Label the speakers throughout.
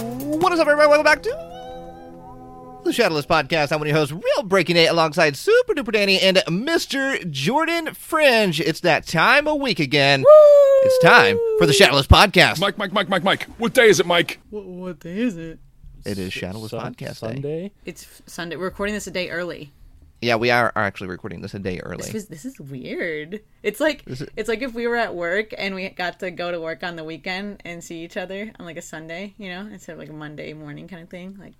Speaker 1: up, everybody? Welcome back to the Shadowless Podcast. I'm one of your hosts, Real Breaking Eight, alongside Super Duper Danny and Mr. Jordan Fringe. It's that time of week again. It's time for the Shadowless Podcast.
Speaker 2: Mike, Mike, Mike, Mike, Mike. What day is it, Mike?
Speaker 3: What, what day is it?
Speaker 1: it is Shadowless Podcast Day.
Speaker 4: Sunday.
Speaker 3: It's f- Sunday. We're recording this a day early.
Speaker 1: Yeah, we are, are actually recording this a day early.
Speaker 3: This, was, this is weird. It's like
Speaker 1: This is-
Speaker 3: it's like if we were at work and we got to go to work on the weekend and see each other on like a Sunday, you know, instead of like a Monday morning kind of thing. Like,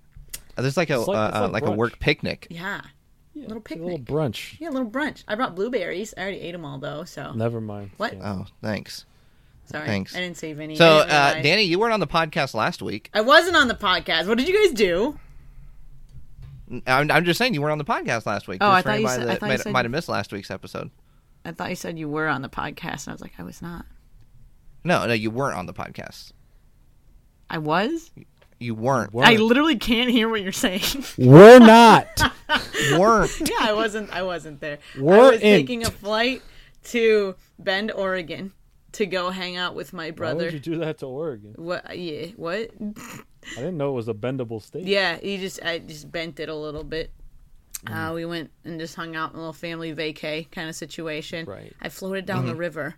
Speaker 1: There's like a
Speaker 4: It's like- it's
Speaker 1: uh, uh, like
Speaker 4: like
Speaker 1: a
Speaker 4: brunch.
Speaker 1: work picnic.
Speaker 3: yeah,
Speaker 4: Yeah,
Speaker 3: little
Speaker 4: it's a little
Speaker 3: picnic.
Speaker 4: brunch.
Speaker 3: yeah, a little brunch. I brought blueberries. I already ate them all though, so
Speaker 4: Never mind.
Speaker 3: What?
Speaker 4: Yeah.
Speaker 1: Oh, thanks.
Speaker 3: sorry,
Speaker 1: thanks.
Speaker 3: I didn't save any.
Speaker 1: So,
Speaker 3: I, didn't
Speaker 1: uh,
Speaker 3: realize-
Speaker 1: Danny, you weren't on the podcast last week.
Speaker 3: I wasn't on the podcast. What did you guys do?
Speaker 1: I'm, I'm just saying you weren't on the podcast last week.
Speaker 3: Oh,
Speaker 1: just
Speaker 3: I
Speaker 1: for
Speaker 3: thought you
Speaker 1: anybody
Speaker 3: said- I
Speaker 1: that
Speaker 3: thought you
Speaker 1: might,
Speaker 3: said-
Speaker 1: might have missed last week's episode.
Speaker 3: I thought you said you were on the podcast, and I was like, I was not.
Speaker 1: No, no, you weren't on the podcast.
Speaker 3: I was.
Speaker 1: You weren't.
Speaker 4: We're,
Speaker 3: I literally can't hear what you're saying.
Speaker 4: we're not.
Speaker 1: weren't.
Speaker 3: yeah, I wasn't. I wasn't there. I
Speaker 4: We're
Speaker 3: was
Speaker 4: in.
Speaker 3: taking a flight to Bend, Oregon, to go hang out with my
Speaker 4: Why
Speaker 3: brother.
Speaker 4: would you do that to Oregon?
Speaker 3: What? Yeah. What?
Speaker 4: I didn't know it was a bendable state.
Speaker 3: Yeah. He just. I just bent it a little bit.
Speaker 4: Mm.
Speaker 3: Uh, we went and just hung out in a little family vacay kind of situation.
Speaker 4: Right. Mm-hmm.
Speaker 3: I floated down the river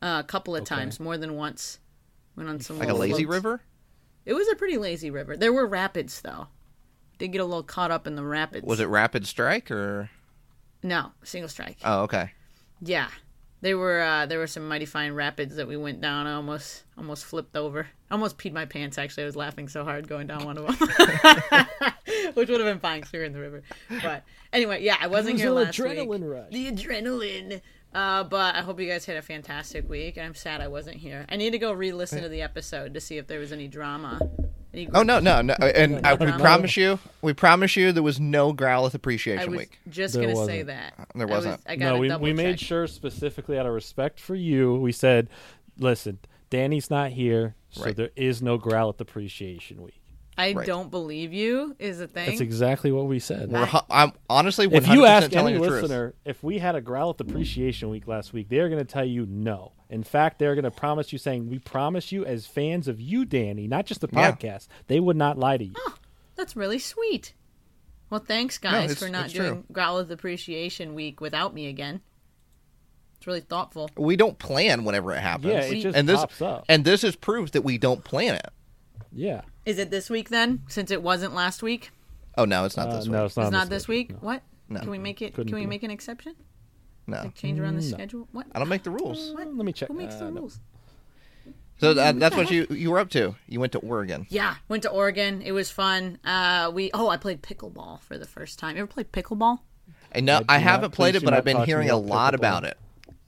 Speaker 3: uh, a couple of times, more than once. Went on some
Speaker 1: Like a
Speaker 3: little
Speaker 1: lazy
Speaker 3: floats.
Speaker 1: river?
Speaker 3: It was a pretty lazy river. There were rapids though. Did get a little caught up in the rapids.
Speaker 1: Was it rapid strike or?
Speaker 3: No, single strike.
Speaker 1: Oh, okay.
Speaker 3: Yeah, they were. Uh, there were some mighty fine rapids that we went down. I almost, almost flipped over. I almost peed my pants. Actually, I was laughing so hard going down one of them, which would have been fine because we were in the river. But anyway, yeah, I wasn't
Speaker 4: It
Speaker 3: here
Speaker 4: was an
Speaker 3: last
Speaker 4: adrenaline
Speaker 3: week.
Speaker 4: rush.
Speaker 3: The adrenaline. Uh, but I hope you guys had a fantastic week, and I'm sad I wasn't here. I need to go re-listen to the episode to see if there was any drama. Any
Speaker 1: Oh no, no, no. And I, we
Speaker 3: no.
Speaker 1: promise you, we promise you, there was no Growlith Appreciation
Speaker 3: I was
Speaker 1: Week.
Speaker 3: just
Speaker 4: There
Speaker 3: gonna say
Speaker 4: wasn't.
Speaker 3: that
Speaker 1: There
Speaker 3: I was-
Speaker 1: wasn't.
Speaker 3: I, got
Speaker 4: No, we,
Speaker 3: double
Speaker 4: we made
Speaker 3: check.
Speaker 4: sure specifically out of respect for you, we said, listen, Danny's not here, so
Speaker 1: Right.
Speaker 4: there is no growl at the appreciation week.
Speaker 3: I
Speaker 1: Right.
Speaker 3: don't believe you is the thing.
Speaker 4: That's exactly what we said.
Speaker 1: We're, hu- I'm honestly 100%
Speaker 4: if you ask
Speaker 1: telling
Speaker 4: any
Speaker 1: the truth.
Speaker 4: listener if we had a growl at the appreciation week last week, they're going to tell you no. In fact, they're going to promise you saying, "We promise you, as fans of you, Danny, not just the
Speaker 1: Yeah.
Speaker 4: podcast, they would not lie to you."
Speaker 3: That's really sweet. Well, thanks guys
Speaker 1: it's-
Speaker 3: for not
Speaker 1: it's true.
Speaker 3: doing Growl of the Appreciation Week without me again. It's really thoughtful.
Speaker 1: We don't plan whenever it happens.
Speaker 4: Yeah, it just
Speaker 1: and this
Speaker 4: pops up.
Speaker 1: and this is proof that we don't plan it.
Speaker 4: yeah,
Speaker 3: Is it this week then? Since it wasn't last week,
Speaker 1: Oh no, it's not
Speaker 4: Uh,
Speaker 1: this
Speaker 4: no,
Speaker 1: week.
Speaker 4: it's not,
Speaker 3: it's
Speaker 4: on
Speaker 3: not this week. What?
Speaker 1: No.
Speaker 3: Can we make it?
Speaker 4: Couldn't
Speaker 3: can we
Speaker 4: be.
Speaker 3: make an exception?
Speaker 1: No,
Speaker 3: Change around the schedule? What?
Speaker 1: I don't make the rules.
Speaker 3: What?
Speaker 4: Let me check.
Speaker 3: Who makes the
Speaker 4: Uh, no.
Speaker 3: rules?
Speaker 1: So uh, that's what you you were up to. You went to Oregon.
Speaker 3: Yeah, went to Oregon. It was fun. Uh, we oh, I played pickleball for the first time. You ever played pickleball?
Speaker 1: And no,
Speaker 4: do
Speaker 1: I
Speaker 4: not-
Speaker 1: haven't played
Speaker 4: please
Speaker 1: it,
Speaker 4: do
Speaker 1: but
Speaker 4: not
Speaker 1: I've been
Speaker 4: talk to
Speaker 1: hearing
Speaker 4: me
Speaker 1: a
Speaker 4: about
Speaker 1: lot
Speaker 4: pickleball.
Speaker 1: about it.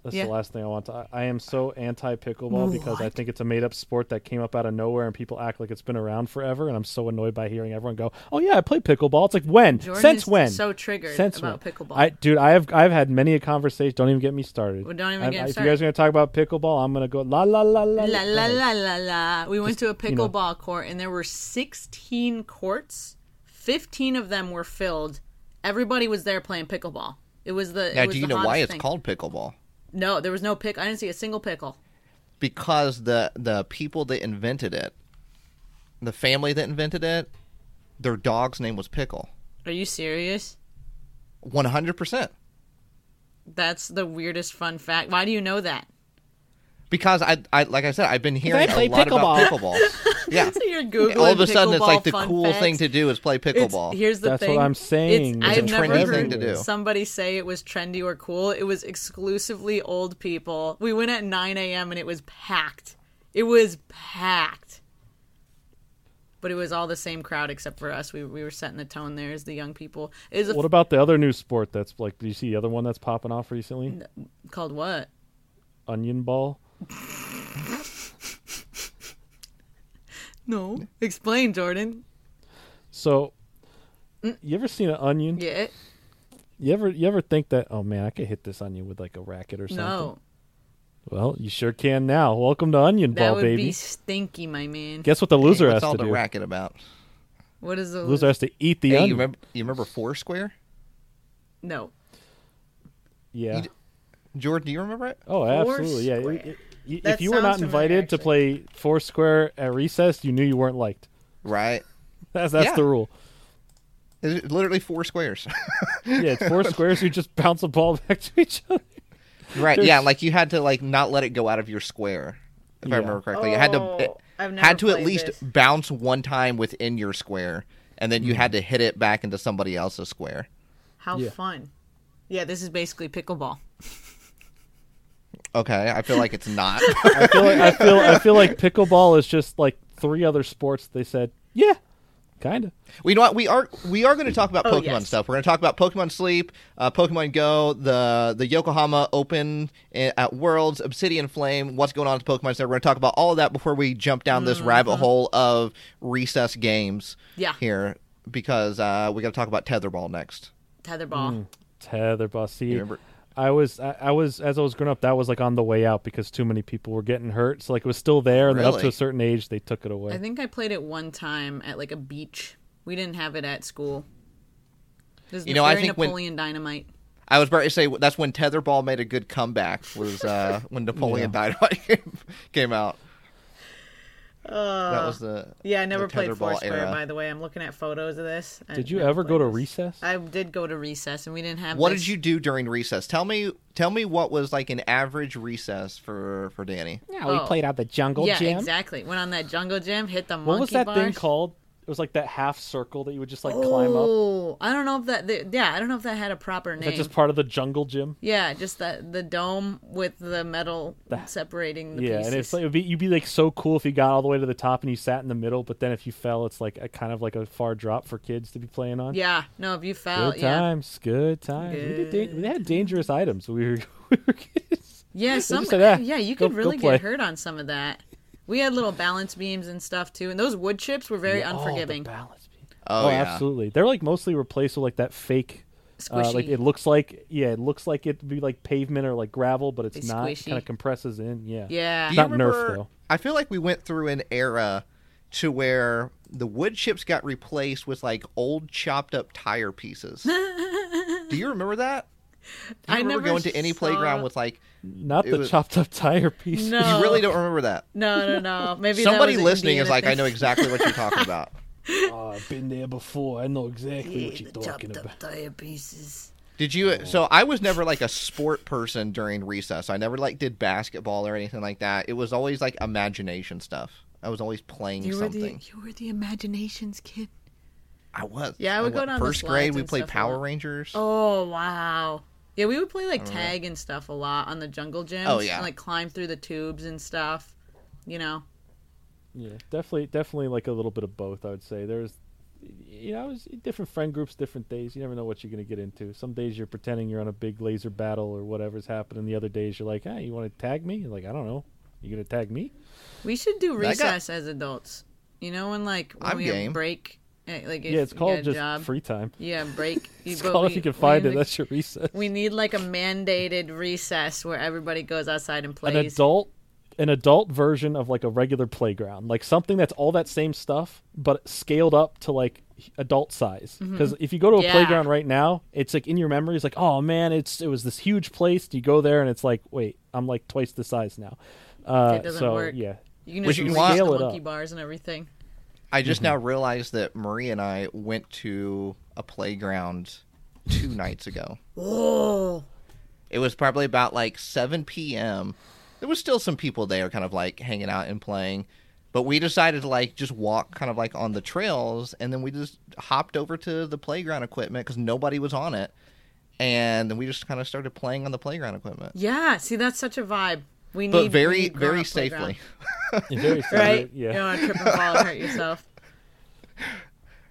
Speaker 4: That's
Speaker 3: Yeah.
Speaker 4: the last thing I want to. I- I am so anti pickleball because I think it's a made up sport that came up out of nowhere and people act like it's been around forever. And I'm so annoyed by hearing everyone go, "Oh yeah, I played pickleball." It's like when?
Speaker 3: Jordan
Speaker 4: Since
Speaker 3: is
Speaker 4: when?
Speaker 3: so triggered about
Speaker 4: when?
Speaker 3: pickleball.
Speaker 4: I, dude, I have I've had many a conversation. Don't even get me started.
Speaker 3: Well, don't even
Speaker 4: I-
Speaker 3: get
Speaker 4: I-
Speaker 3: him
Speaker 4: If you guys are gonna talk about pickleball, I'm gonna go la la la la
Speaker 3: La la
Speaker 4: Like,
Speaker 3: la la la. We went to a
Speaker 4: know.
Speaker 3: pickleball court, and there were 16 courts. 15 of them were filled. Everybody was there playing pickleball. It was the.
Speaker 1: Now,
Speaker 3: it was
Speaker 1: do you
Speaker 3: the
Speaker 1: know why
Speaker 3: hottest
Speaker 1: it's
Speaker 3: thing.
Speaker 1: called pickleball?
Speaker 3: No, there was no pick. I didn't see a single pickle.
Speaker 1: because the the people that invented it, the family that invented it, their dog's name was Pickle.
Speaker 3: Are you serious?
Speaker 1: One hundred percent.
Speaker 3: That's the weirdest fun fact. Why do you know that?
Speaker 1: Because I, I like I said, I've been hearing
Speaker 4: play
Speaker 1: a lot about pickleball. yeah.
Speaker 3: So you're googling.
Speaker 1: All of a sudden, it's like the
Speaker 3: pickleball fun
Speaker 1: cool thing
Speaker 3: facts.
Speaker 1: to do is play
Speaker 3: It's-
Speaker 1: pickleball.
Speaker 3: here's the
Speaker 4: That's what
Speaker 3: thing.
Speaker 4: I'm saying.
Speaker 3: It's,
Speaker 4: It's
Speaker 3: I've
Speaker 1: a
Speaker 3: never
Speaker 1: trendy
Speaker 3: heard
Speaker 1: thing to do.
Speaker 3: somebody say it was trendy or cool. It was exclusively old people. We went at 9 a.m. and it was packed. It was packed. But it was all the same crowd except for us. We, we were setting the tone there as the young people. It was a
Speaker 4: What about the other new sport that's like? Do you see the other one that's popping off recently?
Speaker 3: called what?
Speaker 4: Onion ball.
Speaker 3: No. Explain, Jordan.
Speaker 4: So, you ever seen an onion?
Speaker 3: Mm. Yeah.
Speaker 4: You ever you ever think that oh man I could hit this onion with like a racket or something?
Speaker 3: No.
Speaker 4: Well, you sure can now. Welcome to onion
Speaker 3: That
Speaker 4: ball,
Speaker 3: would
Speaker 4: baby.
Speaker 3: be stinky, my man.
Speaker 4: Guess what the loser
Speaker 1: What's
Speaker 4: has
Speaker 1: all
Speaker 4: to
Speaker 1: the
Speaker 4: do?
Speaker 1: racket about?
Speaker 3: What is the
Speaker 4: Loser has to eat the
Speaker 1: Hey, you
Speaker 4: onion.
Speaker 1: remember you remember Foursquare?
Speaker 3: No.
Speaker 4: yeah.
Speaker 1: George, do you remember it?
Speaker 4: Oh, absolutely. Yeah.
Speaker 3: Foursquare.
Speaker 4: It- it- y-
Speaker 3: That
Speaker 4: if you were not
Speaker 3: sounds familiar,
Speaker 4: invited to
Speaker 3: actually.
Speaker 4: play Foursquare at recess, you knew you weren't liked.
Speaker 1: right?
Speaker 4: That's that's
Speaker 1: Yeah.
Speaker 4: the rule.
Speaker 1: It's literally four squares.
Speaker 4: Yeah, it's four squares. You just bounce a ball back to each other.
Speaker 1: right? Yeah, like you had to like not let it go out of your square. If I
Speaker 4: Yeah.
Speaker 1: remember correctly, you had to
Speaker 3: Oh,
Speaker 1: it
Speaker 3: I've never
Speaker 1: had to at
Speaker 3: played
Speaker 1: least
Speaker 3: this.
Speaker 1: bounce one time within your square, and then you had to hit it back into somebody else's square.
Speaker 3: How
Speaker 4: Yeah.
Speaker 3: fun. Yeah, this is basically pickleball.
Speaker 1: Okay, I feel like it's not.
Speaker 4: I feel like I feel I feel like pickleball is just like three other sports. They said, yeah, kind of.
Speaker 1: We know what we are we are going to talk about
Speaker 3: Oh,
Speaker 1: Pokemon
Speaker 3: yes.
Speaker 1: stuff. We're going to talk about Pokemon Sleep, uh, Pokemon Go, the the Yokohama Open i- at Worlds, Obsidian Flame, what's going on with Pokemon Center. We're going to talk about all of that before we jump down this rabbit hole of recess games.
Speaker 3: Mm-hmm. Yeah.
Speaker 1: Here because uh, we got to talk about tetherball next.
Speaker 4: Mm.
Speaker 3: Tetherball.
Speaker 4: Tetherball. See,
Speaker 1: remember-
Speaker 4: I was I, I was as I was growing up, that was like on the way out because too many people were getting hurt. So like it was still there, and then up to
Speaker 1: Really?
Speaker 4: a certain age, they took it away.
Speaker 3: I think I played it one time at like a beach. We didn't have it at school. This is
Speaker 1: You know, I
Speaker 3: very
Speaker 1: think when-
Speaker 3: Napoleon Dynamite.
Speaker 1: I was about to say that's when tetherball made a good comeback was uh, when Napoleon Dynamite came- came out. that was the
Speaker 3: Uh, Yeah, I
Speaker 1: the
Speaker 3: never played four
Speaker 1: tetherball
Speaker 3: square.
Speaker 1: era.
Speaker 3: By the way, I'm looking at photos of this. I
Speaker 4: Did you
Speaker 3: never
Speaker 4: ever go
Speaker 3: played
Speaker 4: to
Speaker 3: this.
Speaker 4: recess?
Speaker 3: I did go to recess, and we didn't have.
Speaker 1: What
Speaker 3: this.
Speaker 1: did you do during recess? Tell me, tell me what was like an average recess for for Danny.
Speaker 4: Yeah,
Speaker 3: we Oh. played
Speaker 4: out the jungle
Speaker 3: yeah, exactly. Went on that jungle gym, hit the monkey
Speaker 4: What was that thing
Speaker 3: bars.
Speaker 4: called? It was like that half circle that you would just like climb up.
Speaker 3: Oh, I don't know if that. The, yeah, I don't know if that had a proper
Speaker 4: Is that
Speaker 3: name.
Speaker 4: just part of the jungle gym?
Speaker 3: yeah, just that the dome with the metal separating the
Speaker 4: yeah,
Speaker 3: pieces.
Speaker 4: and it's like it'd be, you'd be like so cool if you got all the way to the top and you sat in the middle, but then if you fell, it's like a kind of like a far drop for kids to be playing on.
Speaker 3: yeah, no, if you fell,
Speaker 4: good
Speaker 3: yeah,
Speaker 4: times, good times. We, did dan- we had dangerous items. when We were, we were kids.
Speaker 3: yeah, some,
Speaker 4: said, "Ah,
Speaker 3: yeah, you
Speaker 4: go-
Speaker 3: could
Speaker 4: go
Speaker 3: really
Speaker 4: play."
Speaker 3: get hurt on some of that. We had little balance beams and stuff too, and those wood chips were very
Speaker 4: Oh, the
Speaker 3: unforgiving.
Speaker 4: balance beam.
Speaker 1: Oh, yeah.
Speaker 4: absolutely. They're like mostly replaced with like that fake. Uh,
Speaker 3: Squishy.
Speaker 4: like it looks like yeah, it looks like it'd be like pavement or like gravel, but it's,
Speaker 3: It's
Speaker 4: not.
Speaker 3: squishy.
Speaker 4: Kind of compresses in. Yeah.
Speaker 3: yeah,
Speaker 1: Do
Speaker 4: Not
Speaker 1: you
Speaker 4: Nerf,
Speaker 1: remember-
Speaker 4: though.
Speaker 1: I feel like we went through an era to where the wood chips got replaced with like old chopped up tire pieces. do you remember that? Do you
Speaker 3: I
Speaker 1: remember
Speaker 3: never
Speaker 1: going to any
Speaker 3: saw-
Speaker 1: playground with like?
Speaker 4: Not
Speaker 1: It
Speaker 4: the
Speaker 1: was-
Speaker 4: chopped up tire piece.
Speaker 3: No.
Speaker 1: You really don't remember that.
Speaker 3: no, no, no. Maybe that
Speaker 1: Somebody
Speaker 3: was an
Speaker 1: listening is
Speaker 3: Indiana
Speaker 1: like, I
Speaker 3: thing.
Speaker 1: know exactly what you're talking about.
Speaker 4: Oh, I've been there before. I know exactly
Speaker 3: Yeah, the chopped up tire pieces.
Speaker 1: Did you? So I was never like a sport person during recess. I never like did basketball or anything like that. It was always like imagination stuff. I was always playing
Speaker 3: You were the
Speaker 1: something.
Speaker 3: you were the imaginations kid.
Speaker 1: I was.
Speaker 3: Yeah, I would go
Speaker 1: went-
Speaker 3: down the
Speaker 1: First
Speaker 3: slides
Speaker 1: grade, we
Speaker 3: and
Speaker 1: played
Speaker 3: stuff a lot.
Speaker 1: Power Rangers.
Speaker 3: Oh wow. Yeah, we would play like tag and stuff a lot on the jungle gyms.
Speaker 1: Oh, yeah.
Speaker 3: and, like climb through the tubes and stuff. You know.
Speaker 4: Yeah, definitely, definitely like a little bit of both. I would say there's, you know, it was different friend groups, different days. You never know what you're gonna get into. Some days you're pretending you're on a big laser battle or whatever's happening. The other days you're like, hey, you want to tag me? You're like, I don't know. You gonna tag me?
Speaker 3: We should do
Speaker 1: That guy-
Speaker 3: recess as adults. You know, when like when
Speaker 1: I'm
Speaker 3: we have
Speaker 1: game.
Speaker 3: break. eh, Like if
Speaker 4: yeah, it's
Speaker 3: you
Speaker 4: called
Speaker 3: get a
Speaker 4: just
Speaker 3: job.
Speaker 4: free time.
Speaker 3: Yeah, break.
Speaker 4: It's
Speaker 3: but
Speaker 4: called
Speaker 3: we-
Speaker 4: if you can
Speaker 3: we
Speaker 4: find
Speaker 3: need
Speaker 4: it.
Speaker 3: to-
Speaker 4: That's your recess.
Speaker 3: We need like a mandated recess where everybody goes outside and plays.
Speaker 4: An adult, an adult version of like a regular playground, like something that's all that same stuff but scaled up to like adult size. Because if you go to a
Speaker 3: Mm-hmm. Yeah.
Speaker 4: playground right now, it's like in your memory, it's like, oh man, it's it was this huge place. You go there and it's like, wait, I'm like twice the size now. Uh,
Speaker 3: It doesn't
Speaker 4: so
Speaker 3: work.
Speaker 4: yeah,
Speaker 3: You can
Speaker 1: Would
Speaker 3: just
Speaker 1: you
Speaker 3: reach
Speaker 1: want-
Speaker 3: the
Speaker 4: Scale it
Speaker 3: monkey
Speaker 4: up.
Speaker 3: bars and everything.
Speaker 1: I just now realized that Marie and I went to a playground two nights ago.
Speaker 3: Whoa.
Speaker 1: It was probably about like 7 p.m. There was still some people there kind of like hanging out and playing. But we decided to like just walk kind of like on the trails and then we just hopped over to the playground equipment because nobody was on it. And then we just kind of started playing on the playground equipment.
Speaker 3: Yeah. See, that's such a vibe. We need
Speaker 1: But
Speaker 3: we
Speaker 1: very,
Speaker 3: need
Speaker 1: very
Speaker 3: grown-up playground.
Speaker 1: safely.
Speaker 4: Very similar,
Speaker 3: right? You don't
Speaker 4: Yeah,
Speaker 3: want to trip and fall and hurt yourself.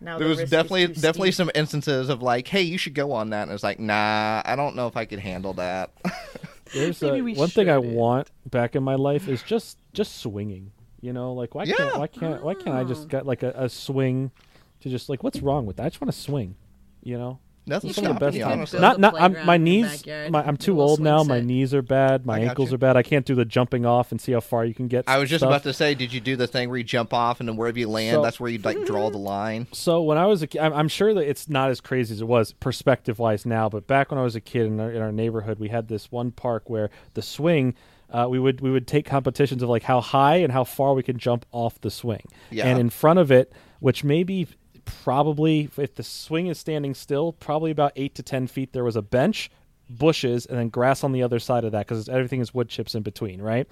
Speaker 3: Now
Speaker 1: There
Speaker 3: the
Speaker 1: was
Speaker 3: risk is
Speaker 1: definitely
Speaker 3: too
Speaker 1: definitely
Speaker 3: steep.
Speaker 1: some instances of like, hey, you should go on that. And it's like, nah, I don't know if I could handle that.
Speaker 4: there's
Speaker 3: Maybe
Speaker 4: uh,
Speaker 3: we
Speaker 4: one thing I
Speaker 3: shouldn't.
Speaker 4: want back in my life is just just swinging. You know, like why
Speaker 1: Yeah.
Speaker 4: can't why can't why can't I
Speaker 3: Oh.
Speaker 4: just get like a, a swing to just like what's wrong with that? I just want to swing. You know,
Speaker 1: Nothing's
Speaker 4: Some of the
Speaker 1: stopping
Speaker 4: best
Speaker 1: you,
Speaker 4: times.
Speaker 1: honestly.
Speaker 3: build
Speaker 4: not
Speaker 3: a
Speaker 4: not I'm,
Speaker 3: playground
Speaker 4: my
Speaker 3: in your
Speaker 4: knees
Speaker 3: backyard,
Speaker 4: my,
Speaker 3: do
Speaker 4: i'm
Speaker 3: a
Speaker 4: too
Speaker 3: little
Speaker 4: old
Speaker 3: swing
Speaker 4: now my
Speaker 3: set.
Speaker 4: knees are bad my
Speaker 1: I got
Speaker 4: ankles
Speaker 1: you.
Speaker 4: are bad i can't do the jumping off and see how far you can get
Speaker 1: I was just
Speaker 4: stuff.
Speaker 1: about to say, did you do the thing where you jump off and then wherever you land,
Speaker 4: So-
Speaker 1: that's where you like draw the line?
Speaker 4: so when i was a kid i'm, I'm sure that it's not as crazy as it was perspective wise now but back when i was a kid in our, in our neighborhood we had this one park where the swing uh, we would we would take competitions of like how high and how far we can jump off the swing.
Speaker 1: Yeah.
Speaker 4: And in front of it, which maybe probably if the swing is standing still, probably about eight to ten feet, there was a bench, bushes, and then grass on the other side of that because everything is wood chips in between, right?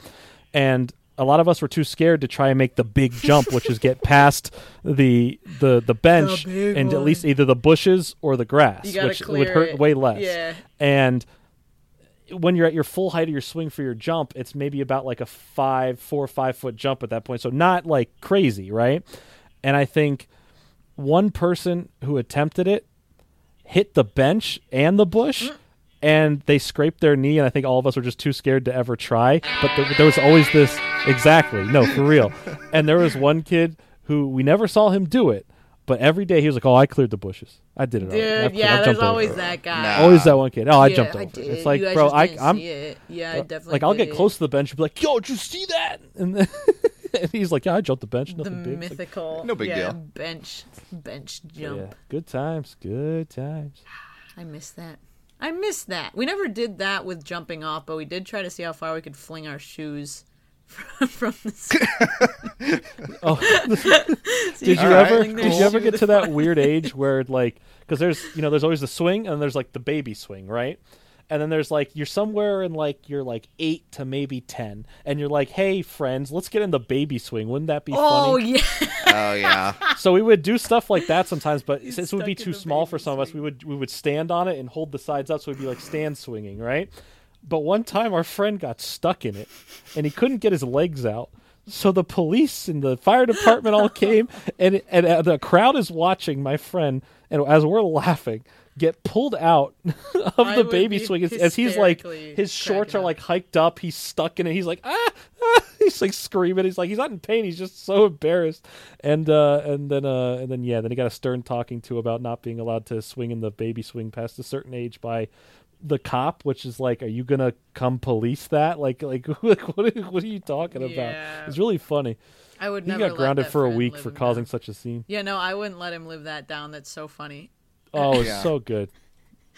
Speaker 4: And a lot of us were too scared to try and make the big jump, which is get past the the the bench
Speaker 3: big
Speaker 4: and at
Speaker 3: one.
Speaker 4: least either the bushes or the grass,
Speaker 3: You gotta
Speaker 4: which would
Speaker 3: clear
Speaker 4: hurt
Speaker 3: it.
Speaker 4: way less.
Speaker 3: Yeah.
Speaker 4: And when you're at your full height of your swing for your jump, it's maybe about like a five, four or five foot jump at that point. So not like crazy, right? And I think one person who attempted it hit the bench and the bush. And they scraped their knee, and I think all of us were just too scared to ever try. But there, there was always this exactly, no, for real. And there was one kid who we never saw him do it, but every day he was like, "Oh, I cleared the bushes. I did it." all right. I
Speaker 3: Dude,
Speaker 4: cleared- I
Speaker 3: yeah, there's
Speaker 4: jumped over
Speaker 3: always
Speaker 4: it."
Speaker 3: that guy.
Speaker 1: Nah.
Speaker 4: Always that one kid. Oh, I
Speaker 3: Yeah,
Speaker 4: jumped over. it."
Speaker 3: did.
Speaker 4: It's like,
Speaker 3: You guys
Speaker 4: bro,
Speaker 3: just
Speaker 4: I,
Speaker 3: didn't
Speaker 4: I'm
Speaker 3: see it. Yeah, I definitely.
Speaker 4: like I'll get
Speaker 3: did.
Speaker 4: close to the bench and be like, "Yo, did you see that?" And, then, and he's like, "Yeah, I jumped the bench.
Speaker 3: The
Speaker 4: Nothing big." It's like,
Speaker 3: mythical.
Speaker 1: No big deal.
Speaker 3: yeah, Bench, bench jump.
Speaker 4: yeah, good times, good times.
Speaker 3: I miss that. I miss that. We never did that with jumping off, but we did try to see how far we could fling our shoes from, from the. Sky.
Speaker 4: Oh,
Speaker 3: So
Speaker 4: did you
Speaker 3: could
Speaker 1: right,
Speaker 4: ever?
Speaker 3: fling their
Speaker 4: Did you ever
Speaker 3: shoe
Speaker 4: get
Speaker 3: the
Speaker 4: to that
Speaker 3: fuck-
Speaker 4: weird age where like, because there's you know there's always the swing and there's like the baby swing, right? And then there's like you're somewhere in like you're like eight to maybe ten, and you're like, "Hey, friends, let's get in the baby swing. Wouldn't that be funny?"
Speaker 3: Oh yeah.
Speaker 1: Oh yeah.
Speaker 4: so we would do stuff like that sometimes, but since it would
Speaker 3: stuck
Speaker 4: be
Speaker 3: in
Speaker 4: too
Speaker 3: the
Speaker 4: small
Speaker 3: baby
Speaker 4: for some of us, we would we would stand on it and hold the sides up, so we'd be like stand swinging, right? But one time, our friend got stuck in it, and he couldn't get his legs out. So the police and the fire department all came, and and uh, the crowd is watching my friend, and as we're laughing, get pulled out of
Speaker 3: I
Speaker 4: the
Speaker 3: would
Speaker 4: baby
Speaker 3: be
Speaker 4: swing as, as he's like
Speaker 3: hysterically
Speaker 4: his shorts
Speaker 3: cracking
Speaker 4: are
Speaker 3: up.
Speaker 4: like hiked up, he's stuck in it, he's like ah, ah he's like screaming, he's like he's not in pain, he's just so embarrassed, and uh and then uh and then yeah, then he got a stern talking to about not being allowed to swing in the baby swing past a certain age by the cop which is like are you gonna come police that like like what are, what are you talking
Speaker 3: Yeah.
Speaker 4: about it's really funny
Speaker 3: I would
Speaker 4: he
Speaker 3: never.
Speaker 4: got
Speaker 3: let
Speaker 4: grounded
Speaker 3: that
Speaker 4: for a
Speaker 3: friend
Speaker 4: week
Speaker 3: live
Speaker 4: for
Speaker 3: him down.
Speaker 4: causing such a scene
Speaker 3: Yeah, no, I wouldn't let him live that down. That's so funny.
Speaker 4: oh it's
Speaker 1: Yeah.
Speaker 4: so good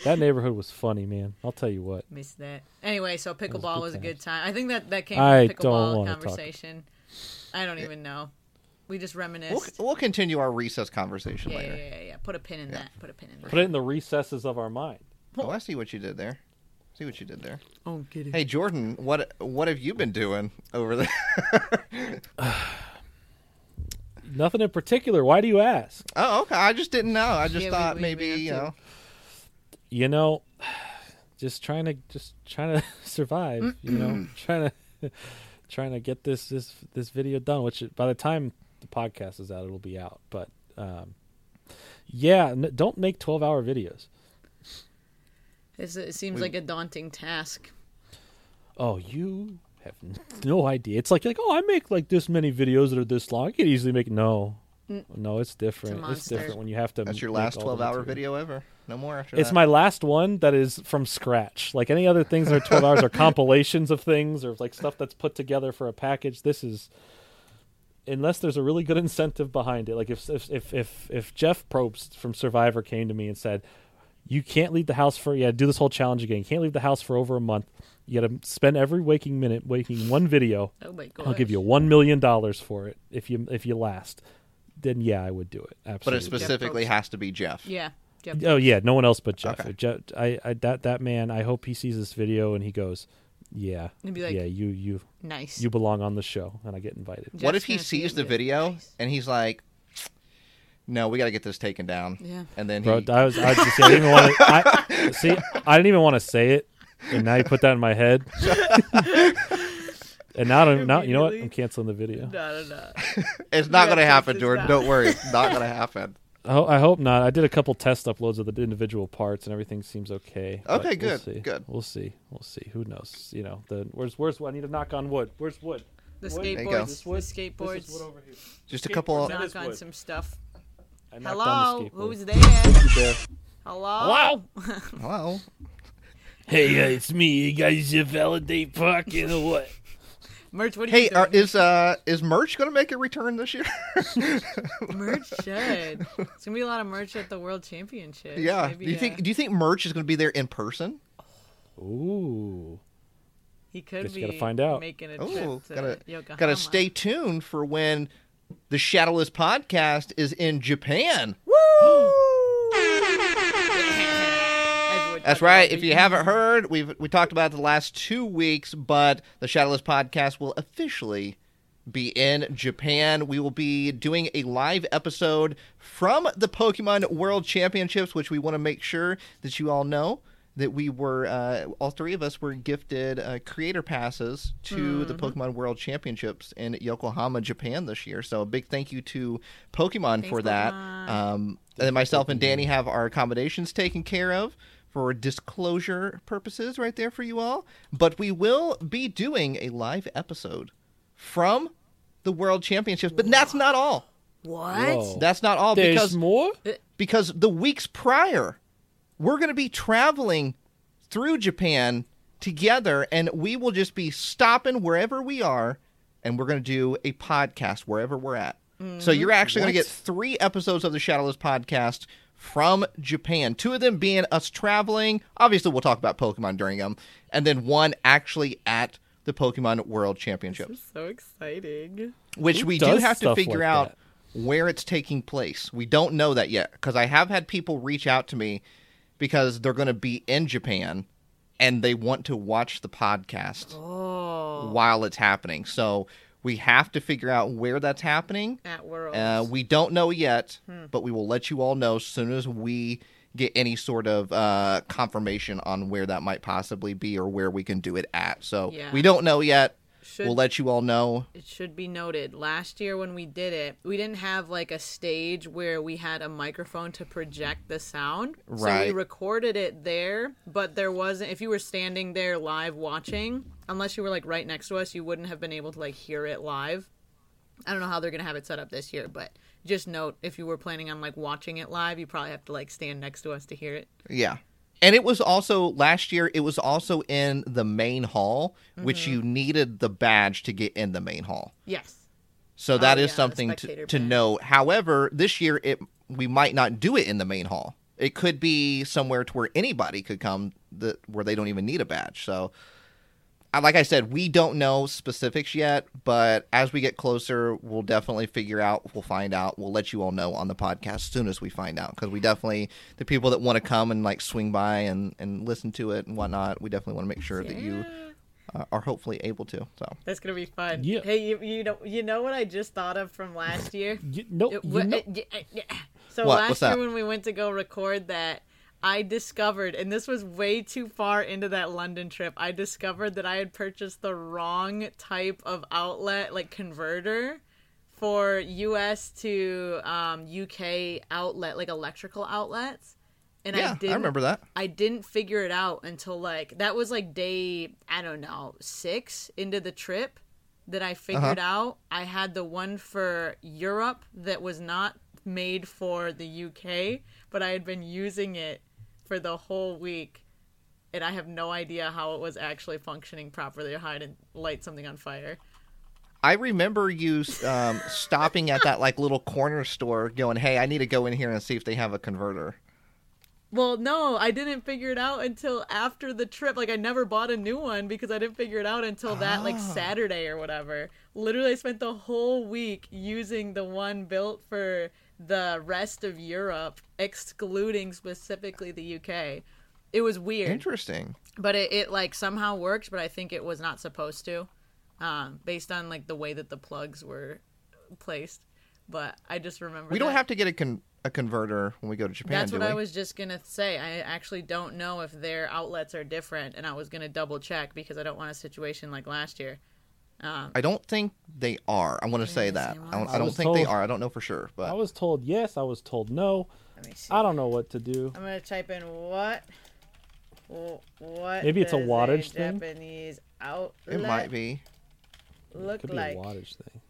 Speaker 4: that neighborhood was funny man i'll tell you what
Speaker 3: Miss that. Anyway, so pickleball
Speaker 4: good
Speaker 3: was, a
Speaker 4: times.
Speaker 3: good time. I think that that came from
Speaker 4: I
Speaker 3: the
Speaker 4: don't
Speaker 3: pickleball
Speaker 4: wanna talk.
Speaker 3: conversation. I don't even know. We just
Speaker 1: We'll,
Speaker 3: reminisced.
Speaker 1: we'll continue our recess conversation
Speaker 3: yeah, yeah,
Speaker 1: later.
Speaker 3: yeah, yeah, yeah. Put a pin in that. Put a pin in that.
Speaker 4: put it in the recesses of our mind
Speaker 1: Oh, I see what you did there. See what you did there.
Speaker 3: Oh, get it.
Speaker 1: Hey Jordan, what what have you been doing over there?
Speaker 4: nothing in particular why do you ask
Speaker 1: oh, okay. I just didn't know. I just
Speaker 3: Yeah, we-
Speaker 1: thought
Speaker 3: we- we
Speaker 1: maybe
Speaker 3: have
Speaker 1: you
Speaker 3: to-
Speaker 1: know.
Speaker 4: you know just trying to just trying to survive you know trying to trying to get this this this video done which by the time the podcast is out it'll be out but um yeah n- don't make 12 hour videos
Speaker 3: It's, it seems like a daunting task.
Speaker 4: oh you have no idea it's like like oh i make like this many videos that are this long i could easily make no no it's different it's,
Speaker 3: monster.
Speaker 4: different when you have to
Speaker 1: Mm. That's your
Speaker 4: make
Speaker 1: last
Speaker 4: all the
Speaker 1: 12 hour video
Speaker 4: material.
Speaker 1: ever. No more after
Speaker 4: It's
Speaker 1: that.
Speaker 4: my last one that is from scratch. Like any other things that are 12 hours are compilations of things or like stuff that's put together for a package. This is unless there's a really good incentive behind it. Like if if if if, if Jeff Probst from Survivor came to me and said, "You can't leave the house for yeah, do this whole challenge again. You can't leave the house for over a month. You got to spend every waking minute making one video.
Speaker 3: Oh my god.
Speaker 4: I'll give you 1 million dollars for it if you if you last." Then yeah, I would do it.
Speaker 1: but it
Speaker 4: Absolutely.
Speaker 1: specifically has to be Jeff.
Speaker 3: Yeah. Jeff.
Speaker 4: Oh yeah, no one else but Jeff.
Speaker 1: Okay.
Speaker 4: Jeff I, I that that man. I hope he sees this video and he goes, yeah,
Speaker 3: He'd be like-
Speaker 4: yeah, you you
Speaker 3: Nice.
Speaker 4: you belong on the show, and I get invited.
Speaker 1: what if
Speaker 3: Jeff's
Speaker 1: he
Speaker 3: gonna see
Speaker 1: sees
Speaker 3: it,
Speaker 1: the
Speaker 3: yeah.
Speaker 1: video and he's like, "No, we got to get this taken down."
Speaker 3: Yeah.
Speaker 1: And then
Speaker 4: Bro,
Speaker 1: he,
Speaker 4: I was I just see, I didn't even want to. I, see, I didn't even want to say it, and now you put that in my head. and now I don't now you know what? I'm
Speaker 3: Immediately.
Speaker 4: canceling the video.
Speaker 3: No, no, no.
Speaker 1: it's not
Speaker 3: gotta
Speaker 1: going to
Speaker 3: cut
Speaker 1: happen,
Speaker 3: this
Speaker 1: Jordan.
Speaker 3: out.
Speaker 1: Don't worry, it's not going to happen.
Speaker 4: I, ho- I hope not. I did a couple test uploads of the individual parts, and everything seems okay. but
Speaker 1: Okay,
Speaker 4: we'll
Speaker 1: good,
Speaker 4: see.
Speaker 1: good.
Speaker 4: We'll see. We'll see. Who knows? You know, the where's where's I need to knock on wood. Where's wood?
Speaker 3: The
Speaker 4: Wood? There
Speaker 1: you go.
Speaker 3: skateboards.
Speaker 4: This
Speaker 3: The
Speaker 4: wood?
Speaker 3: skateboards.
Speaker 4: This is wood over here.
Speaker 1: Just a couple.
Speaker 4: That
Speaker 3: knock
Speaker 4: is
Speaker 3: on
Speaker 4: wood.
Speaker 3: some stuff.
Speaker 4: I knocked on the
Speaker 3: Hello.
Speaker 4: skateboard.
Speaker 3: Who's there?
Speaker 1: There.
Speaker 3: Hello. Hello.
Speaker 1: Hello.
Speaker 4: Hey, uh, it's me. You guys, you validate parking or what?
Speaker 3: Merch. What are
Speaker 1: Hey,
Speaker 3: you
Speaker 1: are,
Speaker 3: doing?
Speaker 1: is uh is merch going to make a return this year?
Speaker 3: merch should. It's gonna be a lot of merch at the World uh, Championship.
Speaker 1: yeah. Do you think do you think merch is going to be there in person?
Speaker 4: Ooh,
Speaker 3: He could
Speaker 4: Guess
Speaker 3: be
Speaker 4: you gotta find out.
Speaker 3: making a trip
Speaker 1: Oh,
Speaker 3: to
Speaker 1: gotta
Speaker 3: Yokohama.
Speaker 1: gotta stay tuned for when the Shadowless podcast is in Japan. That's
Speaker 3: As we talked about
Speaker 1: right. If
Speaker 3: the-
Speaker 1: you haven't heard, we've we talked about it the last two weeks, but the Shadowless podcast will officially be in Japan. We will be doing a live episode from the Pokemon World Championships, which we want to make sure that you all know that we were uh, all three of us were gifted uh, creator passes to the Pokemon World Championships in Yokohama, Japan this year. So a big thank you to Pokemon for that. Um, and then myself and Danny have our accommodations taken care of for disclosure purposes right there for you all. But we will be doing a live episode from the World Championships. But that's not all.
Speaker 3: What?
Speaker 4: Whoa.
Speaker 1: That's not all
Speaker 4: There's
Speaker 1: because
Speaker 4: more.
Speaker 1: because the weeks prior, we're going to be traveling through Japan together, and we will just be stopping wherever we are, and we're going to do a podcast wherever we're at. So you're actually going to
Speaker 4: What?
Speaker 1: get three episodes of the Shadowless podcast from Japan. Two of them being us traveling. Obviously, we'll talk about Pokemon during them, and then one actually at the Pokemon World Championships
Speaker 3: So exciting.
Speaker 1: which
Speaker 4: Who
Speaker 1: we do
Speaker 4: does
Speaker 1: have to
Speaker 4: stuff
Speaker 1: figure
Speaker 4: like
Speaker 1: out
Speaker 4: that?
Speaker 1: where it's taking place. We don't know that yet because I have had people reach out to me because they're going to be in Japan and they want to watch the podcast
Speaker 3: Oh.
Speaker 1: while it's happening. So we have to figure out where that's happening.
Speaker 3: At Worlds.
Speaker 1: Uh, we don't know yet,
Speaker 3: Hmm.
Speaker 1: but we will let you all know as soon as we get any sort of uh, confirmation on where that might possibly be or where we can do it at. So
Speaker 3: Yeah.
Speaker 1: we don't know yet.
Speaker 3: Should-
Speaker 1: We'll let you all know
Speaker 3: it should be noted last year when we did it we didn't have like a stage where we had a microphone to project the sound so we
Speaker 1: Right.
Speaker 3: recorded it there but there wasn't if you were standing there live watching unless you were like right next to us you wouldn't have been able to like hear it live i don't know how they're gonna have it set up this year but just note if you were planning on like watching it live you probably have to like stand next to us to hear it
Speaker 1: Yeah. And it was also last year it was also in the main hall, which you needed the badge to get in the main hall.
Speaker 3: yes
Speaker 1: So that is
Speaker 3: Oh, yeah, the
Speaker 1: something to,
Speaker 3: spectator
Speaker 1: to
Speaker 3: badge.
Speaker 1: know. However, this year it we might not do it in the main hall. It could be somewhere to where anybody could come that where they don't even need a badge. So I- like I said, we don't know specifics yet, but as we get closer, we'll definitely figure out, we'll find out, we'll let you all know on the podcast as soon as we find out. Because we definitely, the people that want to come and like swing by and, and listen to it and whatnot, we definitely want to make sure that you uh, are hopefully able to. So,
Speaker 3: that's gonna be fun
Speaker 4: Yeah.
Speaker 3: hey you, you know you know what i just thought of from last year
Speaker 4: You, no,
Speaker 3: It
Speaker 4: you
Speaker 3: wa-
Speaker 4: know-
Speaker 3: it- y- uh, yeah. So
Speaker 1: What? What's
Speaker 3: last
Speaker 1: that?
Speaker 3: year when we went to go record that, I discovered, and this was way too far into that London trip, I discovered that I had purchased the wrong type of outlet, like converter for US to um, UK outlet, like electrical outlets. And
Speaker 1: yeah,
Speaker 3: I
Speaker 1: I,
Speaker 3: didn't
Speaker 1: remember that.
Speaker 3: I didn't figure it out until like that was like day I don't know six into the trip that I figured out I had the one for Europe that was not made for the UK, but I had been using it for the whole week, and I have no idea how it was actually functioning properly or how I didn't light something on fire.
Speaker 1: I remember you um, stopping at that like little corner store going, hey, I need to go in here and see if they have a converter.
Speaker 3: Well, no, I didn't figure it out until after the trip. Like I never bought a new one because I didn't figure it out until that like
Speaker 1: Oh.
Speaker 3: Saturday or whatever. Literally I spent the whole week using the one built for the rest of Europe, excluding specifically the UK. It was weird,
Speaker 1: Interesting.
Speaker 3: but it, it like somehow worked, but I think it was not supposed to. Um, based on like the way that the plugs were placed. But I just remember
Speaker 1: We don't
Speaker 3: that.
Speaker 1: have to get a, con- a converter when we go to Japan,
Speaker 3: That's
Speaker 1: do
Speaker 3: what I
Speaker 1: we?
Speaker 3: was just gonna say. I actually don't know if their outlets are different, and I was gonna double check because I don't want a situation like last year.
Speaker 1: I don't think they are. I want to say that. I don't, I don't
Speaker 4: was
Speaker 1: think they
Speaker 4: told-
Speaker 1: are. I don't know for sure,
Speaker 4: I
Speaker 1: but
Speaker 4: was told yes. I was told no.
Speaker 3: Let me see.
Speaker 4: I don't know what to do.
Speaker 3: I'm gonna type in what. wh- What
Speaker 4: Maybe it's a
Speaker 3: does
Speaker 4: wattage thing?
Speaker 3: Japanese outlet
Speaker 1: it might be.
Speaker 3: look
Speaker 4: Could be
Speaker 3: like
Speaker 4: a wattage thing.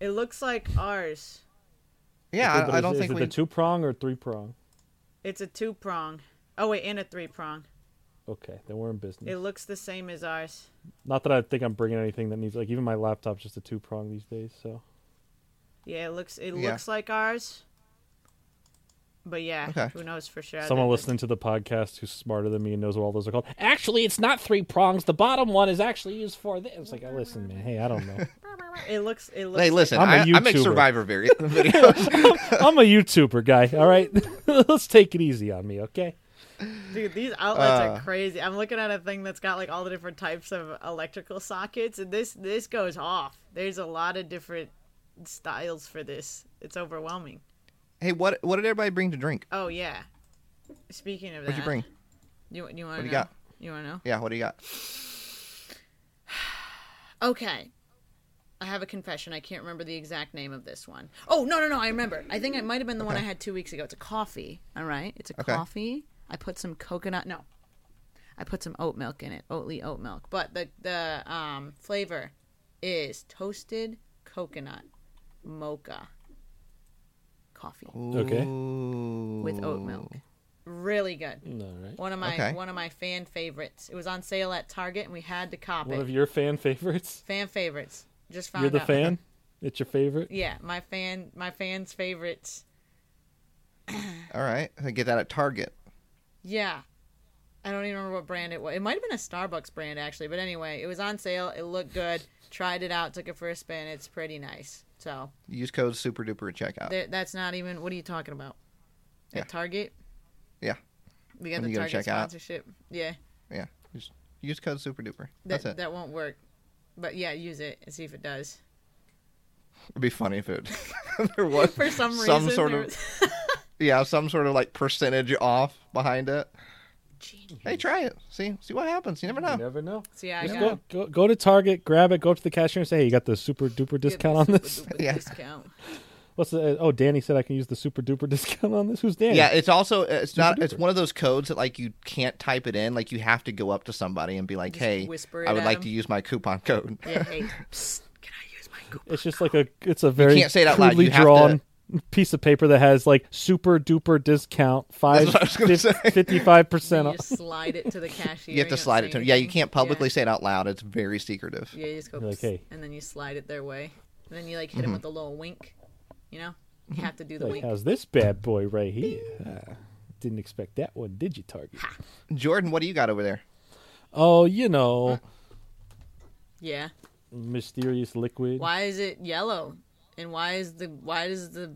Speaker 3: it looks like ours.
Speaker 1: Yeah,
Speaker 4: But
Speaker 1: I, I
Speaker 4: is-
Speaker 1: don't
Speaker 4: is
Speaker 1: think
Speaker 4: it
Speaker 1: we.
Speaker 4: the two prong or three prong.
Speaker 3: It's a two prong. Oh wait, and a three prong.
Speaker 4: Okay, then we're in business.
Speaker 3: It looks the same as ours.
Speaker 4: Not that I think I'm bringing anything that needs like even my laptop's just a two prong these days. So
Speaker 3: Yeah, it looks it
Speaker 1: Yeah.
Speaker 3: looks like ours. But yeah,
Speaker 1: Okay.
Speaker 3: who knows for sure?
Speaker 4: Someone
Speaker 3: That-
Speaker 4: listening to the podcast who's smarter than me and knows what all those are called. Actually, it's not three prongs. The bottom one is actually used for this. It's like, oh, listen, man. Hey, I don't know.
Speaker 3: It looks. It looks.
Speaker 1: Hey, listen,
Speaker 4: I'm a
Speaker 1: I, I make
Speaker 4: YouTuber.
Speaker 1: Survivor vari- videos.
Speaker 4: I'm a YouTuber guy. All right, let's take it easy on me, okay?
Speaker 3: Dude, these outlets
Speaker 1: Uh.
Speaker 3: are crazy. I'm looking at a thing that's got like all the different types of electrical sockets, and this this goes off. There's a lot of different styles for this. It's overwhelming.
Speaker 1: hey, what what did everybody bring to drink?
Speaker 3: Oh yeah. Speaking of that,
Speaker 1: What'd you bring?
Speaker 3: You you
Speaker 1: What
Speaker 3: want to
Speaker 1: do
Speaker 3: know?
Speaker 1: you got?
Speaker 3: You want to know?
Speaker 1: Yeah, what do you got?
Speaker 3: Okay. I have a confession. I can't remember the exact name of this one. Oh, no, no, no. I remember. I think it might have been the one I had two weeks ago. It's a coffee. All right. It's a
Speaker 1: Okay.
Speaker 3: coffee. I put some coconut. No. I put some oat milk in it. Oatly oat milk. But the, the um, flavor is toasted coconut mocha coffee
Speaker 4: Okay.
Speaker 3: with oat milk. Really good.
Speaker 4: All right.
Speaker 3: One of my
Speaker 1: Okay.
Speaker 3: one of my fan favorites. It was on sale at Target and we had to cop
Speaker 4: One
Speaker 3: it.
Speaker 4: of your fan favorites.
Speaker 3: fan favorites. Just found
Speaker 4: You're the
Speaker 3: out.
Speaker 4: fan. It's your favorite.
Speaker 3: Oh, Yeah, my fan, my fans' favorites.
Speaker 1: All right, I get that at Target.
Speaker 3: Yeah, I don't even remember what brand it was. It might have been a Starbucks brand actually, but anyway, it was on sale. It looked good. Tried it out. Took it for a spin. It's pretty nice. So
Speaker 1: Use code Super Duper at checkout.
Speaker 3: th- that's not even. What are you talking about?
Speaker 1: Uh, Yeah.
Speaker 3: At Target,
Speaker 1: Yeah,
Speaker 3: we got
Speaker 1: When
Speaker 3: the
Speaker 1: you go to
Speaker 3: Target
Speaker 1: check out.
Speaker 3: sponsorship. Yeah,
Speaker 1: yeah. Just use code Super Duper.
Speaker 3: that
Speaker 1: That's it.
Speaker 3: that won't work. But yeah, use it and see if it does.
Speaker 1: It'd be funny if it there was
Speaker 3: For some reason,
Speaker 1: some sort
Speaker 3: there
Speaker 1: of
Speaker 3: was-
Speaker 1: yeah, some sort of like percentage off behind it.
Speaker 3: Genius.
Speaker 1: Hey, try it. See see what happens. You never know.
Speaker 4: You never know.
Speaker 3: See, I
Speaker 4: Just
Speaker 3: got
Speaker 4: go, go go to Target, grab it, go up to the cashier and say, "Hey, you got the super duper
Speaker 3: get
Speaker 4: discount on
Speaker 3: the
Speaker 4: this?"
Speaker 3: super duper
Speaker 1: Yeah.
Speaker 3: Discount.
Speaker 4: What's the? Oh, Danny said I can use the super duper discount on this. Who's Danny?
Speaker 1: Yeah, it's also it's not it's
Speaker 4: duper.
Speaker 1: one of those codes that like you can't type it in. Like you have to go up to somebody and be like, "Hey,
Speaker 3: whisper it
Speaker 1: I would
Speaker 3: at
Speaker 1: like
Speaker 3: 'em.
Speaker 1: to use my coupon code."
Speaker 3: Yeah, hey, psst, can I use my coupon?
Speaker 4: It's just like a. It's a very
Speaker 1: can't say it out loud.
Speaker 4: crudely
Speaker 1: You have to-
Speaker 4: drawn piece of paper that has like super duper discount five
Speaker 1: what I was gonna say.
Speaker 4: fifty five percent
Speaker 3: You
Speaker 4: off.
Speaker 3: just slide it to the cashier.
Speaker 1: You have to
Speaker 3: don't
Speaker 1: slide
Speaker 3: say
Speaker 1: it to. Yeah, you
Speaker 3: anything.
Speaker 1: can't publicly
Speaker 3: Yeah.
Speaker 1: say it out loud. It's very secretive.
Speaker 3: Yeah, you just go,
Speaker 4: You're like,
Speaker 3: "Psst,"
Speaker 4: "Hey." Mm-hmm.
Speaker 3: and then you slide it their way, and then you like hit them with a little wink. You know, you have to do the
Speaker 4: Like,
Speaker 3: wink.
Speaker 4: how's this bad boy right here? Ah, didn't expect that one, did you, Target?
Speaker 1: Jordan, what do you got over there?
Speaker 4: Oh, you know,
Speaker 3: Yeah.
Speaker 4: mysterious liquid.
Speaker 3: Why is it yellow? And why is the why does the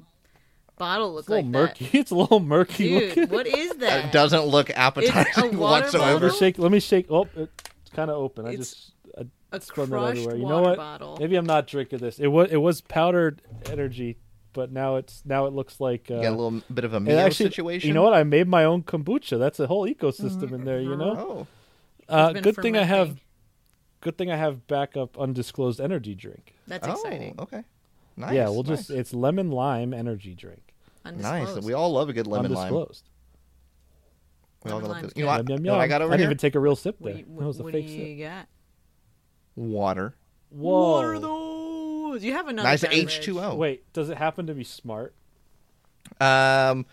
Speaker 3: bottle look
Speaker 4: It's a little
Speaker 3: like
Speaker 4: murky. It's a little
Speaker 3: that?
Speaker 4: murky
Speaker 3: Dude,
Speaker 4: looking.
Speaker 3: what is that?
Speaker 1: It doesn't look appetizing
Speaker 3: water
Speaker 4: Let me
Speaker 1: whatsoever.
Speaker 3: bottle?
Speaker 4: shake. Let me shake. Oh, it's kind of open. I
Speaker 3: It's
Speaker 4: just I
Speaker 3: a
Speaker 4: spun
Speaker 3: crushed
Speaker 4: that everywhere.
Speaker 3: water
Speaker 4: You know what?
Speaker 3: bottle.
Speaker 4: Maybe I'm not drinking this. It was it was powdered energy, but now it's now it looks like uh,
Speaker 1: You got a little bit of a
Speaker 4: it
Speaker 1: meal
Speaker 4: actually,
Speaker 1: situation.
Speaker 4: You know what? I made my own kombucha. That's a whole
Speaker 3: Mm.
Speaker 4: ecosystem in there. You know.
Speaker 1: Oh,
Speaker 4: Uh,
Speaker 3: Uh-huh. been
Speaker 4: good thing I have.
Speaker 3: fermenting.
Speaker 4: Good thing I have backup undisclosed energy drink.
Speaker 3: That's
Speaker 1: oh,
Speaker 3: exciting.
Speaker 1: okay. Nice.
Speaker 4: yeah, we'll
Speaker 1: nice.
Speaker 4: just it's lemon lime energy drink.
Speaker 1: Nice.
Speaker 3: Undisclosed.
Speaker 1: We all love a good lemon lime.
Speaker 4: undisclosed.
Speaker 1: We all
Speaker 3: Lemon
Speaker 1: love
Speaker 3: lime's
Speaker 1: good. You know
Speaker 3: good.
Speaker 1: what,
Speaker 4: Yum, yum,
Speaker 1: you know what I
Speaker 4: yum.
Speaker 1: got over
Speaker 4: I didn't
Speaker 1: here?
Speaker 4: even take a real sip there.
Speaker 3: What, do you-
Speaker 4: that was a
Speaker 3: what
Speaker 4: fake
Speaker 3: do
Speaker 4: sip.
Speaker 3: you got?
Speaker 1: Water.
Speaker 4: Whoa.
Speaker 3: What are those? You have another
Speaker 1: Nice
Speaker 3: beverage.
Speaker 1: H two O.
Speaker 4: Wait, does it happen to be smart?
Speaker 1: Um,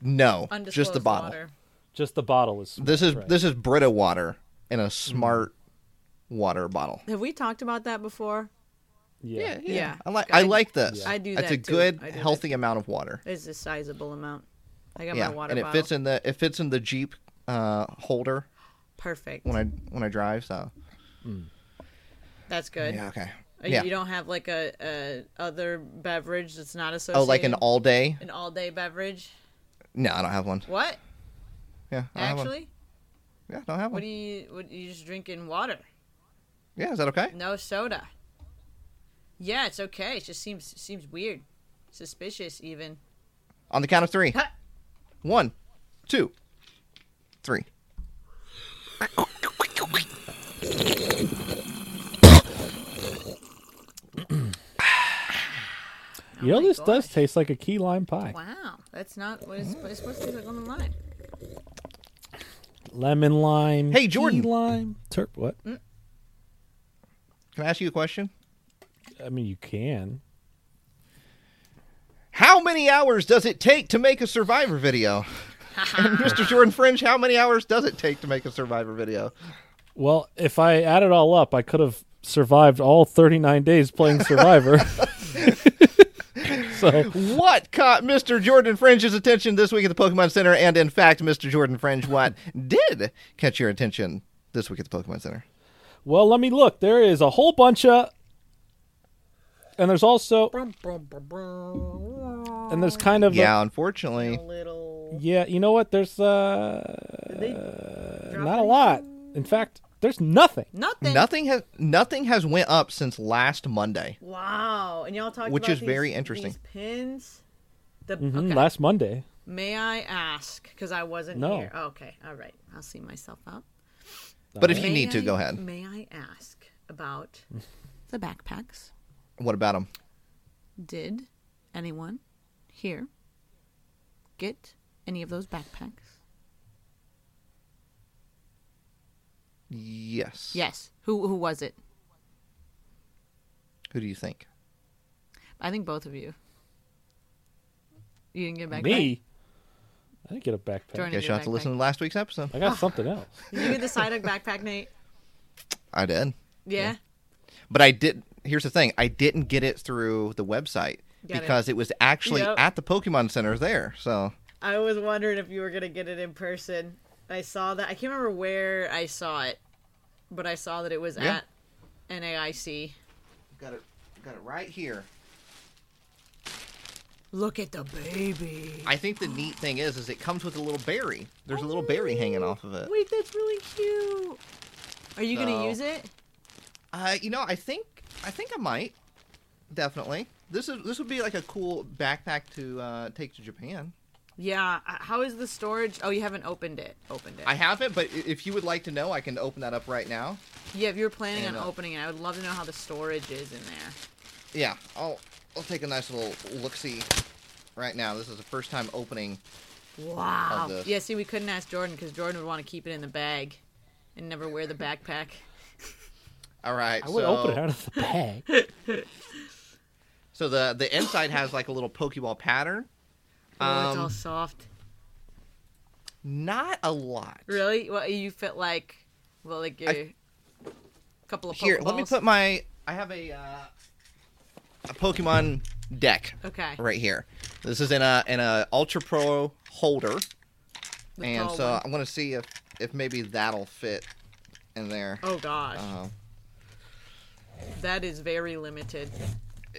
Speaker 1: no,
Speaker 3: Undisclosed
Speaker 1: just the bottle.
Speaker 3: Water.
Speaker 4: Just the bottle is smart.
Speaker 1: This is
Speaker 4: right? Mm.
Speaker 1: this is Brita water in a smart water bottle.
Speaker 3: Have we talked about that before?
Speaker 4: Yeah.
Speaker 3: Yeah.
Speaker 1: I like
Speaker 3: I-
Speaker 1: I like this.
Speaker 3: I do
Speaker 1: That's
Speaker 3: that
Speaker 1: a
Speaker 3: too.
Speaker 1: good
Speaker 3: I do that
Speaker 1: healthy amount of water.
Speaker 3: It's a sizable amount. I got
Speaker 1: Yeah,
Speaker 3: my water
Speaker 1: and it
Speaker 3: bottle.
Speaker 1: fits in the it fits in the Jeep uh, holder
Speaker 3: Perfect.
Speaker 1: when I when I drive. So
Speaker 3: That's good.
Speaker 1: yeah, okay,
Speaker 3: Uh,
Speaker 1: yeah.
Speaker 3: You don't have like a, a other beverage that's not
Speaker 1: Oh,
Speaker 3: associated.
Speaker 1: like an all day?
Speaker 3: an all day beverage.
Speaker 1: No, I don't have one.
Speaker 3: What
Speaker 1: Yeah, I don't have one.
Speaker 3: actually?
Speaker 1: yeah, I don't have
Speaker 3: What
Speaker 1: one.
Speaker 3: do you what you just drinking water?
Speaker 1: Yeah, is that okay?
Speaker 3: No soda. Yeah, it's okay. It just seems seems weird, suspicious even.
Speaker 1: On the count of three.
Speaker 3: Ha!
Speaker 1: One, two, three.
Speaker 3: Oh
Speaker 4: You know,
Speaker 3: oh my
Speaker 4: this does
Speaker 3: gosh.
Speaker 4: taste like a key lime pie.
Speaker 3: Wow, that's not what it's, it's supposed to taste like on the line.
Speaker 4: Lemon lime.
Speaker 1: Hey, Jordan.
Speaker 4: Key lime. Terp. What?
Speaker 3: Mm.
Speaker 1: Can I ask you a question?
Speaker 4: I mean, you can.
Speaker 1: How many hours does it take to make a Survivor video? and Mr. Jordan Fringe, how many hours does it take to make a Survivor video?
Speaker 4: Well, if I add it all up, I could have survived all 39 days playing Survivor. So
Speaker 1: What caught Mr. Jordan Fringe's attention this week at the Pokemon Center? And in fact, Mr. Jordan Fringe, what did catch your attention this week at the Pokemon Center?
Speaker 4: well, let me look. There is a whole bunch of, and there's also and there's kind of a-
Speaker 1: Yeah, unfortunately.
Speaker 3: Little.
Speaker 4: yeah. You know what? There's uh
Speaker 3: Did they drop
Speaker 4: not a
Speaker 3: anything?
Speaker 4: lot. In fact, there's nothing.
Speaker 3: Nothing.
Speaker 1: Nothing has nothing has went up since last Monday.
Speaker 3: Wow. And y'all talked
Speaker 1: Which
Speaker 3: about
Speaker 1: is
Speaker 3: these-
Speaker 1: very interesting.
Speaker 3: these pins. The
Speaker 4: Mhm,
Speaker 3: okay.
Speaker 4: Last Monday.
Speaker 3: May I ask? Because I wasn't
Speaker 4: No.
Speaker 3: here. okay. All right. I'll see myself up.
Speaker 1: But if you
Speaker 3: May
Speaker 1: need to,
Speaker 3: I-
Speaker 1: go ahead.
Speaker 3: May I ask about the backpacks?
Speaker 1: What about them?
Speaker 3: Did anyone here get any of those backpacks?
Speaker 1: Yes.
Speaker 3: Yes. Who who was it?
Speaker 1: Who do you think?
Speaker 3: I think both of you. You didn't get a backpack.
Speaker 4: Me. I didn't get a backpack.
Speaker 3: Jordan,
Speaker 1: Guess
Speaker 3: did
Speaker 1: you'll
Speaker 3: you
Speaker 1: have to listen to last week's episode.
Speaker 4: I
Speaker 3: Ah.
Speaker 4: got something else.
Speaker 3: Did you get the side of backpack, Nate?
Speaker 1: I did.
Speaker 3: Yeah.
Speaker 1: But I did. Here's the thing: I didn't get it through the website
Speaker 3: Got it.
Speaker 1: because it. was actually
Speaker 3: Yep.
Speaker 1: at the Pokemon Center there. So
Speaker 3: I was wondering if you were gonna get it in person. I saw that. I can't remember where I saw it, but I saw that it was
Speaker 1: Yeah.
Speaker 3: at NAIC.
Speaker 1: got it, got it right here.
Speaker 3: Look at the baby.
Speaker 1: I think the neat thing is, is it comes with a little berry. There's a little berry hanging off of it.
Speaker 3: Wait, that's really cute. Are you
Speaker 1: So-
Speaker 3: gonna use it?
Speaker 1: Uh, you know, I think I think I might definitely. This is this would be like a cool backpack to uh, take to Japan.
Speaker 3: Yeah. uh, How is the storage? Oh, you haven't opened it. Opened it.
Speaker 1: I have it, but i- if you would like to know, I can open that up right now.
Speaker 3: yeah. If you're planning on
Speaker 1: And, uh,
Speaker 3: opening it, I would love to know how the storage is in there.
Speaker 1: Yeah, I'll I'll take a nice little look see right now. This is the first time opening.
Speaker 3: Wow.
Speaker 1: Of this.
Speaker 3: Yeah, see, we couldn't ask Jordan because Jordan would want to keep it in the bag and never wear the backpack.
Speaker 1: All right,
Speaker 4: I would
Speaker 1: so,
Speaker 4: open it out of the bag.
Speaker 1: So the the inside has like a little Pokeball pattern.
Speaker 3: Oh, it's all
Speaker 1: Um,
Speaker 3: soft.
Speaker 1: Not a lot.
Speaker 3: Really? Well, you fit like, well, like a couple of
Speaker 1: Here, let me
Speaker 3: Pokeballs?
Speaker 1: put my. I have a uh, a Pokemon deck
Speaker 3: Okay.
Speaker 1: right here. This is in a in a Ultra Pro holder,
Speaker 3: the
Speaker 1: and
Speaker 3: tall
Speaker 1: so
Speaker 3: one.
Speaker 1: I want to see if if maybe that'll fit in there.
Speaker 3: Oh gosh,
Speaker 1: Uh,
Speaker 3: that is very limited.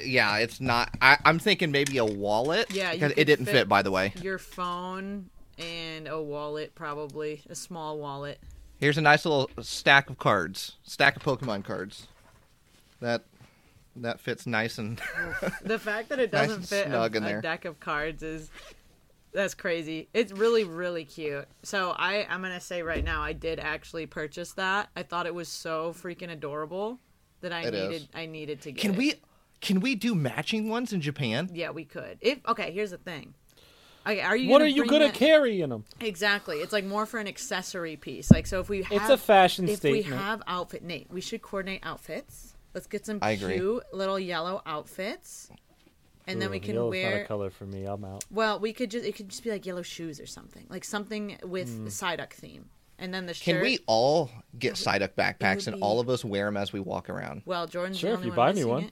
Speaker 1: yeah, it's not. I, I'm thinking maybe a wallet.
Speaker 3: Yeah, you
Speaker 1: because it
Speaker 3: could
Speaker 1: didn't
Speaker 3: fit-
Speaker 1: fit. By the way,
Speaker 3: Your phone and a wallet, probably a small wallet.
Speaker 1: here's a nice little stack of cards, stack of Pokemon cards. That that fits nice and.
Speaker 3: The fact that it
Speaker 1: Nice
Speaker 3: doesn't
Speaker 1: and
Speaker 3: fit a,
Speaker 1: snug in
Speaker 3: a
Speaker 1: there.
Speaker 3: deck of cards is that's crazy. It's really really cute. So I I'm gonna say right now I did actually purchase that. I thought it was so freaking adorable that I
Speaker 1: It is.
Speaker 3: needed I needed to get.
Speaker 1: Can
Speaker 3: it.
Speaker 1: we can we do matching ones in Japan?
Speaker 3: Yeah, we could. If okay, here's the thing. Okay, are you
Speaker 4: what
Speaker 3: gonna
Speaker 4: are you
Speaker 3: bring
Speaker 4: gonna
Speaker 3: that-
Speaker 4: carry in them?
Speaker 3: Exactly. It's like more for an accessory piece. Like so if we have
Speaker 4: a fashion
Speaker 3: if we
Speaker 4: statement.
Speaker 3: have outfit Nate, we should coordinate outfits. Let's get some
Speaker 1: I agree.
Speaker 3: cute little yellow outfits. And then we can
Speaker 4: Yellow's
Speaker 3: wear
Speaker 4: not a color for me. I'm out.
Speaker 3: Well, we could just it could just be like yellow shoes or something, like something with
Speaker 4: Hmm.
Speaker 3: the Psyduck theme, and then the shirt.
Speaker 1: Can we all get Psyduck backpacks and
Speaker 3: be-
Speaker 1: all of us wear them as we walk around?
Speaker 3: Well, Jordan's
Speaker 4: Sure,
Speaker 3: the only
Speaker 4: if you
Speaker 3: one
Speaker 4: buy me
Speaker 3: missing
Speaker 4: one.
Speaker 3: It.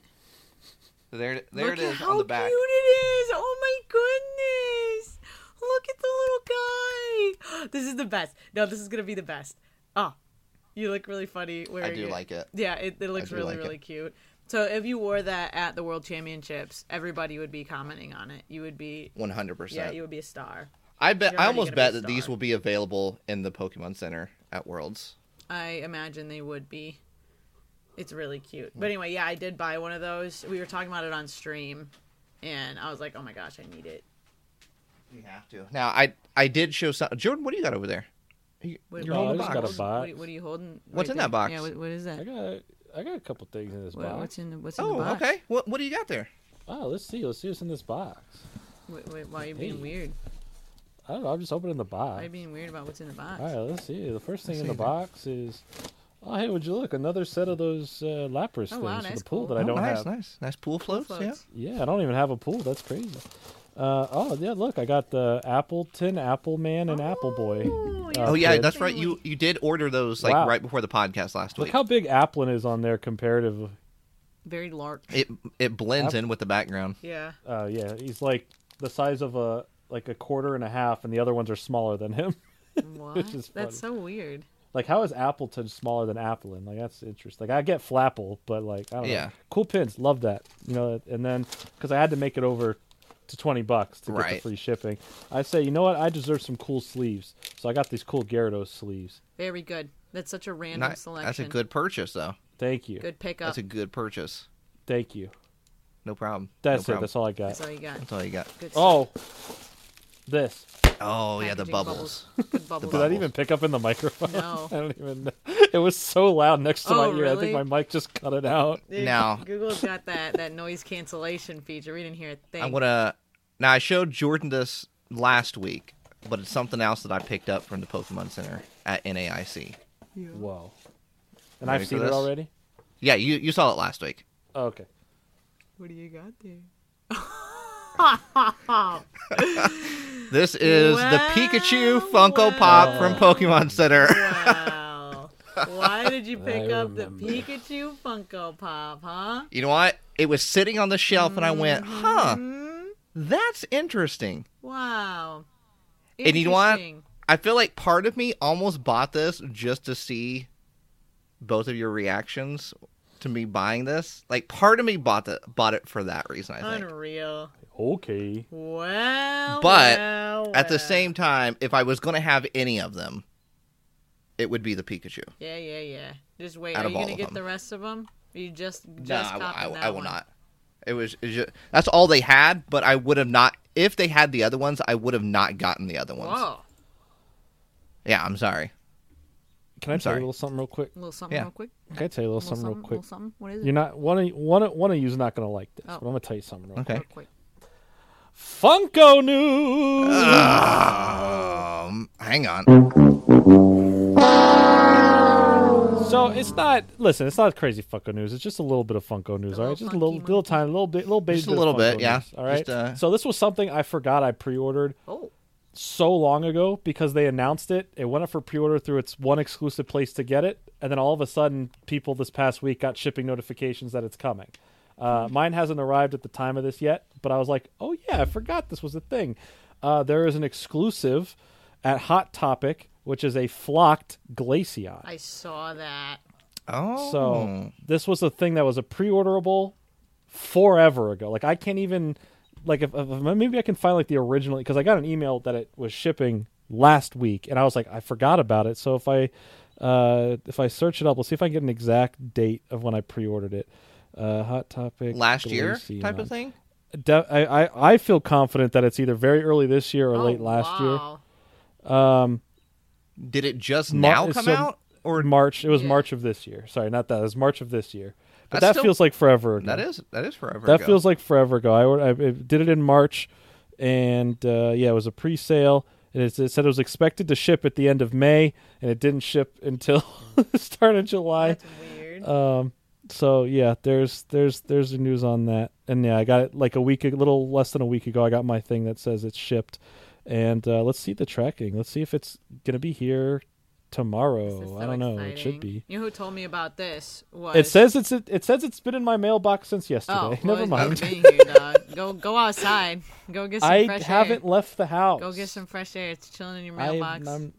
Speaker 1: There, there
Speaker 3: Look at how cute it is! Oh my goodness! Look at the little guy. This is the best. No, this is gonna be the best. Oh, you look really funny. Wearing
Speaker 1: do like it.
Speaker 3: Yeah, it, it looks
Speaker 1: do
Speaker 3: really
Speaker 1: like it.
Speaker 3: really cute. So if you wore that at the World Championships, everybody would be commenting on it. You would be,
Speaker 1: One hundred
Speaker 3: yeah,
Speaker 1: percent.
Speaker 3: you would be a star.
Speaker 1: I bet.
Speaker 3: you're
Speaker 1: I
Speaker 3: already
Speaker 1: almost
Speaker 3: gonna
Speaker 1: bet
Speaker 3: be a
Speaker 1: that these
Speaker 3: star.
Speaker 1: will be available in the Pokemon Center at Worlds.
Speaker 3: I imagine they would be. It's really cute. But anyway, yeah, I did buy one of those. We were talking about it on stream, and I was like, oh my gosh, I need it.
Speaker 1: You have to. Now, I I did show some. Jordan, what do you got over there? You-
Speaker 3: What-
Speaker 1: You're
Speaker 4: No,
Speaker 1: holding a
Speaker 4: I
Speaker 1: box.
Speaker 4: just got a
Speaker 3: What,
Speaker 4: box.
Speaker 3: what are you holding? What
Speaker 1: What's
Speaker 3: do you
Speaker 1: in that
Speaker 3: think?
Speaker 1: box?
Speaker 3: Yeah, what, what is that?
Speaker 4: I got I got a couple things in this
Speaker 3: What-
Speaker 4: box.
Speaker 3: what's in the, what's in the
Speaker 1: Oh,
Speaker 3: box?
Speaker 1: okay. What what do you got there?
Speaker 4: Oh, let's see. Let's see what's in this box.
Speaker 3: Wait, wait, why are you being
Speaker 4: Hey.
Speaker 3: weird?
Speaker 4: I don't know. I'm just opening the
Speaker 3: Why are
Speaker 4: box.
Speaker 3: you being weird about what's in the box?
Speaker 4: All right, let's see. The first thing in
Speaker 1: see
Speaker 4: the
Speaker 1: that.
Speaker 4: box is. Oh, hey, would you look? Another set of those uh, Lapras
Speaker 3: Oh,
Speaker 4: things
Speaker 3: wow,
Speaker 4: for
Speaker 3: that's
Speaker 4: the pool
Speaker 3: cool.
Speaker 4: that I
Speaker 1: Oh,
Speaker 4: don't
Speaker 1: nice,
Speaker 4: have.
Speaker 1: nice, nice pool floats.
Speaker 3: floats.
Speaker 4: Yeah, I don't even have a pool. That's crazy. Uh, oh, yeah, look, I got the Appleton, Apple Man, and Apple Boy.
Speaker 3: Oh,
Speaker 1: Yeah. Oh
Speaker 4: Uh,
Speaker 1: yeah,
Speaker 4: kit.
Speaker 1: that's right. You you did order those like
Speaker 4: Wow.
Speaker 1: right before the podcast last
Speaker 4: Look
Speaker 1: week.
Speaker 4: how big Applin is on there comparatively.
Speaker 3: Very large.
Speaker 1: It it blends in with the background.
Speaker 3: Yeah.
Speaker 4: Uh, yeah, he's like the size of a like a quarter and a half, and the other ones are smaller than him.
Speaker 3: What?
Speaker 4: is
Speaker 3: That's so weird.
Speaker 4: like, how is Appleton smaller than Applin? Like, that's interesting. Like, I get Flapple, but like, I don't
Speaker 1: Yeah.
Speaker 4: know. Cool pins, love that. You know, and then because I had to make it over to twenty bucks to get
Speaker 1: Right.
Speaker 4: the free shipping, I say, you know what? I deserve some cool sleeves, so I got these cool Gyarados sleeves.
Speaker 3: Very good. That's such a random
Speaker 1: Not,
Speaker 3: selection.
Speaker 1: that's a good purchase, though.
Speaker 4: Thank you,
Speaker 3: good pickup.
Speaker 1: That's a good purchase.
Speaker 4: thank you.
Speaker 1: No problem.
Speaker 4: That's
Speaker 1: no
Speaker 4: it.
Speaker 1: problem.
Speaker 4: That's all I got.
Speaker 3: That's all you got.
Speaker 1: That's all you got.
Speaker 3: Good stuff.
Speaker 4: Oh, this.
Speaker 1: Oh yeah, the
Speaker 3: Packaging
Speaker 1: bubbles.
Speaker 3: Good bubbles.
Speaker 4: Did that even pick up in the microphone?
Speaker 3: No.
Speaker 4: I don't even. Know. It was so loud next to
Speaker 3: Oh,
Speaker 4: my ear. I
Speaker 3: really?
Speaker 4: think my mic just cut it out.
Speaker 3: Dude,
Speaker 1: No.
Speaker 3: Google's got that that noise cancellation feature. We didn't hear a thing.
Speaker 1: I'm gonna. Now I showed Jordan this last week, but it's something else that I picked up from the Pokemon Center at NAIC.
Speaker 4: Whoa. And
Speaker 1: Ready
Speaker 4: I've
Speaker 1: for
Speaker 4: seen it
Speaker 1: this?
Speaker 4: already.
Speaker 1: Yeah, you you saw it last week.
Speaker 4: Oh, okay.
Speaker 3: What do you got there?
Speaker 1: This is the
Speaker 3: Wow,
Speaker 1: Pikachu Funko
Speaker 3: wow.
Speaker 1: Pop from
Speaker 4: Oh.
Speaker 1: Pokemon Center.
Speaker 3: Wow. Why did you pick
Speaker 4: I
Speaker 3: up the
Speaker 4: remember.
Speaker 3: Pikachu Funko Pop, huh?
Speaker 1: You know what? It was sitting on the shelf, and I went, "Huh,
Speaker 3: Mm-hmm.
Speaker 1: that's interesting."
Speaker 3: Wow.
Speaker 1: And you know what?
Speaker 3: Interesting.
Speaker 1: I feel like part of me almost bought this just to see both of your reactions to me buying this. Like, part of me bought the, bought it for that reason. I think.
Speaker 3: Unreal.
Speaker 4: Okay.
Speaker 3: Wow.
Speaker 1: But
Speaker 3: wow,
Speaker 1: At the
Speaker 3: wow.
Speaker 1: same time, if I was going to have any of them, it would be the Pikachu.
Speaker 3: Yeah, yeah, yeah. Just wait.
Speaker 1: Out
Speaker 3: Are
Speaker 1: of
Speaker 3: you
Speaker 1: all
Speaker 3: gonna
Speaker 1: of
Speaker 3: get
Speaker 1: them.
Speaker 3: the rest of them? You just just
Speaker 1: no, I- I,
Speaker 3: copping
Speaker 1: I
Speaker 3: that
Speaker 1: will
Speaker 3: one.
Speaker 1: not. It was, it was just, that's all they had, but I would have not. If they had the other ones, I would have not gotten the other ones.
Speaker 3: Whoa.
Speaker 1: Yeah, I'm sorry.
Speaker 4: Can I tell
Speaker 1: sorry.
Speaker 4: you a little something real quick?
Speaker 3: A little something
Speaker 1: Yeah.
Speaker 3: real quick.
Speaker 4: Can I tell you a little,
Speaker 3: A little
Speaker 4: something,
Speaker 3: something,
Speaker 4: real quick?
Speaker 3: little something. What is it?
Speaker 4: You're not one of one of, one of you's not gonna like this,
Speaker 3: Oh.
Speaker 4: but I'm gonna tell you something real
Speaker 1: Okay.
Speaker 4: quick.
Speaker 3: Real quick.
Speaker 4: Funko news.
Speaker 1: Um, hang on.
Speaker 4: So it's not. Listen, it's not crazy Funko news. It's just a little bit of Funko news.
Speaker 3: A little
Speaker 4: All right, just a
Speaker 3: funky
Speaker 4: little,
Speaker 3: monkey.
Speaker 4: little time, little bit, little bit,
Speaker 1: Just a
Speaker 4: bit of
Speaker 1: little bit,
Speaker 4: Funko
Speaker 1: yeah.
Speaker 4: news, all right.
Speaker 1: Just, uh,
Speaker 4: So this was something I forgot I pre-ordered
Speaker 3: Oh.
Speaker 4: so long ago because they announced it. It went up for pre-order through its one exclusive place to get it, and then all of a sudden, people this past week got shipping notifications that it's coming. Uh, mine hasn't arrived at the time of this yet, but I was like, "Oh yeah, I forgot this was a thing." Uh, there is an exclusive at Hot Topic, which is a flocked Glaceon.
Speaker 3: I saw that.
Speaker 1: Oh,
Speaker 4: So this was a thing that was a pre-orderable forever ago. Like I can't even like if, if maybe I can find like the original because I got an email that it was shipping last week and I was like I forgot about it. So if I uh, if I search it up, we'll see if I can get an exact date of when I pre-ordered it. Uh, hot topic
Speaker 1: last year type
Speaker 4: Glaceon.
Speaker 1: of thing.
Speaker 4: De- I, I I feel confident that it's either very early this year or
Speaker 3: oh,
Speaker 4: late last year.
Speaker 3: wow.
Speaker 1: Did it just
Speaker 4: Mar-
Speaker 1: now come
Speaker 4: so-
Speaker 1: out, or
Speaker 4: March. It was
Speaker 3: Yeah.
Speaker 4: March of this year. Sorry, not that. It was March of this year. But
Speaker 1: That's
Speaker 4: that
Speaker 1: still-
Speaker 4: feels like forever ago.
Speaker 1: that is that is forever.
Speaker 4: That
Speaker 1: ago.
Speaker 4: feels like forever ago. I, or- I it did it in March, and uh, yeah, it was a pre-sale, and it, it said it was expected to ship at the end of May, and it didn't ship until the start of July.
Speaker 3: That's weird.
Speaker 4: So yeah, there's there's there's the news on that, and yeah, I got it like a week, a little less than a week ago. I got my thing that says it's shipped, and uh, let's see the tracking. Let's see if it's gonna be here tomorrow.
Speaker 3: This is
Speaker 4: Oh, I
Speaker 3: so
Speaker 4: don't know. It
Speaker 3: exciting.
Speaker 4: should be.
Speaker 3: You know who told me about this? Was
Speaker 4: It says it's it says it's been in my mailbox since yesterday.
Speaker 3: Oh, well,
Speaker 4: Never
Speaker 3: it's
Speaker 4: mind.
Speaker 3: good being here, dog. Go go outside. Go get some
Speaker 4: I
Speaker 3: fresh
Speaker 4: haven't
Speaker 3: air.
Speaker 4: left the house.
Speaker 3: Go get some fresh air. It's chilling in your
Speaker 4: I-
Speaker 3: mailbox.
Speaker 4: I'm-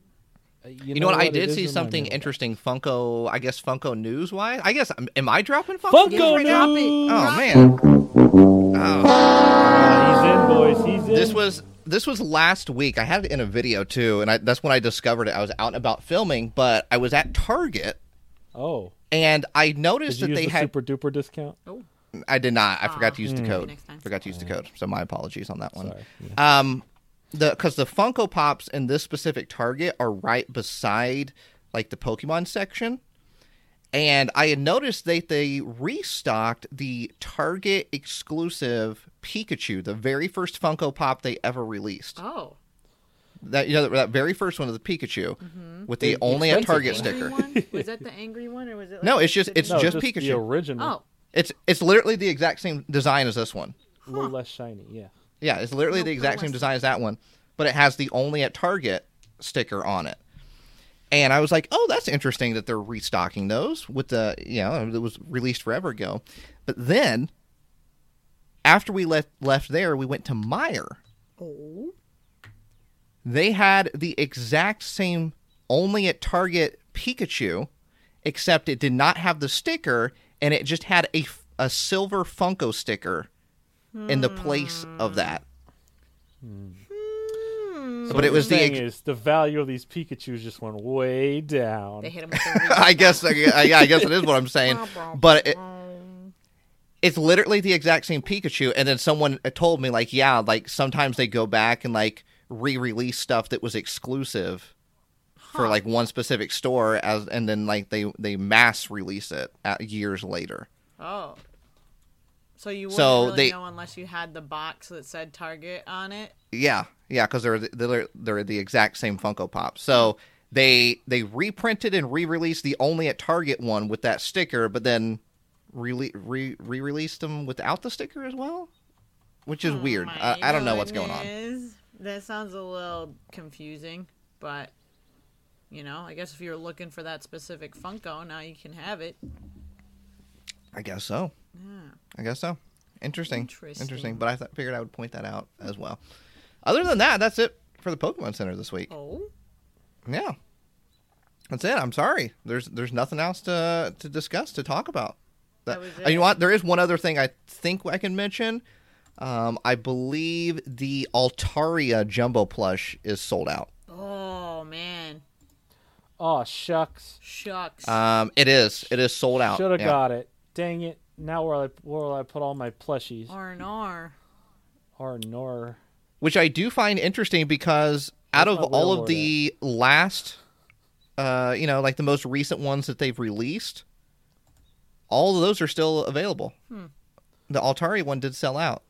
Speaker 4: uh,
Speaker 1: You know what? I
Speaker 4: It
Speaker 1: did
Speaker 4: is
Speaker 1: see
Speaker 4: in my
Speaker 1: something
Speaker 4: mailbox.
Speaker 1: interesting. Funko, I guess Funko news wise. I guess am- am I dropping Funko? news
Speaker 4: Funko
Speaker 1: right now?
Speaker 3: Drop it.
Speaker 4: news!
Speaker 1: Oh man, Oh.
Speaker 4: Ah, he's in, boys. He's in.
Speaker 1: this was this was last week. I had it in a video too, and I, that's when I discovered it. I was out and about filming, but I was at Target
Speaker 4: Oh,
Speaker 1: and I
Speaker 4: did
Speaker 1: noticed
Speaker 4: you
Speaker 1: that
Speaker 4: use
Speaker 1: they
Speaker 4: the
Speaker 1: had.
Speaker 4: super duper discount?
Speaker 3: Oh,
Speaker 1: I did not. I forgot to use the
Speaker 3: Maybe
Speaker 1: code.
Speaker 3: next time.
Speaker 1: Forgot to use the code. So my apologies on that one.
Speaker 4: Hmm. Sorry.
Speaker 1: Um, the because the Funko Pops in this specific Target are right beside like the Pokemon section, and I had noticed that they restocked the Target exclusive Pikachu, the very first Funko Pop they ever released.
Speaker 3: oh.
Speaker 1: That you know that very first one of the Pikachu
Speaker 3: Mm-hmm.
Speaker 1: with the, only at
Speaker 4: expensive
Speaker 1: Target
Speaker 4: one.
Speaker 1: sticker.
Speaker 3: Angry one? Was that the angry one, or was it? Like
Speaker 1: No,
Speaker 3: the
Speaker 1: it's just-
Speaker 3: shitty
Speaker 1: it's
Speaker 4: No,
Speaker 3: one?
Speaker 1: just
Speaker 4: the
Speaker 1: Pikachu.
Speaker 4: original.
Speaker 3: Oh,
Speaker 1: It's it's literally the exact same design as this one.
Speaker 4: a little less shiny. Yeah.
Speaker 1: Yeah, it's literally
Speaker 3: No,
Speaker 1: the
Speaker 3: no
Speaker 1: exact same
Speaker 3: less.
Speaker 1: design as that one, but it has the only at Target sticker on it. And I was like, oh, that's interesting that they're restocking those with the, you know, it was released forever ago. But then after we left, left there, we went to Meyer.
Speaker 3: Oh.
Speaker 1: They had the exact same, only at Target Pikachu, except it did not have the sticker and it just had a, f- a silver Funko sticker in the place
Speaker 3: Hmm.
Speaker 1: of that.
Speaker 4: So
Speaker 1: But it
Speaker 4: what
Speaker 1: was
Speaker 4: you're
Speaker 1: the
Speaker 4: saying
Speaker 1: ex-
Speaker 4: is the value of these Pikachu's just went way down.
Speaker 3: They hit him with a
Speaker 1: I guess I, yeah, I guess it is what I'm saying. But it, it's literally the exact same Pikachu. And then someone uh, told me, like, yeah, like sometimes they go back and like re-release stuff that was exclusive for like one specific store, as and then like they they mass release it uh years later.
Speaker 3: Oh. So you wouldn't
Speaker 1: So
Speaker 3: really
Speaker 1: they-
Speaker 3: know unless you had the box that said Target on it.
Speaker 1: Yeah, yeah, because they're they're they're the exact same Funko Pop. So they they reprinted and re-released the only at Target one with that sticker, but then re re released them without the sticker as well, which is weird. I, I don't know what's going on.
Speaker 3: on. That sounds a little confusing, but you know, I guess if you're looking for that specific Funko, now you can have it.
Speaker 1: I guess so. I guess so. Interesting. Interesting.
Speaker 3: Interesting.
Speaker 1: But I th- figured I would point that out as well. Other than that, that's it for the Pokemon Center this week.
Speaker 3: Oh.
Speaker 1: Yeah. That's it. I'm sorry. There's there's nothing else to to discuss to talk about. uh,
Speaker 3: That was
Speaker 1: You
Speaker 3: it.
Speaker 1: know what? There is one other thing I think I can mention. Um, I believe the Altaria jumbo plush is sold out.
Speaker 3: Oh man.
Speaker 4: Oh shucks,
Speaker 3: Shucks.
Speaker 4: Uh,
Speaker 1: Um, it is. It is sold out.
Speaker 4: should have
Speaker 1: Oh, Yeah.
Speaker 4: got it. Dang it! Now where I where I put all my plushies?
Speaker 3: R and R.
Speaker 4: Or nor.
Speaker 1: Which I do find interesting because out of
Speaker 4: my
Speaker 1: all of
Speaker 4: Wailord
Speaker 1: the last, uh, you know, like the most recent ones that they've released, all of those are still available. The Altaria one did sell out.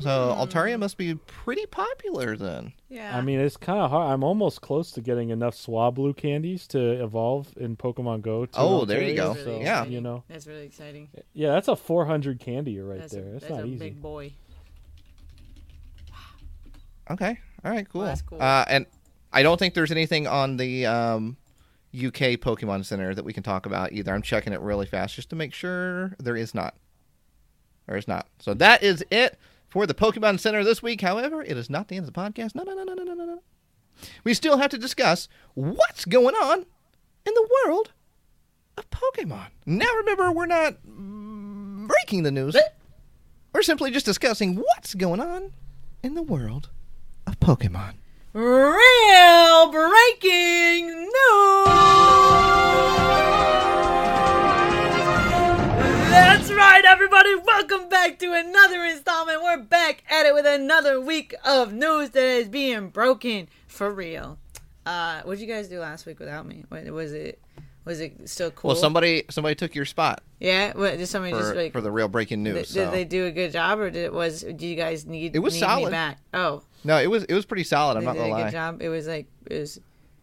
Speaker 1: So Altaria must be pretty popular then.
Speaker 3: Yeah.
Speaker 4: I mean, it's kind of hard. I'm almost close to getting enough Swablu candies to evolve in Pokemon Go. to
Speaker 1: Oh, there you
Speaker 4: Altaria,
Speaker 1: go.
Speaker 4: so,
Speaker 1: Yeah.
Speaker 4: you know,
Speaker 3: That's really exciting.
Speaker 4: yeah, that's a 400 candy right
Speaker 3: That's,
Speaker 4: there.
Speaker 3: a,
Speaker 4: That's,
Speaker 3: that's
Speaker 4: not
Speaker 3: a
Speaker 4: easy.
Speaker 3: big boy.
Speaker 1: Okay. All right. Cool.
Speaker 3: that's cool.
Speaker 1: Uh, and I don't think there's anything on the um, UK Pokemon Center that we can talk about either. I'm checking it really fast just to make sure there is not. There is not. So that is it for the Pokemon Center this week. However, it is not the end of the podcast. No, no, no, no, no, no, no, no. We still have to discuss what's going on in the world of Pokemon. Now, remember, we're not mm, breaking the news. We're simply just discussing what's going on in the world of Pokemon.
Speaker 3: Real breaking news! That's right, everybody. Welcome back to another installment. We're back at it with another week of news that is being broken for real. Uh, what did you guys do last week without me? What, was it was it still cool?
Speaker 1: Well, somebody somebody took your spot
Speaker 3: yeah. What, did somebody
Speaker 1: for,
Speaker 3: just like
Speaker 1: for the real breaking news.
Speaker 3: did,
Speaker 1: so.
Speaker 3: did they do a good job, or did it was? Do you guys need
Speaker 1: It was
Speaker 3: need
Speaker 1: solid.
Speaker 3: me back? Oh,
Speaker 1: no, it was it was pretty solid. I'm
Speaker 3: they
Speaker 1: not
Speaker 3: did a
Speaker 1: gonna
Speaker 3: good
Speaker 1: lie.
Speaker 3: job. It was like it was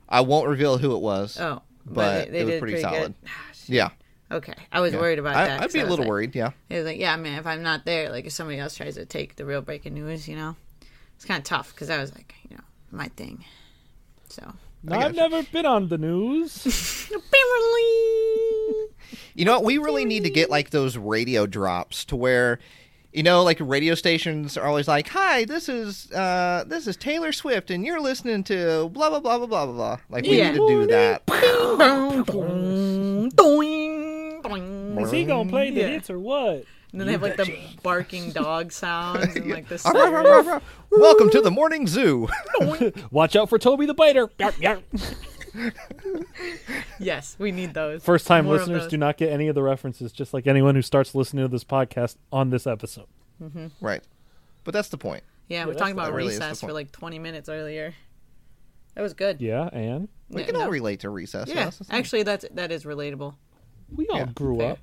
Speaker 1: I won't reveal who it was.
Speaker 3: Oh,
Speaker 1: but, it was pretty, solid.
Speaker 3: Good. Ah,
Speaker 1: Yeah,
Speaker 3: Okay, I was
Speaker 1: yeah.
Speaker 3: worried about
Speaker 1: I,
Speaker 3: that.
Speaker 1: I'd
Speaker 3: 'cause
Speaker 1: be
Speaker 3: I
Speaker 1: a
Speaker 3: was
Speaker 1: little
Speaker 3: like-
Speaker 1: worried. Yeah,
Speaker 3: It was like, yeah, man, if I'm not there, like if somebody else tries to take the real breaking news, you know, it's kind of tough because I was like, you know, my thing. So,
Speaker 4: No,
Speaker 1: got
Speaker 4: I've
Speaker 1: you.
Speaker 4: never been on the news.
Speaker 3: Beverly.
Speaker 1: you know what? We really need to get like those radio drops to where. You know, like radio stations are always like, "Hi, this is uh, this is Taylor Swift, and you're listening to blah blah blah blah blah blah." blah. Like we
Speaker 3: Yeah.
Speaker 1: need to do that.
Speaker 3: Doing, doing.
Speaker 4: Is he gonna play the
Speaker 3: Yeah.
Speaker 4: hits or what?
Speaker 3: And then they have like the barking dog sounds and like the sirens.
Speaker 1: Welcome to the morning zoo.
Speaker 4: Watch out for Toby the biter.
Speaker 3: Yes, we need those.
Speaker 4: First time
Speaker 3: More of
Speaker 4: listeners
Speaker 3: those.
Speaker 4: do not get any of the references, just like anyone who starts listening to this podcast on this episode.
Speaker 1: right, but that's the point.
Speaker 3: Yeah, we're
Speaker 4: that's
Speaker 3: talking
Speaker 4: the-
Speaker 3: about
Speaker 1: that really is the
Speaker 3: recess for
Speaker 1: point.
Speaker 3: like 20 minutes earlier. That was good.
Speaker 4: Yeah, and
Speaker 1: We
Speaker 3: Yeah,
Speaker 1: can all
Speaker 3: no.
Speaker 1: relate to recess.
Speaker 3: Yeah,
Speaker 1: that's the thing.
Speaker 3: actually, that's that is relatable.
Speaker 4: we all
Speaker 1: Yeah,
Speaker 4: grew
Speaker 3: fair.
Speaker 4: up.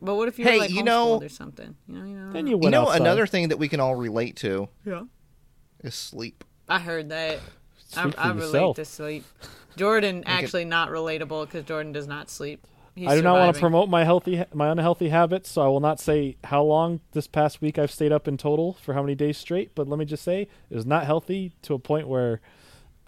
Speaker 3: But what if you were
Speaker 1: Hey,
Speaker 3: like
Speaker 1: you
Speaker 3: homeschooled
Speaker 1: know-
Speaker 3: or something? You know, you know.
Speaker 4: Then you
Speaker 1: You
Speaker 4: went
Speaker 1: know,
Speaker 4: outside.
Speaker 1: another thing that we can all relate to
Speaker 3: yeah.
Speaker 1: is sleep.
Speaker 3: I heard that. I,
Speaker 4: Speak for
Speaker 3: I relate
Speaker 4: yourself.
Speaker 3: to sleep. Jordan actually not relatable because Jordan does not sleep. He's
Speaker 4: I do not want to
Speaker 3: surviving.
Speaker 4: promote my healthy, my unhealthy habits, so I will not say how long this past week I've stayed up in total for how many days straight. But let me just say, it was not healthy to a point where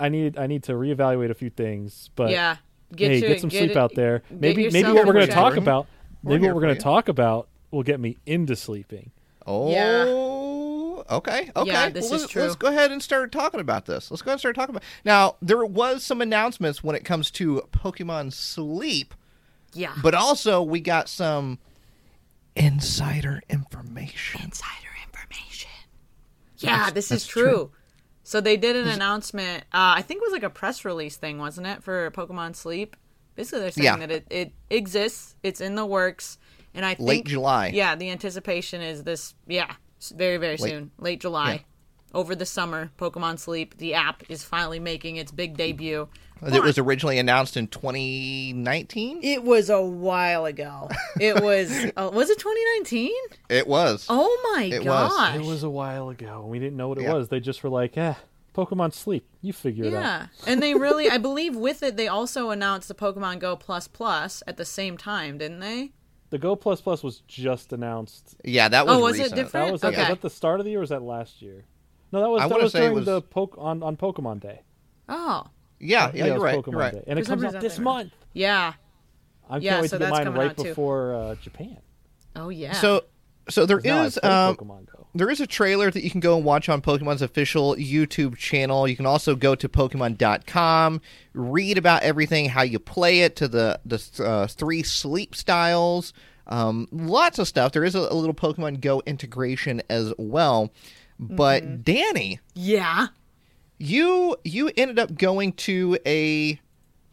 Speaker 4: I need I need to reevaluate a few things. But
Speaker 3: yeah. Get
Speaker 4: hey,
Speaker 3: to
Speaker 4: get
Speaker 3: it,
Speaker 4: some sleep
Speaker 3: it-
Speaker 4: out there.
Speaker 3: get
Speaker 4: Maybe maybe
Speaker 3: yourself
Speaker 4: what we're
Speaker 3: in
Speaker 4: going to
Speaker 3: check.
Speaker 4: talk
Speaker 1: We're-
Speaker 4: about,
Speaker 1: we're
Speaker 4: maybe
Speaker 1: here
Speaker 4: what we're
Speaker 1: for
Speaker 4: going
Speaker 1: you.
Speaker 4: to talk about will get me into sleeping.
Speaker 1: Oh,
Speaker 3: Yeah.
Speaker 1: okay, okay.
Speaker 3: Yeah, this
Speaker 1: well,
Speaker 3: is
Speaker 1: let's,
Speaker 3: true.
Speaker 1: let's go ahead and start talking about this. Let's go ahead and start talking about. Now, there was some announcements when it comes to Pokemon Sleep,
Speaker 3: Yeah.
Speaker 1: but also we got some insider information.
Speaker 3: insider information. Yeah, this is true. So they did an announcement. Uh, I think it was like a press release thing, wasn't it, for Pokemon Sleep? Basically, they're saying
Speaker 1: Yeah.
Speaker 3: that it, it exists, it's in the works, and I think
Speaker 1: Late July.
Speaker 3: Yeah, the anticipation is this. Yeah, s- very very soon, late July, over the summer. Pokemon Sleep, the app, is finally making its big debut.
Speaker 1: It was originally announced in 2019.
Speaker 3: It was a while ago. It was uh, was it 2019?
Speaker 1: It was.
Speaker 3: Oh my
Speaker 1: It was.
Speaker 3: gosh!
Speaker 4: It was a while ago. and We didn't know what it
Speaker 1: Yeah.
Speaker 4: was. They just were like, eh, Pokemon Sleep. You figure it out.
Speaker 3: Yeah, and they really, I believe, with it, they also announced the Pokemon Go Plus Plus at the same time, didn't they?
Speaker 4: The Go Plus Plus was just announced.
Speaker 1: Yeah, that was.
Speaker 3: Oh, was it
Speaker 1: recent.
Speaker 3: different?
Speaker 4: That was, at,
Speaker 3: Okay.
Speaker 4: was that the start of the year or was that last year? No, that was,
Speaker 1: I
Speaker 4: that
Speaker 1: wanna
Speaker 4: was
Speaker 1: say it
Speaker 4: during
Speaker 1: was-
Speaker 4: the poke on, on Pokemon Day.
Speaker 3: Oh,
Speaker 1: Yeah, yeah,
Speaker 4: it
Speaker 1: you're
Speaker 4: was
Speaker 1: right.
Speaker 4: Pokemon
Speaker 1: You're right.
Speaker 4: Day. And it
Speaker 3: For some
Speaker 4: comes
Speaker 3: reason I
Speaker 4: out this
Speaker 3: thought it was-
Speaker 4: month.
Speaker 3: yeah.
Speaker 4: I can't
Speaker 3: Yeah,
Speaker 4: wait
Speaker 3: so
Speaker 4: to get
Speaker 3: that's
Speaker 4: mine
Speaker 3: coming
Speaker 4: right
Speaker 3: out too.
Speaker 4: before uh, Japan.
Speaker 3: Oh, yeah.
Speaker 1: So, so there
Speaker 4: 'Cause now I
Speaker 1: is
Speaker 4: play
Speaker 3: uh,
Speaker 1: um,
Speaker 4: Pokemon Go.
Speaker 1: There is a trailer that you can go and watch on Pokemon's official YouTube channel. You can also go to Pokemon.com, read about everything, how you play it, to the the uh, three sleep styles, um, lots of stuff. There is a, a little Pokemon Go integration as well. But Danny,
Speaker 3: yeah.
Speaker 1: you you ended up going to a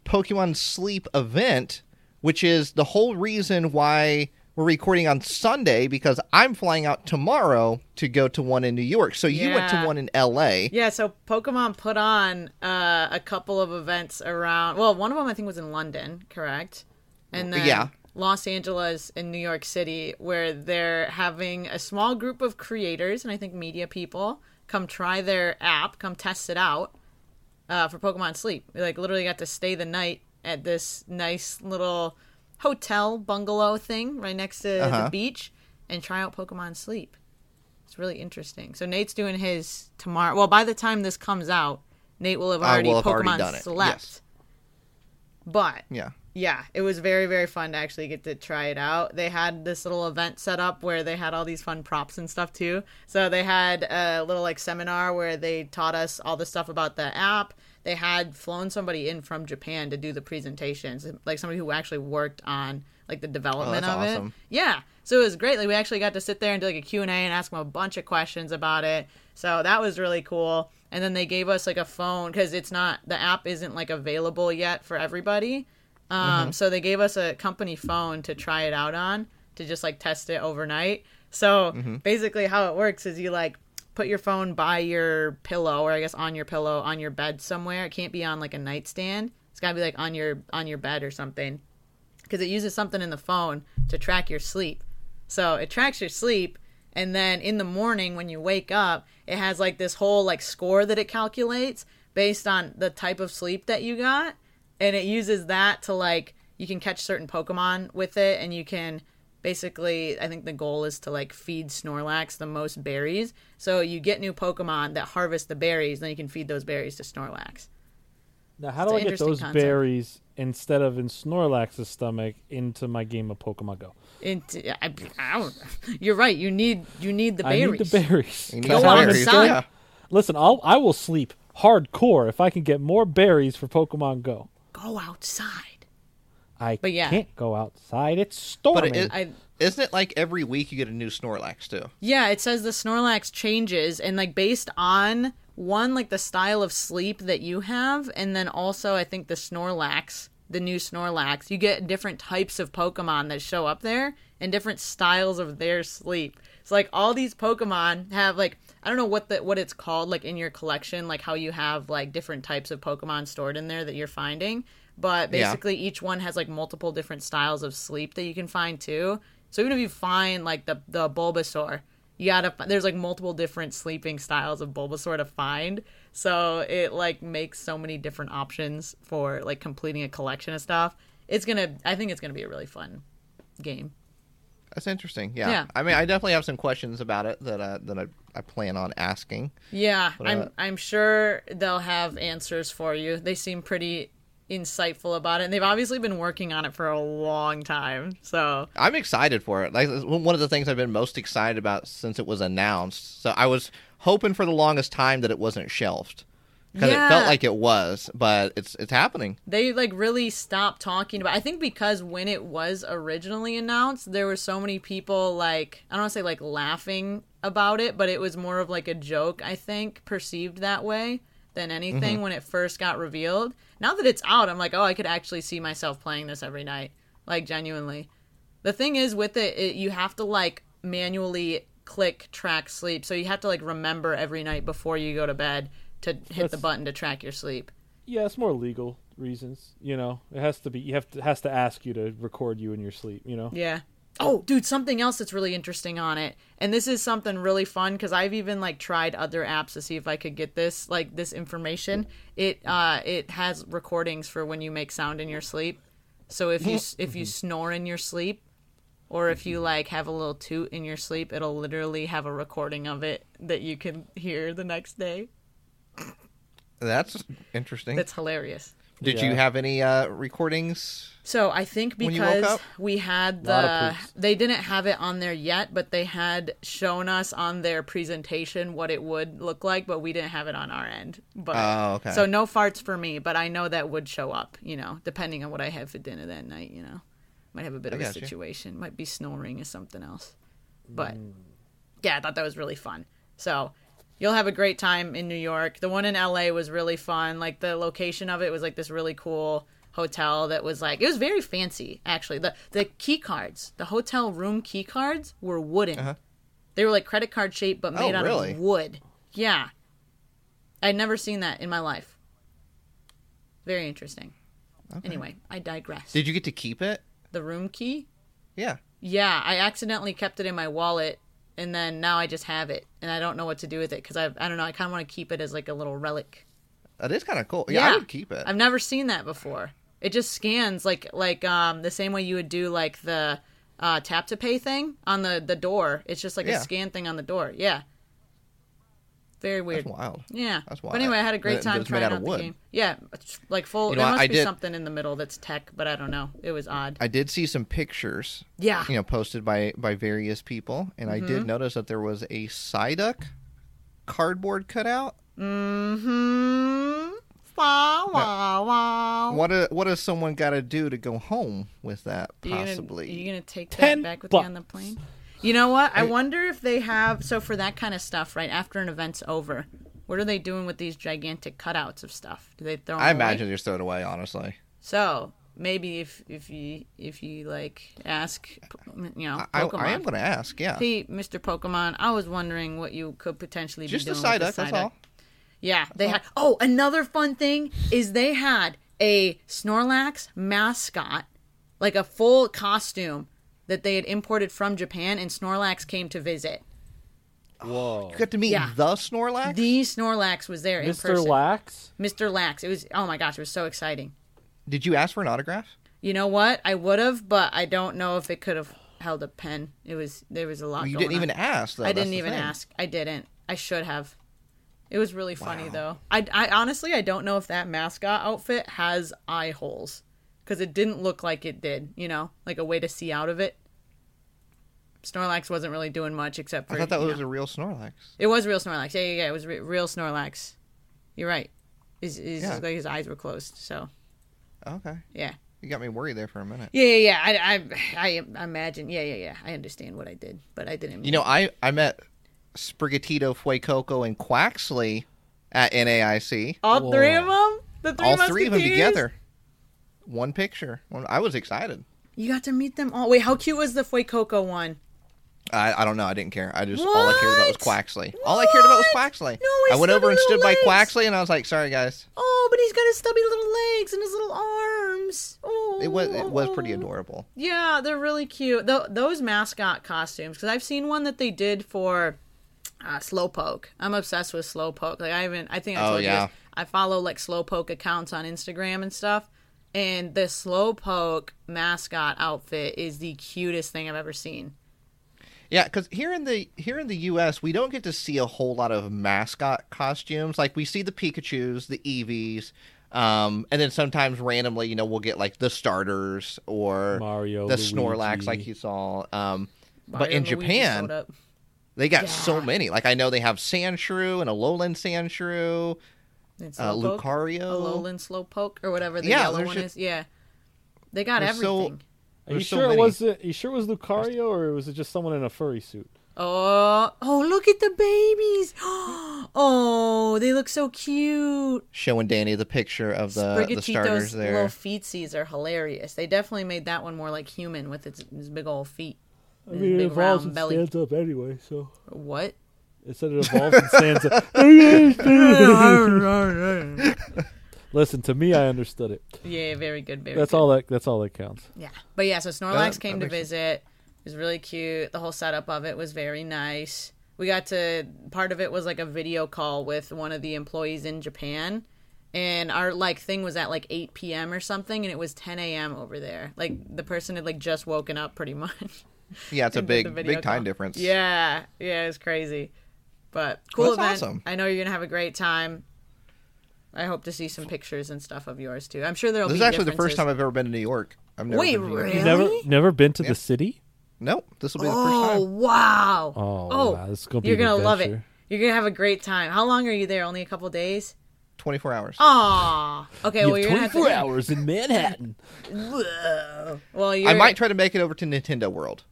Speaker 1: Pokemon Sleep event, which is the whole reason why we're recording on Sunday because I'm flying out tomorrow to go to one in New York. So you went to
Speaker 3: Yeah.
Speaker 1: one in LA.
Speaker 3: Yeah, so Pokemon put on uh, a couple of events around. Well, one of them I think was in London, correct? And then
Speaker 1: Yeah.
Speaker 3: Los Angeles and New York City, where they're having a small group of creators and I think media people come try their app, come test it out uh, for Pokemon Sleep. We like literally got to stay the night at this nice little hotel bungalow thing right next to
Speaker 1: Uh-huh.
Speaker 3: the beach and try out Pokemon Sleep. It's really interesting. So Nate's doing his tomorrow. Well, by the time this comes out, Nate will have
Speaker 1: I
Speaker 3: already
Speaker 1: will have already
Speaker 3: Pokemon
Speaker 1: done it.
Speaker 3: slept.
Speaker 1: Yes.
Speaker 3: But
Speaker 1: Yeah.
Speaker 3: yeah, it was very very fun to actually get to try it out. They had this little event set up where they had all these fun props and stuff too. So they had a little like seminar where they taught us all the stuff about the app. They had flown somebody in from Japan to do the presentations, like somebody who actually worked on like the development
Speaker 1: Oh, that's
Speaker 3: of it.
Speaker 1: awesome.
Speaker 3: Yeah. So it was great. Like we actually got to sit there and do like a Q&A and ask them a bunch of questions about it. So that was really cool. And then they gave us like a phone cuz it's not the app isn't like available yet for everybody. Um so they gave us a company phone to try it out on to just like test it overnight. So basically how it works is you like put your phone by your pillow or I guess on your pillow on your bed somewhere. It can't be on like a nightstand. It's got to be like on your on your bed or something because it uses something in the phone to track your sleep. So it tracks your sleep, and then in the morning when you wake up, it has like this whole like score that it calculates based on the type of sleep that you got, and it uses that to like you can catch certain Pokemon with it, and you can basically I think the goal is to like feed Snorlax the most berries. So you get new Pokemon that harvest the berries, then you can feed those berries to Snorlax.
Speaker 4: Now, how
Speaker 3: It's
Speaker 4: do
Speaker 3: an
Speaker 4: I get
Speaker 3: interesting
Speaker 4: those
Speaker 3: concept.
Speaker 4: berries instead of in Snorlax's stomach into my game of Pokemon Go?
Speaker 3: Into, I, I don't, you're right. You need you need the berries.
Speaker 4: I need the berries.
Speaker 1: You need
Speaker 4: Can I
Speaker 1: some
Speaker 3: Go
Speaker 4: have
Speaker 3: on
Speaker 4: them?
Speaker 3: the side.
Speaker 1: Yeah.
Speaker 4: Listen, I'll I will sleep hardcore if I can get more berries for Pokemon Go.
Speaker 3: go outside.
Speaker 4: I
Speaker 3: But yeah.
Speaker 4: can't go outside. It's
Speaker 1: But
Speaker 4: storming.
Speaker 1: it,
Speaker 3: I-
Speaker 1: isn't it like every week you get a new Snorlax too?
Speaker 3: Yeah, it says the Snorlax changes and like based on one like the style of sleep that you have and then also I think the Snorlax, the new Snorlax, you get different types of Pokemon that show up there and different styles of their sleep. So like all these Pokemon have like I don't know what the what it's called like in your collection, like how you have like different types of Pokemon stored in there that you're finding, but
Speaker 1: Yeah.
Speaker 3: basically basically each one has like multiple different styles of sleep that you can find too. So even if you find like the the Bulbasaur, you gotta fi- there's like multiple different sleeping styles of Bulbasaur to find. So it like makes so many different options for like completing a collection of stuff. It's gonna I think it's gonna be a really fun game.
Speaker 1: That's interesting. Yeah.
Speaker 3: Yeah.
Speaker 1: I mean, I definitely have some questions about it that uh, that I, I plan on asking.
Speaker 3: Yeah,
Speaker 1: uh,
Speaker 3: I'm I'm sure they'll have answers for you. They seem pretty insightful about it, and they've obviously been working on it for a long time. So
Speaker 1: I'm excited for it. Like it's one of the things I've been most excited about since it was announced. So I was hoping for the longest time that it wasn't shelved because it felt
Speaker 3: Yeah.
Speaker 1: like it was, but it's it's happening.
Speaker 3: they like really stopped talking about. I think because when it was originally announced, there were so many people like I don't want to say like laughing about it, but it was more of like a joke. I think perceived that way than anything when it first got revealed. Now that it's out, I'm like, oh, I could actually see myself playing this every night, like genuinely. The thing is with it, it you have to like manually click track sleep. So you have to like remember every night before you go to bed to hit the
Speaker 4: That's-
Speaker 3: button to track your sleep.
Speaker 4: Yeah, it's more legal reasons. You know, it has to be. You have to has to ask you to record you in your sleep. You know.
Speaker 3: Yeah. Oh, dude, something else that's really interesting on it. And this is something really fun cuz I've even like tried other apps to see if I could get this like this information. It uh it has recordings for when you make sound in your sleep. So if you s- if you snore in your sleep or if you like have a little toot in your sleep, it'll literally have a recording of it that you can hear the next day.
Speaker 1: That's interesting.
Speaker 3: That's hilarious.
Speaker 1: Did you
Speaker 4: Yeah.
Speaker 1: have any uh, recordings?
Speaker 3: So I think
Speaker 1: When you woke
Speaker 3: because
Speaker 1: up?
Speaker 3: we had
Speaker 4: Lot of
Speaker 3: the
Speaker 4: poops.
Speaker 3: they didn't have it on there yet, but they had shown us on their presentation what it would look like, but we didn't have it on our end. But
Speaker 1: Oh, okay.
Speaker 3: so no farts for me, but I know that would show up, you know, depending on what I have for dinner that night, you know. Might have a bit of a
Speaker 1: got you.
Speaker 3: situation. Might be snoring or something else. But
Speaker 1: Mm.
Speaker 3: yeah, I thought that was really fun. So you'll have a great time in New York. The one in LA was really fun. Like the location of it was like this really cool hotel that was like it was very fancy actually. The the key cards, the hotel room key cards were wooden. They were like credit card shaped but made out
Speaker 1: really?
Speaker 3: of wood. Yeah. I'd never seen that in my life. Very interesting. Anyway, I digress.
Speaker 1: Did you get to keep it?
Speaker 3: the room key?
Speaker 1: Yeah.
Speaker 3: Yeah, I accidentally kept it in my wallet, and then now I just have it, and I don't know what to do with it because I I don't know. I kind of want to keep it as like a little relic.
Speaker 1: That is kind of cool. Yeah, I would keep it.
Speaker 3: I've never seen that before. It just scans like like um the same way you would do like the uh, tap to pay thing on the the door. It's just like
Speaker 1: Yeah.
Speaker 3: a scan thing on the door. Yeah. Very weird.
Speaker 1: That's wild.
Speaker 3: Yeah.
Speaker 1: That's
Speaker 3: But
Speaker 1: wild.
Speaker 3: anyway, I had a great
Speaker 1: But- but
Speaker 3: time
Speaker 1: it's made
Speaker 3: trying
Speaker 1: out
Speaker 3: out,
Speaker 1: of
Speaker 3: the
Speaker 1: wood.
Speaker 3: game. Yeah, it's, like full.
Speaker 1: You know,
Speaker 3: there
Speaker 1: I-
Speaker 3: must
Speaker 1: I
Speaker 3: be
Speaker 1: did-
Speaker 3: something in the middle that's tech, but I don't know. It was odd.
Speaker 1: I did see some pictures.
Speaker 3: Yeah. Mm-hmm.
Speaker 1: You know, posted by by various people, and I did notice that there was a Psyduck cardboard cutout.
Speaker 3: Hmm. Wah, wah, wah.
Speaker 1: What a, what does someone got to do to go home with that?
Speaker 3: You gonna-
Speaker 1: Possibly.
Speaker 3: You gonna take that
Speaker 4: Ten
Speaker 3: back with you on the
Speaker 4: bucks.
Speaker 3: plane? You know what? I wonder if they have so for that kind of stuff, right after an event's over, what are they doing with these gigantic cutouts of stuff? Do they throw? 'em
Speaker 1: I
Speaker 3: away?
Speaker 1: imagine they're thrown away. Honestly,
Speaker 3: So maybe if if you if you like ask, you know,
Speaker 1: I,
Speaker 3: Pokemon.
Speaker 1: I am gonna ask. Yeah.
Speaker 3: Hey, Mr. Pokemon, I was wondering what you could potentially
Speaker 1: Just
Speaker 3: be
Speaker 1: a
Speaker 3: doing
Speaker 1: Psyduck.
Speaker 3: with the
Speaker 1: That's all.
Speaker 3: Yeah, they had. Oh, another fun thing is they had a Snorlax mascot, like a full costume that they had imported from Japan, and Snorlax came to visit.
Speaker 4: Whoa.
Speaker 1: You got to meet
Speaker 3: Yeah.
Speaker 1: the Snorlax.
Speaker 3: The Snorlax was there in
Speaker 4: Mr.
Speaker 3: person.
Speaker 4: Lax.
Speaker 3: Mr. Lax. It was. Oh my gosh, it was so exciting.
Speaker 1: Did you ask for an autograph?
Speaker 3: You know what? I would have, but I don't know if it could have held a pen. It was there was a lot.
Speaker 1: You
Speaker 3: going
Speaker 1: didn't
Speaker 3: on.
Speaker 1: even ask. Though.
Speaker 3: I
Speaker 1: That's
Speaker 3: didn't
Speaker 1: the
Speaker 3: even
Speaker 1: thing.
Speaker 3: ask. I didn't. I should have. It was really funny though. I, I honestly I don't know if that mascot outfit has eye holes because it didn't look like it did. You know, like a way to see out of it. Snorlax wasn't really doing much except for
Speaker 1: I thought that
Speaker 3: you
Speaker 1: was
Speaker 3: know-
Speaker 1: a real Snorlax.
Speaker 3: it was real Snorlax. Yeah, yeah, yeah. It was re- real Snorlax. You're right. His, his,
Speaker 1: Yeah.
Speaker 3: like his eyes were closed. So
Speaker 1: Okay.
Speaker 3: yeah.
Speaker 1: You got me worried there for a minute.
Speaker 3: Yeah, yeah, yeah. I, I, I imagine. Yeah, yeah, yeah. I understand what I did, but I didn't.
Speaker 1: You know, I, I met Sprigatito, Fuecoco, and Quaxley at NAIC.
Speaker 3: all three
Speaker 4: Whoa.
Speaker 3: of them. The three
Speaker 1: All three of them
Speaker 3: Musketeers?
Speaker 1: together. One picture. One- I was excited.
Speaker 3: You got to meet them all. Wait, how cute was the Foy Coco one?
Speaker 1: I, I don't know. I didn't care. I just all I cared about was
Speaker 3: What?
Speaker 1: Quaxley. All I cared about was
Speaker 3: What?
Speaker 1: Quaxley.
Speaker 3: No, his
Speaker 1: I went over and
Speaker 3: stubby
Speaker 1: stood
Speaker 3: little
Speaker 1: by
Speaker 3: legs.
Speaker 1: Quaxley, and I was like, "Sorry, guys."
Speaker 3: Oh, but he's got his stubby little legs and his little arms. Oh,
Speaker 1: It was it was pretty
Speaker 3: oh.
Speaker 1: adorable.
Speaker 3: Yeah, they're really cute. Tho- those mascot costumes, because I've seen one that they did for uh, Slowpoke. I'm obsessed with Slowpoke. Like I haven't. I think I
Speaker 1: Oh,
Speaker 3: told you.
Speaker 1: yeah.
Speaker 3: This. I follow like Slowpoke accounts on Instagram and stuff. And the Slowpoke mascot outfit is the cutest thing I've ever seen.
Speaker 1: Yeah, because here in the here in the U.S., we don't get to see a whole lot of mascot costumes. Like we see the Pikachu's, the Eevees, um, and then sometimes randomly, you know, we'll get like the starters or
Speaker 4: Mario,
Speaker 1: the Snorlax,
Speaker 4: Luigi.
Speaker 1: like you saw. Um, but in
Speaker 3: Mario and Luigi showed
Speaker 1: Japan,
Speaker 3: up.
Speaker 1: they got so
Speaker 3: Yeah.
Speaker 1: many. Like I know they have Sandshrew and a Lowland Sandshrew.
Speaker 3: It's
Speaker 1: uh,
Speaker 3: Slowpoke,
Speaker 1: Lucario.
Speaker 3: Alolan Slowpoke, or whatever the
Speaker 1: Yeah,
Speaker 3: yellow
Speaker 1: there's
Speaker 3: one
Speaker 1: just-
Speaker 3: is. Yeah, they got
Speaker 1: There's so-
Speaker 3: everything.
Speaker 4: Are you
Speaker 1: There's so
Speaker 4: sure it
Speaker 1: many.
Speaker 4: was? uh, you sure it was Lucario, or was it just someone in a furry suit?
Speaker 3: Oh, oh, look at the babies! Oh, they look so cute.
Speaker 1: Showing Danny the picture of the, the starters
Speaker 3: Sprigatito's
Speaker 1: there.
Speaker 3: little feetsies are hilarious. They definitely made that one more like human with its, its big old feet,
Speaker 4: I
Speaker 3: His
Speaker 4: mean, it
Speaker 3: big
Speaker 4: evolves
Speaker 3: round
Speaker 4: and
Speaker 3: belly.
Speaker 4: stands up anyway, so
Speaker 3: What?
Speaker 4: it said it evolves and stands up.
Speaker 3: yeah,
Speaker 4: Listen to me, I understood it.
Speaker 3: very good, very
Speaker 4: That's
Speaker 3: good.
Speaker 4: all that. That's all that counts.
Speaker 3: Yeah, but yeah, so Snorlax
Speaker 1: that
Speaker 3: came to
Speaker 1: makes sense.
Speaker 3: visit. It was really cute. The whole setup of it was very nice. We got to part of it was like a video call with one of the employees in Japan, and our like thing was at like 8 p.m. or something, and it was 10 a.m. over there. Like the person had like just woken up pretty much.
Speaker 1: yeah, it's a
Speaker 3: and did the
Speaker 1: big
Speaker 3: video
Speaker 1: big time
Speaker 3: call.
Speaker 1: difference.
Speaker 3: Yeah, yeah, it's crazy, but cool
Speaker 1: Well,
Speaker 3: event.
Speaker 1: that's awesome.
Speaker 3: I know you're gonna have a great time. I hope to see some pictures and stuff of yours too. I'm sure there'll
Speaker 1: This is
Speaker 3: be
Speaker 1: actually the first
Speaker 3: differences.
Speaker 1: time I've ever been to New York. I've never
Speaker 3: Wait,
Speaker 1: been to New York.
Speaker 3: really?
Speaker 4: Never, never been to the city.
Speaker 1: Nope, this will be the
Speaker 3: Oh
Speaker 1: first time.
Speaker 3: wow!
Speaker 4: Oh, wow, this is gonna be
Speaker 3: you're
Speaker 4: an
Speaker 3: gonna love it.
Speaker 4: adventure.
Speaker 3: You're gonna have a great time. How long are you there? Only a couple days.
Speaker 1: Twenty four hours.
Speaker 3: Oh, Aw. Okay. well,
Speaker 4: you
Speaker 3: you're
Speaker 4: have
Speaker 3: gonna have
Speaker 4: 24
Speaker 3: to.
Speaker 4: hours in Manhattan.
Speaker 3: Whoa. Well, you're,
Speaker 1: I might try to make it over to Nintendo World.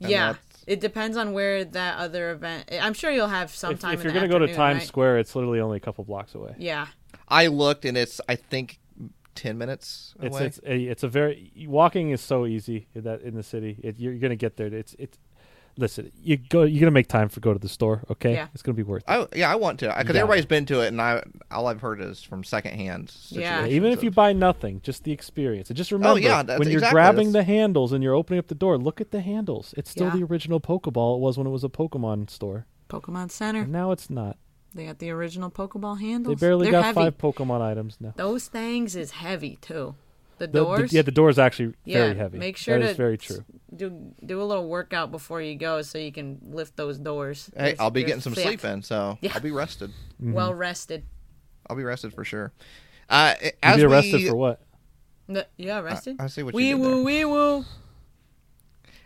Speaker 1: and
Speaker 3: Yeah.
Speaker 1: that's-
Speaker 3: It depends on where that other event. I'm sure you'll have some
Speaker 4: If,
Speaker 3: time.
Speaker 4: if you're
Speaker 3: in
Speaker 4: gonna
Speaker 3: the
Speaker 4: go to
Speaker 3: afternoon,
Speaker 4: Times
Speaker 3: right?
Speaker 4: Square, it's literally only a couple blocks away.
Speaker 3: Yeah.
Speaker 1: I looked, and it's I think ten minutes
Speaker 4: It's
Speaker 1: away.
Speaker 4: it's a, it's a very walking is so easy in that in the city. It, you're, you're gonna get there. It's it's listen. You go. You're gonna make time for go to the store. Okay,
Speaker 3: Yeah.
Speaker 4: it's gonna be worth. it.
Speaker 1: I, yeah, I want to because
Speaker 4: Yeah.
Speaker 1: everybody's been to it, and I all I've heard is from secondhand.
Speaker 3: Yeah.
Speaker 1: situations
Speaker 4: Even if you
Speaker 1: of-
Speaker 4: buy nothing, just the experience. And just remember,
Speaker 1: Oh, yeah, that's
Speaker 4: when you're
Speaker 1: exactly-
Speaker 4: grabbing
Speaker 1: that's-
Speaker 4: the handles and you're opening up the door, look at the handles. It's still
Speaker 3: Yeah.
Speaker 4: the original Pokeball it was when it was a Pokemon store.
Speaker 3: Pokemon Center.
Speaker 4: And now it's not.
Speaker 3: They got the original Pokeball handles.
Speaker 4: They barely
Speaker 3: They're
Speaker 4: got
Speaker 3: heavy.
Speaker 4: five Pokemon items now.
Speaker 3: Those things is heavy too. The
Speaker 4: The- the-
Speaker 3: doors.
Speaker 4: yeah, the door's actually
Speaker 3: Yeah,
Speaker 4: very heavy.
Speaker 3: Make sure
Speaker 4: that
Speaker 3: to
Speaker 4: is very
Speaker 3: s-
Speaker 4: true.
Speaker 3: Do do a little workout before you go so you can lift those doors.
Speaker 1: Hey,
Speaker 3: They're-
Speaker 1: I'll be
Speaker 3: they're
Speaker 1: getting some
Speaker 3: thick.
Speaker 1: sleep in, so
Speaker 3: Yeah.
Speaker 1: I'll be rested.
Speaker 3: Well rested.
Speaker 1: I'll be rested for sure. Uh, as
Speaker 4: You'd be arrested
Speaker 1: we
Speaker 4: for what?
Speaker 3: No, yeah, rested.
Speaker 1: I see what you
Speaker 3: wee
Speaker 1: did
Speaker 3: woo,
Speaker 1: there.
Speaker 3: wee woo,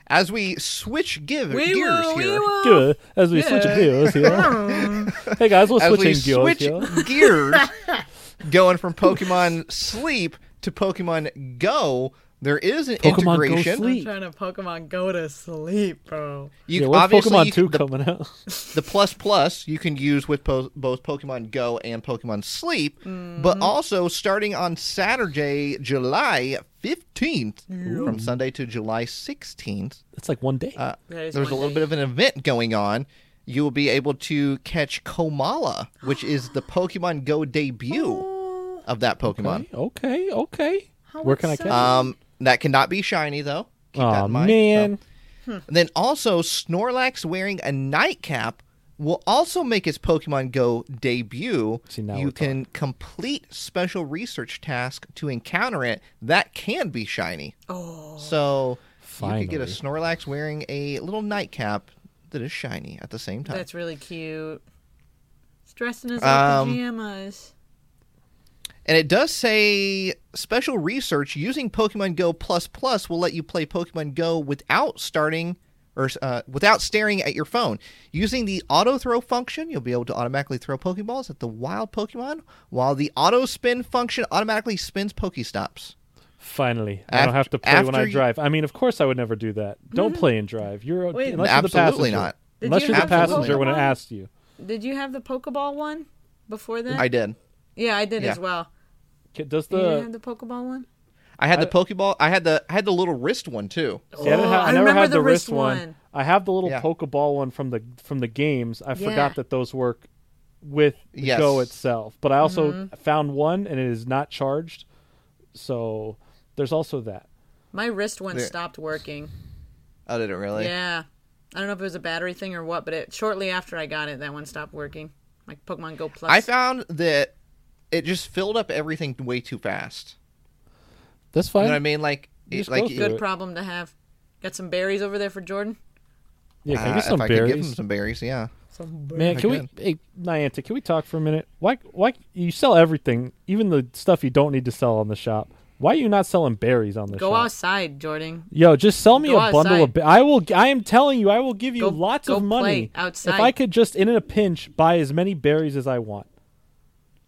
Speaker 1: as we switch give
Speaker 3: wee
Speaker 1: gears
Speaker 3: woo, wee
Speaker 1: here,
Speaker 3: woo.
Speaker 4: Good. As we switch
Speaker 3: Yeah.
Speaker 4: gears here. hey guys, we're
Speaker 1: as we
Speaker 4: switching gears
Speaker 1: switch
Speaker 4: here.
Speaker 1: gears, going from Pokemon Sleep to Pokemon Go, there is an
Speaker 4: Pokemon Go
Speaker 1: integration.
Speaker 4: Sleep.
Speaker 3: I'm trying to Pokemon go to sleep, bro.
Speaker 1: You
Speaker 4: Yeah, when's
Speaker 1: obviously
Speaker 4: Pokemon
Speaker 1: you can-
Speaker 4: Two
Speaker 1: the
Speaker 4: coming out?
Speaker 1: the plus plus you can use with po- both Pokemon Go and Pokemon Sleep, but also starting on Saturday, July 15th, from Sunday to July 16th,
Speaker 4: It's like one day.
Speaker 1: Uh,
Speaker 3: That is
Speaker 1: there's a
Speaker 3: one
Speaker 1: little
Speaker 3: day.
Speaker 1: bit of an event going on. You will be able to catch Komala, which is the Pokemon Go debut of that Pokemon.
Speaker 4: okay, okay. Where can I catch?
Speaker 3: exciting.
Speaker 4: it?
Speaker 1: Um, that cannot be shiny though. Uh, Keep that
Speaker 4: Aw,
Speaker 1: in mind.
Speaker 4: man.
Speaker 1: So- And then also Snorlax wearing a nightcap will also make its Pokemon Go debut.
Speaker 4: See, now
Speaker 1: you
Speaker 4: we're
Speaker 1: can complete special research task to encounter it that can be shiny. Oh. So Oh, you could get a Snorlax wearing a little nightcap that is shiny at the same time.
Speaker 3: That's really cute. He's dressed in his
Speaker 1: Um,
Speaker 3: old pajamas.
Speaker 1: And it does say special research using Pokemon Go Plus Plus will let you play Pokemon Go without starting or uh, without staring at your phone. Using the auto throw function, you'll be able to automatically throw Pokeballs at the wild Pokemon, while the auto spin function automatically spins Pokestops.
Speaker 4: Finally, I
Speaker 1: Af-
Speaker 4: don't have to play when
Speaker 1: after
Speaker 4: I
Speaker 1: you-
Speaker 4: drive. I mean, of course, I would never do that. Don't play and drive. You're
Speaker 3: Mm-hmm. Wait.
Speaker 4: unless you're the
Speaker 1: Absolutely
Speaker 4: passenger.
Speaker 1: not.
Speaker 3: Did
Speaker 4: unless
Speaker 3: you
Speaker 4: are the
Speaker 1: have the
Speaker 4: passenger when it
Speaker 3: Pokemon?
Speaker 4: asks you.
Speaker 3: Did you have the Pokeball one before that?
Speaker 1: I did.
Speaker 3: yeah, I did
Speaker 1: Yeah.
Speaker 3: as well.
Speaker 4: K- Does
Speaker 3: Did you
Speaker 4: the
Speaker 3: have the Pokeball one?
Speaker 1: I had the Pokeball. I had the I had the little wrist one too.
Speaker 4: See, I, didn't have,
Speaker 3: Oh,
Speaker 4: I
Speaker 3: I
Speaker 4: never
Speaker 3: remember
Speaker 4: had
Speaker 3: the
Speaker 4: the wrist
Speaker 3: wrist
Speaker 4: one.
Speaker 3: one.
Speaker 4: I have the little
Speaker 1: Yeah.
Speaker 4: Pokeball one from the from the games. I
Speaker 3: Yeah.
Speaker 4: forgot that those work with the
Speaker 1: Yes.
Speaker 4: Go itself. But I also
Speaker 3: Mm-hmm.
Speaker 4: found one and it is not charged. So there's also that.
Speaker 3: My wrist one
Speaker 1: There.
Speaker 3: stopped working.
Speaker 1: Oh, did it really?
Speaker 3: Yeah. I don't know if it was a battery thing or what, but it shortly after I got it, that one stopped working. Like Pokemon Go Plus.
Speaker 1: I found that it just filled up everything way too fast.
Speaker 4: That's
Speaker 1: You
Speaker 4: fine.
Speaker 1: know what I mean? Like,
Speaker 4: Just
Speaker 1: like
Speaker 4: go through
Speaker 3: Good
Speaker 4: it.
Speaker 3: problem to have. Got some berries over there for Jordan.
Speaker 4: Yeah, can I
Speaker 1: Uh,
Speaker 4: get some
Speaker 1: if I could give
Speaker 4: berries?
Speaker 1: him some berries, yeah.
Speaker 4: Man, can we? Hey, Niantic, can we talk for a minute? Why? Why you sell everything, even the stuff you don't need to sell on the shop? Why are you not selling berries on the
Speaker 3: Go
Speaker 4: shop?
Speaker 3: outside, Jordan.
Speaker 4: Yo, just sell me
Speaker 3: Go
Speaker 4: a bundle
Speaker 3: outside.
Speaker 4: of. Ba- I will. I am telling you, I will give you
Speaker 3: Go-
Speaker 4: lots
Speaker 3: go
Speaker 4: of money
Speaker 3: play outside.
Speaker 4: if I could just, in a pinch, buy as many berries as I want.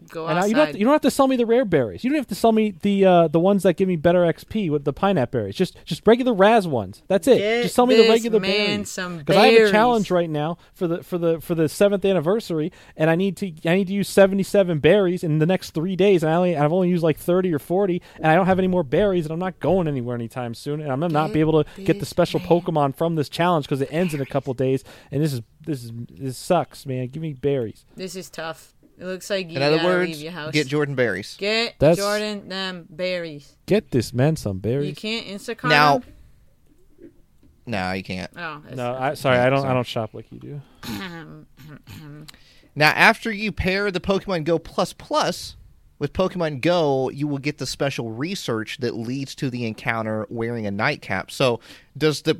Speaker 3: Go
Speaker 4: And I,
Speaker 3: outside.
Speaker 4: you don't. Have to, you don't have to sell me the rare berries. You don't have to sell me the uh, the ones that give me better XP with the pineapple berries. Just just regular Raz ones. That's it.
Speaker 3: Get
Speaker 4: just sell me the
Speaker 3: this
Speaker 4: regular
Speaker 3: man
Speaker 4: berries.
Speaker 3: some
Speaker 4: I have a
Speaker 3: berries.
Speaker 4: challenge right now for the for the for the seventh anniversary, and I need to I need to use seventy seven berries in the next three days. And I only I've only used like thirty or forty, and I don't have any more berries, and I'm not going anywhere anytime soon. And I'm gonna not be able to get the special Pokemon from this challenge because it ends in a couple days. And this is this is this sucks, man. Give me berries.
Speaker 3: This is tough. It looks like you
Speaker 1: In other
Speaker 3: gotta
Speaker 1: words,
Speaker 3: leave your house.
Speaker 1: get Jordan berries.
Speaker 3: Get
Speaker 4: That's-
Speaker 3: Jordan them berries.
Speaker 4: Get this man some berries.
Speaker 3: You can't Instacart
Speaker 1: Now-
Speaker 3: them?
Speaker 1: No, you can't.
Speaker 3: Oh, that's
Speaker 4: No, I, sorry, I don't. I don't shop like you do.
Speaker 1: Now, after you pair the Pokemon Go Plus Plus with Pokemon Go, you will get the special research that leads to the encounter wearing a nightcap. So, does the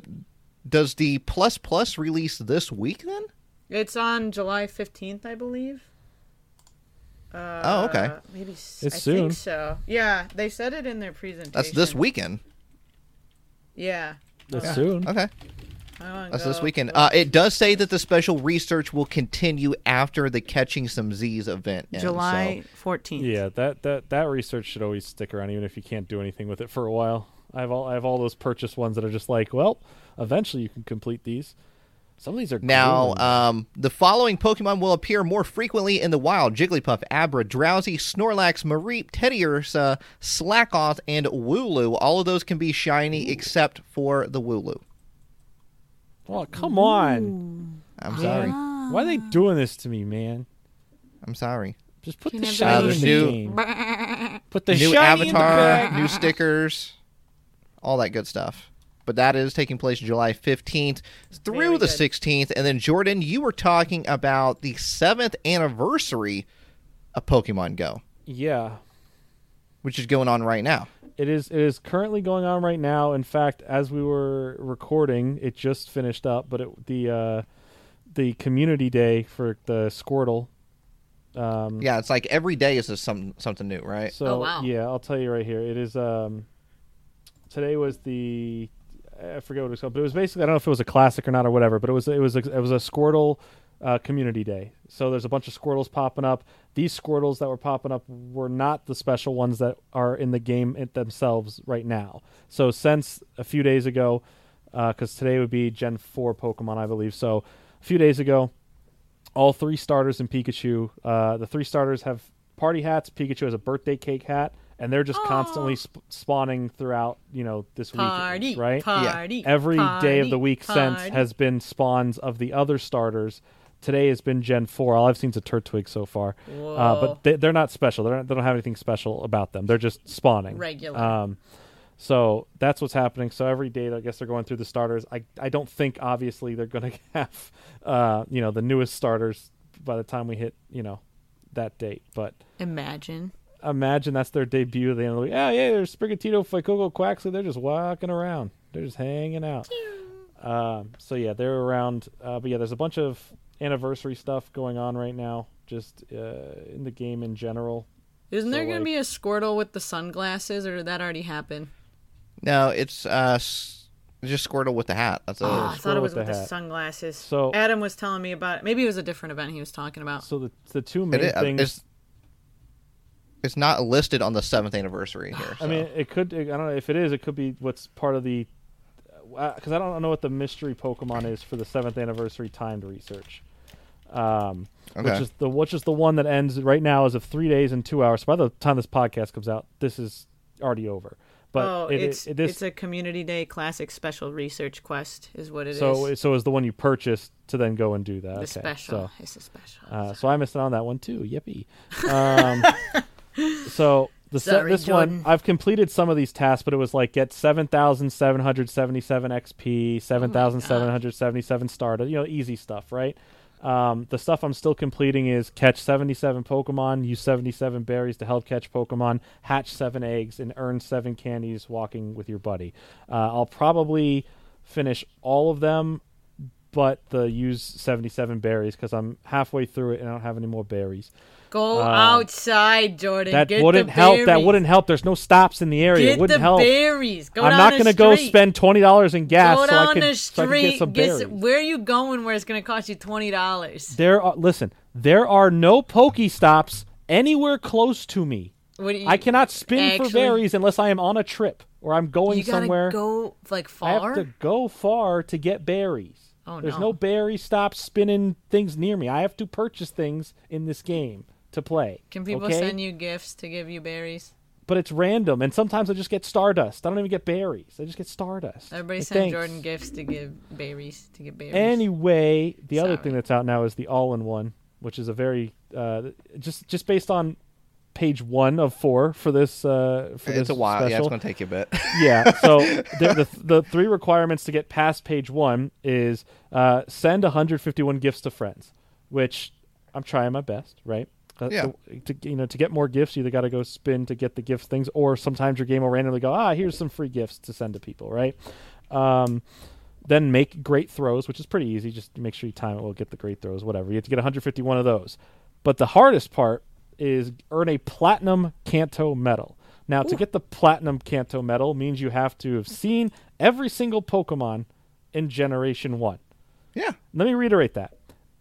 Speaker 1: does the Plus Plus release this week then?
Speaker 3: It's on July 15th, I believe. Uh,
Speaker 1: oh, okay.
Speaker 3: Maybe it's
Speaker 4: It's
Speaker 3: I
Speaker 4: soon.
Speaker 3: think so. Yeah, they said it in their presentation.
Speaker 1: That's this weekend.
Speaker 3: Yeah.
Speaker 4: That's soon.
Speaker 1: Okay.
Speaker 3: I wanna
Speaker 1: That's
Speaker 3: go.
Speaker 1: this weekend. Uh, it does say that the special research will continue after the Catching Some Z's event. ends,
Speaker 3: July 14th.
Speaker 4: Yeah, that, that that research should always stick around, even if you can't do anything with it for a while. I have all I have all those purchase ones that are just like, well, eventually you can complete these. Some of these are
Speaker 1: Now,
Speaker 4: grueling.
Speaker 1: um, the following Pokemon will appear more frequently in the wild Jigglypuff, Abra, Drowsy, Snorlax, Mareep, Teddy Ursa, Slackoth, and Wooloo. All of those can be shiny except for the Wooloo.
Speaker 4: oh come on,
Speaker 1: I'm
Speaker 4: man.
Speaker 1: sorry.
Speaker 4: why are they doing this to me, man?
Speaker 1: I'm sorry.
Speaker 4: Just put
Speaker 3: Can
Speaker 4: the
Speaker 3: everybody-
Speaker 4: shiny
Speaker 1: Uh,
Speaker 4: in
Speaker 1: there's
Speaker 4: the
Speaker 1: new-
Speaker 4: game. Put the
Speaker 1: New
Speaker 4: shiny in the
Speaker 1: avatar,
Speaker 4: bag.
Speaker 1: new stickers, all that good stuff. But that is taking place July 15th through
Speaker 3: Very
Speaker 1: the
Speaker 3: good.
Speaker 1: 16th. And then, Jordan, you were talking about the seventh anniversary of Pokemon Go,
Speaker 4: Yeah,
Speaker 1: which is going on right now.
Speaker 4: It is it is currently going on right now. In fact, as we were recording, it just finished up. But it, the uh, the community day for the Squirtle. Um,
Speaker 1: Yeah, it's like every day is just some, something new, right?
Speaker 4: so
Speaker 3: Oh, wow.
Speaker 4: yeah, I'll tell you right here. It is um, today was the I forget what it was called, but it was basically I don't know if it was a classic or not or whatever, but it was it was a, it was a Squirtle uh, community day. So there's a bunch of Squirtles popping up. These Squirtles that were popping up were not the special ones that are in the game it themselves right now. So since a few days ago, because today would be Gen four Pokemon, I believe. So a few days ago, all three starters in Pikachu. Uh, the three starters have party hats. Pikachu has a birthday cake hat, and they're just constantly sp- spawning throughout. You know this
Speaker 3: Party.
Speaker 4: week, right?
Speaker 3: Party.
Speaker 4: Every day of the
Speaker 3: party,
Speaker 4: week
Speaker 3: party.
Speaker 4: since has been spawns of the other starters. Today has been Gen Four. All I've seen is a Turtwig so far, uh,
Speaker 3: Whoa.
Speaker 4: but they, they're not special. They're not, they don't have anything special about them. They're just spawning.
Speaker 3: Regular.
Speaker 4: Um, so that's what's happening. So every day, I guess they're going through the starters. I I don't think obviously they're going to have, uh, you know, the newest starters by the time we hit you know that date. But
Speaker 3: Imagine.
Speaker 4: imagine that's their debut. At the end of the week. Oh yeah, there's Sprigatito, Fuecoco, Quaxley. They're just walking around. They're just hanging out. Um, so yeah, they're around. Uh, but yeah, there's a bunch of anniversary stuff going on right now, just uh, in the game in general.
Speaker 3: Isn't there going
Speaker 4: like-
Speaker 3: to be a Squirtle with the sunglasses, or did that already happen?
Speaker 1: No, it's uh, s- just Squirtle with the hat. That's
Speaker 3: Oh,
Speaker 1: all.
Speaker 3: I
Speaker 4: Squirtle
Speaker 3: thought it was with
Speaker 4: with the
Speaker 3: the,
Speaker 4: hat.
Speaker 3: sunglasses.
Speaker 4: So-
Speaker 3: Adam was telling me about it. Maybe it was a different event he was talking about.
Speaker 4: So the the two
Speaker 1: It
Speaker 4: main
Speaker 1: is- uh,
Speaker 4: things.
Speaker 1: it's, it's not listed on the seventh anniversary here.
Speaker 4: I mean, it could. I don't know if it is. It could be what's part of the because I don't know what the mystery Pokemon is for the seventh anniversary timed research. Um, Which
Speaker 1: Okay.
Speaker 4: is the which is the one that ends right now is of three days and two hours. So by the time this podcast comes out, this is already over. But
Speaker 3: oh,
Speaker 4: it- it-
Speaker 3: it's
Speaker 4: it is-
Speaker 3: it's a community day classic special research quest, is what it is.
Speaker 4: so so is the one you purchased to then go and do that. okay.
Speaker 3: the special.
Speaker 4: So,
Speaker 3: It's a special.
Speaker 4: uh, so I missed out on that one too. Yippee. Um, so the se-
Speaker 3: Sorry,
Speaker 4: this
Speaker 3: Jordan.
Speaker 4: one I've completed some of these tasks, but it was like get seven thousand seven hundred seventy seven
Speaker 3: Oh
Speaker 4: XP, seven thousand seven hundred seventy seven started. You know, easy stuff, right? Um, the stuff I'm still completing is catch 77 Pokemon, use 77 berries to help catch Pokemon, hatch seven eggs, and earn seven candies walking with your buddy. Uh, I'll probably finish all of them but the use 77 berries because I'm halfway through it and I don't have any more berries.
Speaker 3: Go outside, Jordan.
Speaker 4: uh, That
Speaker 3: Get
Speaker 4: wouldn't
Speaker 3: the
Speaker 4: help. That
Speaker 3: berries.
Speaker 4: wouldn't help. There's no stops in the area.
Speaker 3: Get
Speaker 4: it wouldn't
Speaker 3: the
Speaker 4: help.
Speaker 3: berries. Go
Speaker 4: I'm
Speaker 3: down
Speaker 4: not
Speaker 3: the
Speaker 4: gonna go
Speaker 3: street.
Speaker 4: spend twenty dollars in gas
Speaker 3: Go
Speaker 4: so
Speaker 3: down
Speaker 4: I can
Speaker 3: the
Speaker 4: so I
Speaker 3: street.
Speaker 4: can get some berries.
Speaker 3: s- where are you going? Where it's going to cost you twenty dollars?
Speaker 4: There are listen. There are no stops anywhere close to me. I cannot spin for
Speaker 3: actually-
Speaker 4: berries unless I am on a trip or I'm going
Speaker 3: You gotta
Speaker 4: somewhere.
Speaker 3: go like
Speaker 4: I
Speaker 3: far.
Speaker 4: have to go far to get berries.
Speaker 3: Oh,
Speaker 4: There's
Speaker 3: no.
Speaker 4: no berry stop spinning things near me. I have to purchase things in this game to play.
Speaker 3: Can people
Speaker 4: okay?
Speaker 3: send you gifts to give you berries?
Speaker 4: But it's random, and sometimes I just get stardust. I don't even get berries. I just get stardust.
Speaker 3: Everybody
Speaker 4: Like,
Speaker 3: send
Speaker 4: thanks.
Speaker 3: Jordan gifts to give berries to get berries.
Speaker 4: Anyway, the other
Speaker 3: Sorry.
Speaker 4: thing that's out now is the all-in-one, which is a very uh, just just based on page one of four for this uh, for this
Speaker 1: It's a while. Yeah, it's
Speaker 4: special.
Speaker 1: going to take you a bit.
Speaker 4: Yeah, so the, the the three requirements to get past page one is uh, send 151 gifts to friends, which I'm trying my best, right? Uh,
Speaker 1: Yeah.
Speaker 4: To, to- you know, to get more gifts, you either got to go spin to get the gift things, or sometimes your game will randomly go, ah, here's some free gifts to send to people, right? Um, then make great throws, which is pretty easy. Just make sure you time it. We'll get the great throws, whatever. You have to get 151 of those. But the hardest part is earn a platinum Kanto medal. Now, to get the platinum Kanto medal means you have to have seen every single Pokemon in Generation 1.
Speaker 1: yeah.
Speaker 4: Let me reiterate that.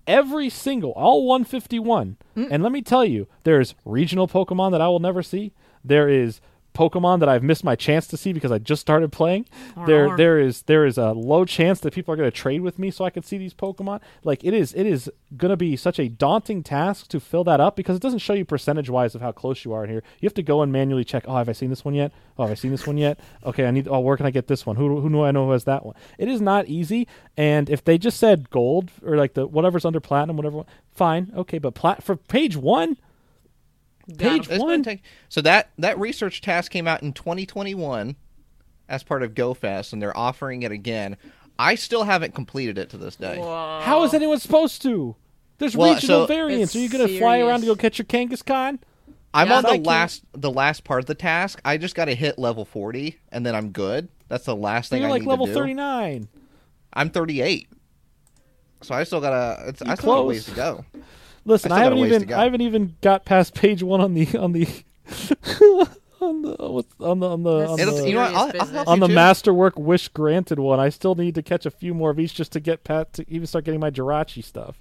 Speaker 4: Every single, all 151.
Speaker 3: Mm.
Speaker 4: And let me tell you, there's regional Pokemon that I will never see. There is Pokemon that I've missed my chance to see because I just started playing. There,
Speaker 3: Arr.
Speaker 4: there is there is a low chance that people are going to trade with me so I can see these Pokemon. Like it is, it is going to be such a daunting task to fill that up because it doesn't show you percentage wise of how close you are in here. You have to go and manually check. Oh, have I seen this one yet? Oh, have I seen this one yet? Okay, I need. Oh, where can I get this one? Who who do I know who has that one? It is not easy. And if they just said gold or like the whatever's under platinum, whatever, one- fine, okay. But plat for page one, page
Speaker 1: It's
Speaker 4: one.
Speaker 1: gonna take- so that that research task came out in 2021 as part of GoFest, and they're offering it again. I still haven't completed it to this day.
Speaker 3: Whoa.
Speaker 4: How is anyone supposed to? There's
Speaker 1: Well,
Speaker 4: regional
Speaker 1: so-
Speaker 4: variants.
Speaker 3: It's
Speaker 4: Are you going to fly around to go
Speaker 3: serious.
Speaker 4: catch your Kangaskhan?
Speaker 1: I'm
Speaker 3: Yeah,
Speaker 1: on
Speaker 4: I
Speaker 1: the
Speaker 4: can't-
Speaker 1: last the last part of the task. I just got to hit level 40, and then I'm good. That's the last thing
Speaker 4: You're
Speaker 1: I
Speaker 4: like
Speaker 1: need
Speaker 4: level
Speaker 1: to do.
Speaker 4: 39.
Speaker 1: I'm 38, so I still gotta. It's, I still got a
Speaker 4: close.
Speaker 1: ways to go.
Speaker 4: Listen,
Speaker 1: I still
Speaker 4: I,
Speaker 1: got a
Speaker 4: haven't
Speaker 1: ways to
Speaker 4: even
Speaker 1: go.
Speaker 4: I haven't even got past page one on the on the on the what's- on the on the on
Speaker 3: That's
Speaker 1: It'll,
Speaker 4: the,
Speaker 1: you know what? I'll,
Speaker 3: Serious
Speaker 1: I'll help
Speaker 4: on
Speaker 1: you
Speaker 4: the
Speaker 1: too.
Speaker 4: masterwork wish granted one. I still need to catch a few more of each just to get pat to even start getting my Jirachi stuff.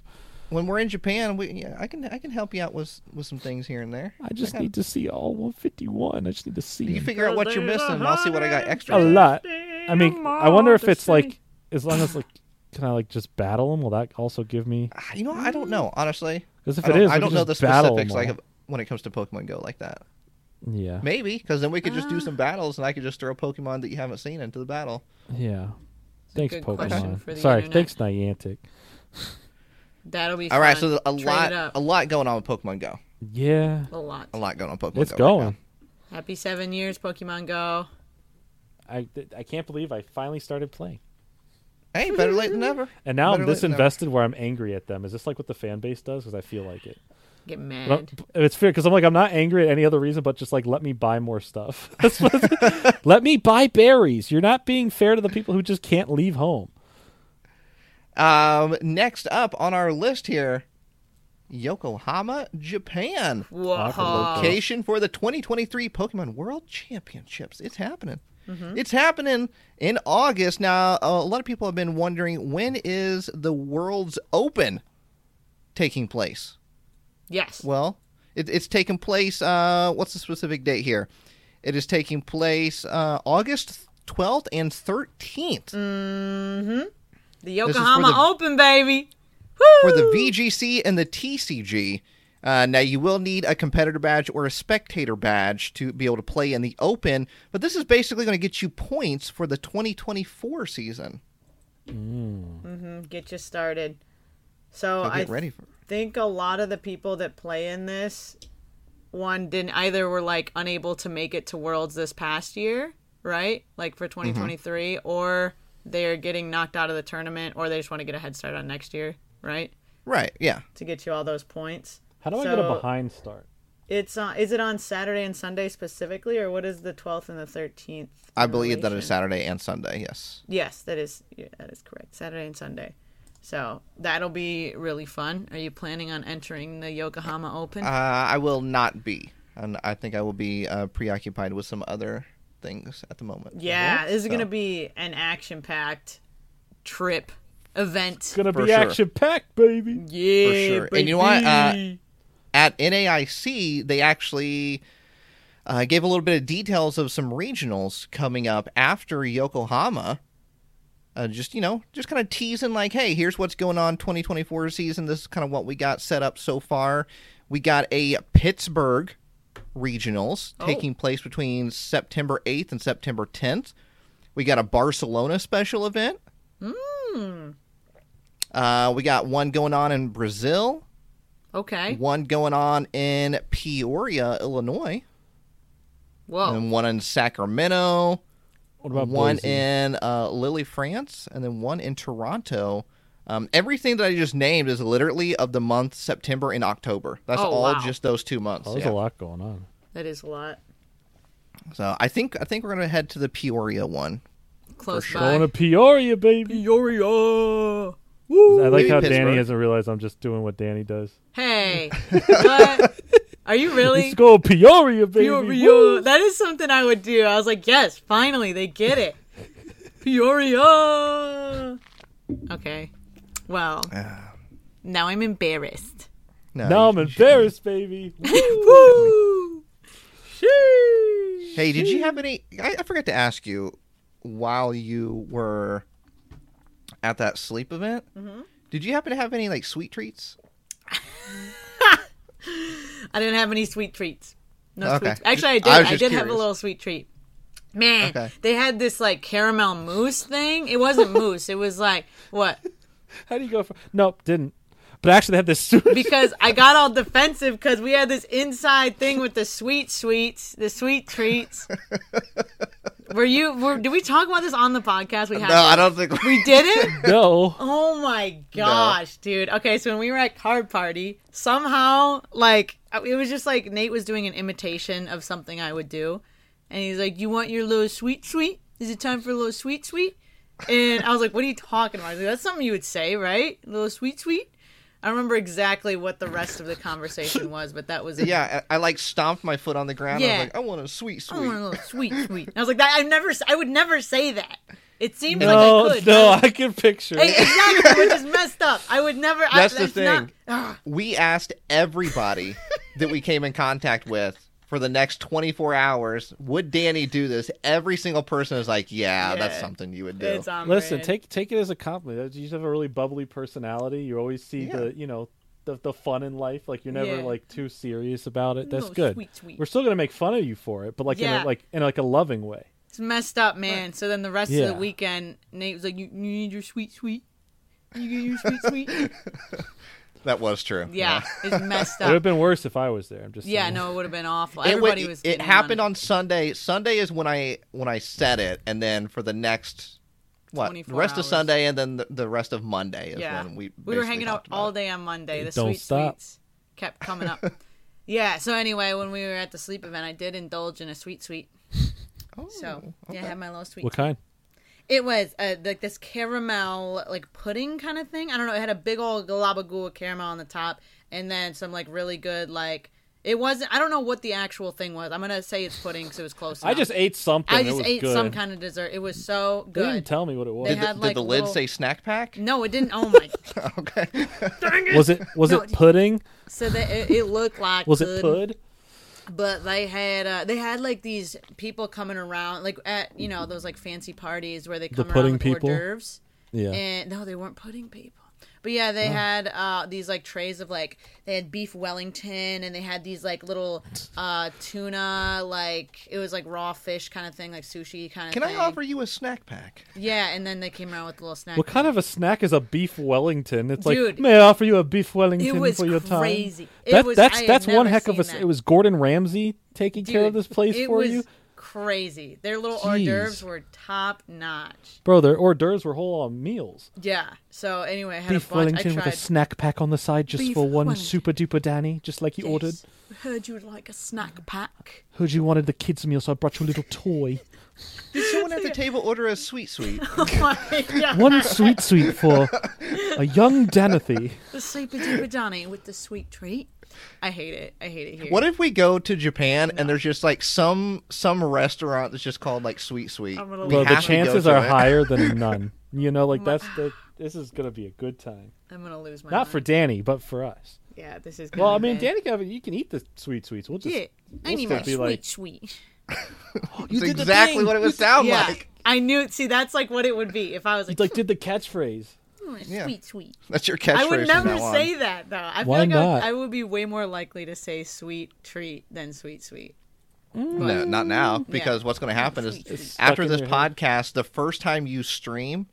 Speaker 1: When we're in Japan, we yeah, I can I can help you out with with some things here and there.
Speaker 4: I just
Speaker 1: got-
Speaker 4: need to see all 151. I just need to see
Speaker 3: Mm.
Speaker 1: You
Speaker 4: them.
Speaker 1: figure out what you're missing, and I'll see what I got extra. Ah,
Speaker 4: a lot. I mean, I wonder if it's like as long as like can I like just battle them? Will that also give me?
Speaker 1: Ah, You know, what? I don't know honestly.
Speaker 4: 'Cause if
Speaker 1: I
Speaker 4: it
Speaker 1: don't,
Speaker 4: is,
Speaker 1: I
Speaker 4: we
Speaker 1: don't
Speaker 4: could
Speaker 1: know the
Speaker 4: just battle
Speaker 1: specifics
Speaker 4: them all.
Speaker 1: like of- when it comes to Pokemon Go like that.
Speaker 4: Yeah,
Speaker 1: Maybe because then we could just
Speaker 3: Ah.
Speaker 1: do some battles, and I could just throw Pokemon that you haven't seen into the battle.
Speaker 4: yeah. Thanks,
Speaker 3: good question for
Speaker 4: Pokemon.
Speaker 3: the
Speaker 4: Sorry,
Speaker 3: internet.
Speaker 4: thanks, Niantic.
Speaker 3: That'll be
Speaker 1: All right,
Speaker 3: fun.
Speaker 1: so a
Speaker 3: Trade
Speaker 1: lot,
Speaker 3: it up.
Speaker 1: a lot going on with Pokemon Go.
Speaker 4: Yeah,
Speaker 3: a lot.
Speaker 1: A lot going on with Pokemon
Speaker 4: it's
Speaker 1: Go. right
Speaker 4: going.
Speaker 1: now.
Speaker 3: Happy seven years, Pokemon Go.
Speaker 4: I th- I can't believe I finally started playing.
Speaker 1: Hey, better late than never.
Speaker 4: And now
Speaker 1: Better
Speaker 4: I'm
Speaker 1: late
Speaker 4: this
Speaker 1: than never.
Speaker 4: invested where I'm angry at them. Is this like what the fan base does? Because I feel like it.
Speaker 3: Get
Speaker 4: But I'm-
Speaker 3: mad.
Speaker 4: it's fair because I'm like I'm not angry at any other reason, but just like let me buy more stuff. That's what- let me buy berries. You're not being fair to the people who just can't leave home.
Speaker 1: Um, next up on our list here, Yokohama, Japan.
Speaker 3: Whoa.
Speaker 4: Aqualoco.
Speaker 1: Location for the 2023 Pokemon World Championships. It's happening. It's happening in August. Now, a lot of people have been wondering when is the World's Open taking place?
Speaker 3: Yes.
Speaker 1: Well, it, it's taking place. Uh, what's the specific date here? It is taking place uh, August 12th and 13th
Speaker 3: the
Speaker 1: is for
Speaker 3: Yokohama
Speaker 1: the-
Speaker 3: Open, baby.
Speaker 1: for the VGC and the TCG. Uh, now you will need a competitor badge or a spectator badge to be able to play in the open, but this is basically going to get you points for the 2024 season.
Speaker 3: Get you started. So
Speaker 1: So get
Speaker 3: I
Speaker 1: ready for.
Speaker 3: think a lot of the people that play in this one didn't either were like unable to make it to worlds this past year right like
Speaker 1: Mm-hmm.
Speaker 3: for 2023 or they're getting knocked out of the tournament or they just want to get a head start on next year right
Speaker 1: Right? Yeah.
Speaker 3: to get you all those points
Speaker 4: How do I get a
Speaker 3: So,
Speaker 4: behind start?
Speaker 3: it's on is it on saturday and sunday specifically or what is the 12th and the 13th
Speaker 1: I believe that is
Speaker 3: relation?
Speaker 1: Saturday and Sunday. Yes.
Speaker 3: Yes, that is yeah, that is correct. Saturday and Sunday. So that'll be really fun. Are you planning on entering the Yokohama Open?
Speaker 1: Uh, I will not be. And I think I will be uh, preoccupied with some other things at the moment.
Speaker 3: yeah, this is
Speaker 1: So-
Speaker 3: going to be an action packed trip event.
Speaker 4: Gonna
Speaker 1: For
Speaker 4: be
Speaker 1: sure.
Speaker 4: action packed, baby.
Speaker 3: Yeah,
Speaker 1: sure. And you know what? Uh,
Speaker 3: baby.
Speaker 1: At NAIC, they actually uh, gave a little bit of details of some regionals coming up after Yokohama. Uh, just, you know, just kind of teasing, like, hey, here's what's going on 2024 season. This is kind of what we got set up so far. We got a Pittsburgh regionals
Speaker 3: Oh.
Speaker 1: taking place between September 8th and September 10th. We got a Barcelona special event. Uh, we got one going on in Brazil,
Speaker 3: okay.
Speaker 1: one going on in Peoria, Illinois,
Speaker 3: Whoa.
Speaker 1: and one in Sacramento,
Speaker 4: What about
Speaker 1: one
Speaker 4: Boise?
Speaker 1: in uh, Lille, France, and then one in Toronto. Um, everything that I just named is literally of the month September and October. That's
Speaker 3: Oh,
Speaker 1: all
Speaker 3: wow.
Speaker 1: just those two months.
Speaker 4: Oh, there's
Speaker 1: yeah.
Speaker 4: a lot going on.
Speaker 3: that is a lot.
Speaker 1: So I think I think we're gonna head to the Peoria one.
Speaker 3: Close
Speaker 1: sure.
Speaker 3: by.
Speaker 4: Going to Peoria, baby.
Speaker 3: Peoria.
Speaker 4: I like
Speaker 1: Maybe
Speaker 4: how
Speaker 1: Pittsburgh.
Speaker 4: Danny hasn't realized I'm just doing what Danny does.
Speaker 3: Hey, what? Are you really?
Speaker 4: Let's go Peoria, baby.
Speaker 3: Peoria.
Speaker 4: Woo!
Speaker 3: That is something I would do. I was like, yes, finally, they get it. Peoria. Okay. Well,
Speaker 1: Ah.
Speaker 3: now I'm embarrassed.
Speaker 1: No,
Speaker 4: Now
Speaker 1: you-
Speaker 4: I'm embarrassed, baby.
Speaker 3: Woo! Sheesh.
Speaker 1: Hey, did you have any? I, I forgot to ask you while you were at that sleep event.
Speaker 3: Mm-hmm.
Speaker 1: Did you happen to have any like sweet treats?
Speaker 3: I didn't have any sweet treats. No
Speaker 1: Okay.
Speaker 3: sweet. Actually, I did.
Speaker 1: I
Speaker 3: I,
Speaker 1: was
Speaker 3: did
Speaker 1: just
Speaker 3: have a
Speaker 1: curious.
Speaker 3: little sweet treat. Man,
Speaker 1: Okay.
Speaker 3: they had this like caramel mousse thing. It wasn't mousse. It was like what?
Speaker 4: How do you go for? Nope, didn't. But actually, they had this.
Speaker 3: because I got all defensive because we had this inside thing with the sweet sweets, the sweet treats. Were you? Were, did we talk about this on the podcast? We had.
Speaker 1: No, I don't think
Speaker 3: We didn't.
Speaker 4: no.
Speaker 3: Oh my gosh, dude. Okay, so when we were at card party, somehow like it was just like Nate was doing an imitation of something I would do, and he's like, "You want your little sweet sweet? Is it time for a little sweet sweet?" And I was like, "What are you talking about?" He's like, That's something you would say, right? Little sweet sweet. I don't remember exactly what the rest of the conversation was, but that was it.
Speaker 1: Yeah, I, I like stomped my foot on the ground. I
Speaker 3: Yeah.
Speaker 1: was like, I want a sweet,
Speaker 3: I want a
Speaker 1: sweet.
Speaker 3: little sweet sweet. And I was like, that, I never, I would never say that. It seems
Speaker 4: No,
Speaker 3: like I could. but I
Speaker 4: no,
Speaker 3: was-
Speaker 4: I can picture
Speaker 3: Hey,
Speaker 4: it.
Speaker 3: exactly, which is messed up. I would never.
Speaker 1: That's
Speaker 3: I,
Speaker 1: the thing.
Speaker 3: not-
Speaker 1: We asked everybody that we came in contact with for the next 24 hours, would Danny do this? Every single person is like, yeah, that's
Speaker 3: Yeah.
Speaker 1: something you would do.
Speaker 3: It's on
Speaker 4: Listen,
Speaker 3: brand.
Speaker 4: take take it as a compliment. You just have a really bubbly personality. You always see
Speaker 1: Yeah.
Speaker 4: the you know the the fun in life. Like you're never
Speaker 3: Yeah.
Speaker 4: like too serious about it. That's
Speaker 3: No,
Speaker 4: good.
Speaker 3: sweet, sweet.
Speaker 4: We're still gonna make fun of you for it, but like in
Speaker 3: Yeah.
Speaker 4: a, like in like a loving way.
Speaker 3: It's messed up, man. So then the rest of
Speaker 4: Yeah.
Speaker 3: the weekend, Nate was like, "You, you need your sweet sweet. You get your sweet sweet."
Speaker 1: That was true.
Speaker 3: Yeah, it's messed
Speaker 4: It would have
Speaker 3: up.
Speaker 4: been worse if I was there. I'm just
Speaker 3: Oh. Yeah,
Speaker 4: saying.
Speaker 3: no, it would have been awful.
Speaker 1: It,
Speaker 3: Everybody
Speaker 1: wa-
Speaker 3: was.
Speaker 1: it
Speaker 3: getting
Speaker 1: happened
Speaker 3: on.
Speaker 1: on Sunday. Sunday is when I when I said it, and then for the next what the
Speaker 3: 24
Speaker 1: rest of
Speaker 3: hours.
Speaker 1: Sunday, and then the, the rest of Monday is
Speaker 3: Yeah,
Speaker 1: when we
Speaker 3: were
Speaker 1: basically
Speaker 3: hanging out
Speaker 1: talked about
Speaker 3: all
Speaker 1: it.
Speaker 3: day on Monday. The
Speaker 4: Don't
Speaker 3: sweet
Speaker 4: stop.
Speaker 3: sweets kept coming up. yeah. So anyway, when we were at the sleep event, I did indulge in a sweet sweet.
Speaker 1: Oh,
Speaker 3: So yeah, I had my little sweet.
Speaker 4: What kind?
Speaker 3: It was uh, like this caramel, like pudding kind of thing. I don't know. It had a big old gabagool of caramel on the top, and then some like really good like. It wasn't. I don't know what the actual thing was. I'm gonna say it's pudding because it was close.
Speaker 4: I
Speaker 3: enough.
Speaker 4: just ate something.
Speaker 3: I
Speaker 4: it
Speaker 3: just
Speaker 4: was
Speaker 3: ate
Speaker 4: good.
Speaker 3: some kind of dessert. It was so
Speaker 4: They didn't
Speaker 3: good.
Speaker 4: tell me what it was.
Speaker 3: They
Speaker 1: Did, the-
Speaker 3: had,
Speaker 1: did
Speaker 3: like,
Speaker 1: the lid
Speaker 3: little-
Speaker 1: say snack pack?
Speaker 3: no, it didn't. Oh my!
Speaker 1: Okay.
Speaker 4: was it was
Speaker 3: No,
Speaker 4: it
Speaker 3: it-
Speaker 4: pudding?
Speaker 3: So that it, it looked like
Speaker 4: Was
Speaker 3: good.
Speaker 4: it pud?
Speaker 3: but they had uh, they had like these people coming around like at you know those like fancy parties where they come around
Speaker 4: pudding
Speaker 3: with
Speaker 4: people?
Speaker 3: hors d'oeuvres
Speaker 4: Yeah. Oh.
Speaker 3: and no they weren't pudding people but yeah they had uh, these like trays of like they had beef wellington and they had these like little uh, tuna like it was like raw fish kind of thing like sushi kind of
Speaker 1: Can
Speaker 3: thing
Speaker 1: I offer you a snack pack?
Speaker 3: yeah and then they came around with a little snack
Speaker 4: What kind of a snack is a beef Wellington? It's
Speaker 3: Dude.
Speaker 4: like, may I offer you a beef Wellington
Speaker 3: was
Speaker 4: for your time?
Speaker 3: crazy. It
Speaker 4: That-
Speaker 3: was- I
Speaker 4: that's
Speaker 3: had
Speaker 4: that's one
Speaker 3: never
Speaker 4: heck of a.
Speaker 3: seen
Speaker 4: s-
Speaker 3: that.
Speaker 4: It was Gordon Ramsay taking care of
Speaker 3: Dude,
Speaker 4: this place
Speaker 3: it
Speaker 4: for
Speaker 3: was
Speaker 4: you,
Speaker 3: crazy their little hors
Speaker 4: Jeez.
Speaker 3: d'oeuvres were top notch
Speaker 4: bro. Their hors d'oeuvres were whole on meals.
Speaker 3: yeah so anyway i had a
Speaker 4: Beef
Speaker 3: bunch
Speaker 4: Wellington
Speaker 3: i
Speaker 4: with
Speaker 3: tried
Speaker 4: a snack pack on the side just
Speaker 3: Beef
Speaker 4: for one
Speaker 3: Wellington.
Speaker 4: super duper Danny, just like you ordered.
Speaker 3: Yes. Heard you would like a snack pack.
Speaker 4: Heard you wanted the kids' meal, so I brought you a little toy.
Speaker 1: Did someone someone at the table order a sweet sweet?
Speaker 3: yeah.
Speaker 4: One sweet sweet for a young Danathy.
Speaker 3: The sleepy deeper Donny with the sweet treat. I hate it. I hate it here.
Speaker 1: What if we go to Japan and there's just like some some restaurant that's just called like Sweet Sweet?
Speaker 3: I'm gonna
Speaker 1: We
Speaker 4: Bro, the
Speaker 1: have to go
Speaker 4: chances
Speaker 1: to
Speaker 4: are
Speaker 1: it.
Speaker 4: higher than none. You know, like that's the. This is gonna be a good time.
Speaker 3: I'm gonna lose my
Speaker 4: Not
Speaker 1: Uh-huh.
Speaker 4: for
Speaker 3: mind.
Speaker 4: Danny, but for us.
Speaker 3: Yeah, this is.
Speaker 4: Well,
Speaker 3: gonna
Speaker 4: I
Speaker 3: be
Speaker 4: mean,
Speaker 3: bad.
Speaker 4: Danny, Gavin, you can eat the sweet sweets. We'll just.
Speaker 3: Yeah, I
Speaker 4: we'll
Speaker 3: need
Speaker 4: still
Speaker 3: my
Speaker 4: be
Speaker 3: sweet
Speaker 4: like,
Speaker 3: sweet.
Speaker 1: That's exactly what it would sound
Speaker 3: Yeah,
Speaker 1: like.
Speaker 3: I knew. See, that's like what it would be if I was like,
Speaker 4: like did the catchphrase.
Speaker 3: "Mm,
Speaker 1: Yeah.
Speaker 3: sweet sweet.
Speaker 1: That's your catchphrase.
Speaker 3: I would
Speaker 1: from
Speaker 3: never
Speaker 1: now on.
Speaker 3: say that though. I feel
Speaker 4: Why
Speaker 3: like I,
Speaker 4: not?
Speaker 3: would, I would be way more likely to say sweet treat than sweet sweet.
Speaker 1: No, not now. Because what's going to happen is
Speaker 3: It's
Speaker 4: stuck
Speaker 1: after
Speaker 4: in
Speaker 1: this
Speaker 4: your head.
Speaker 1: podcast, the first time you stream,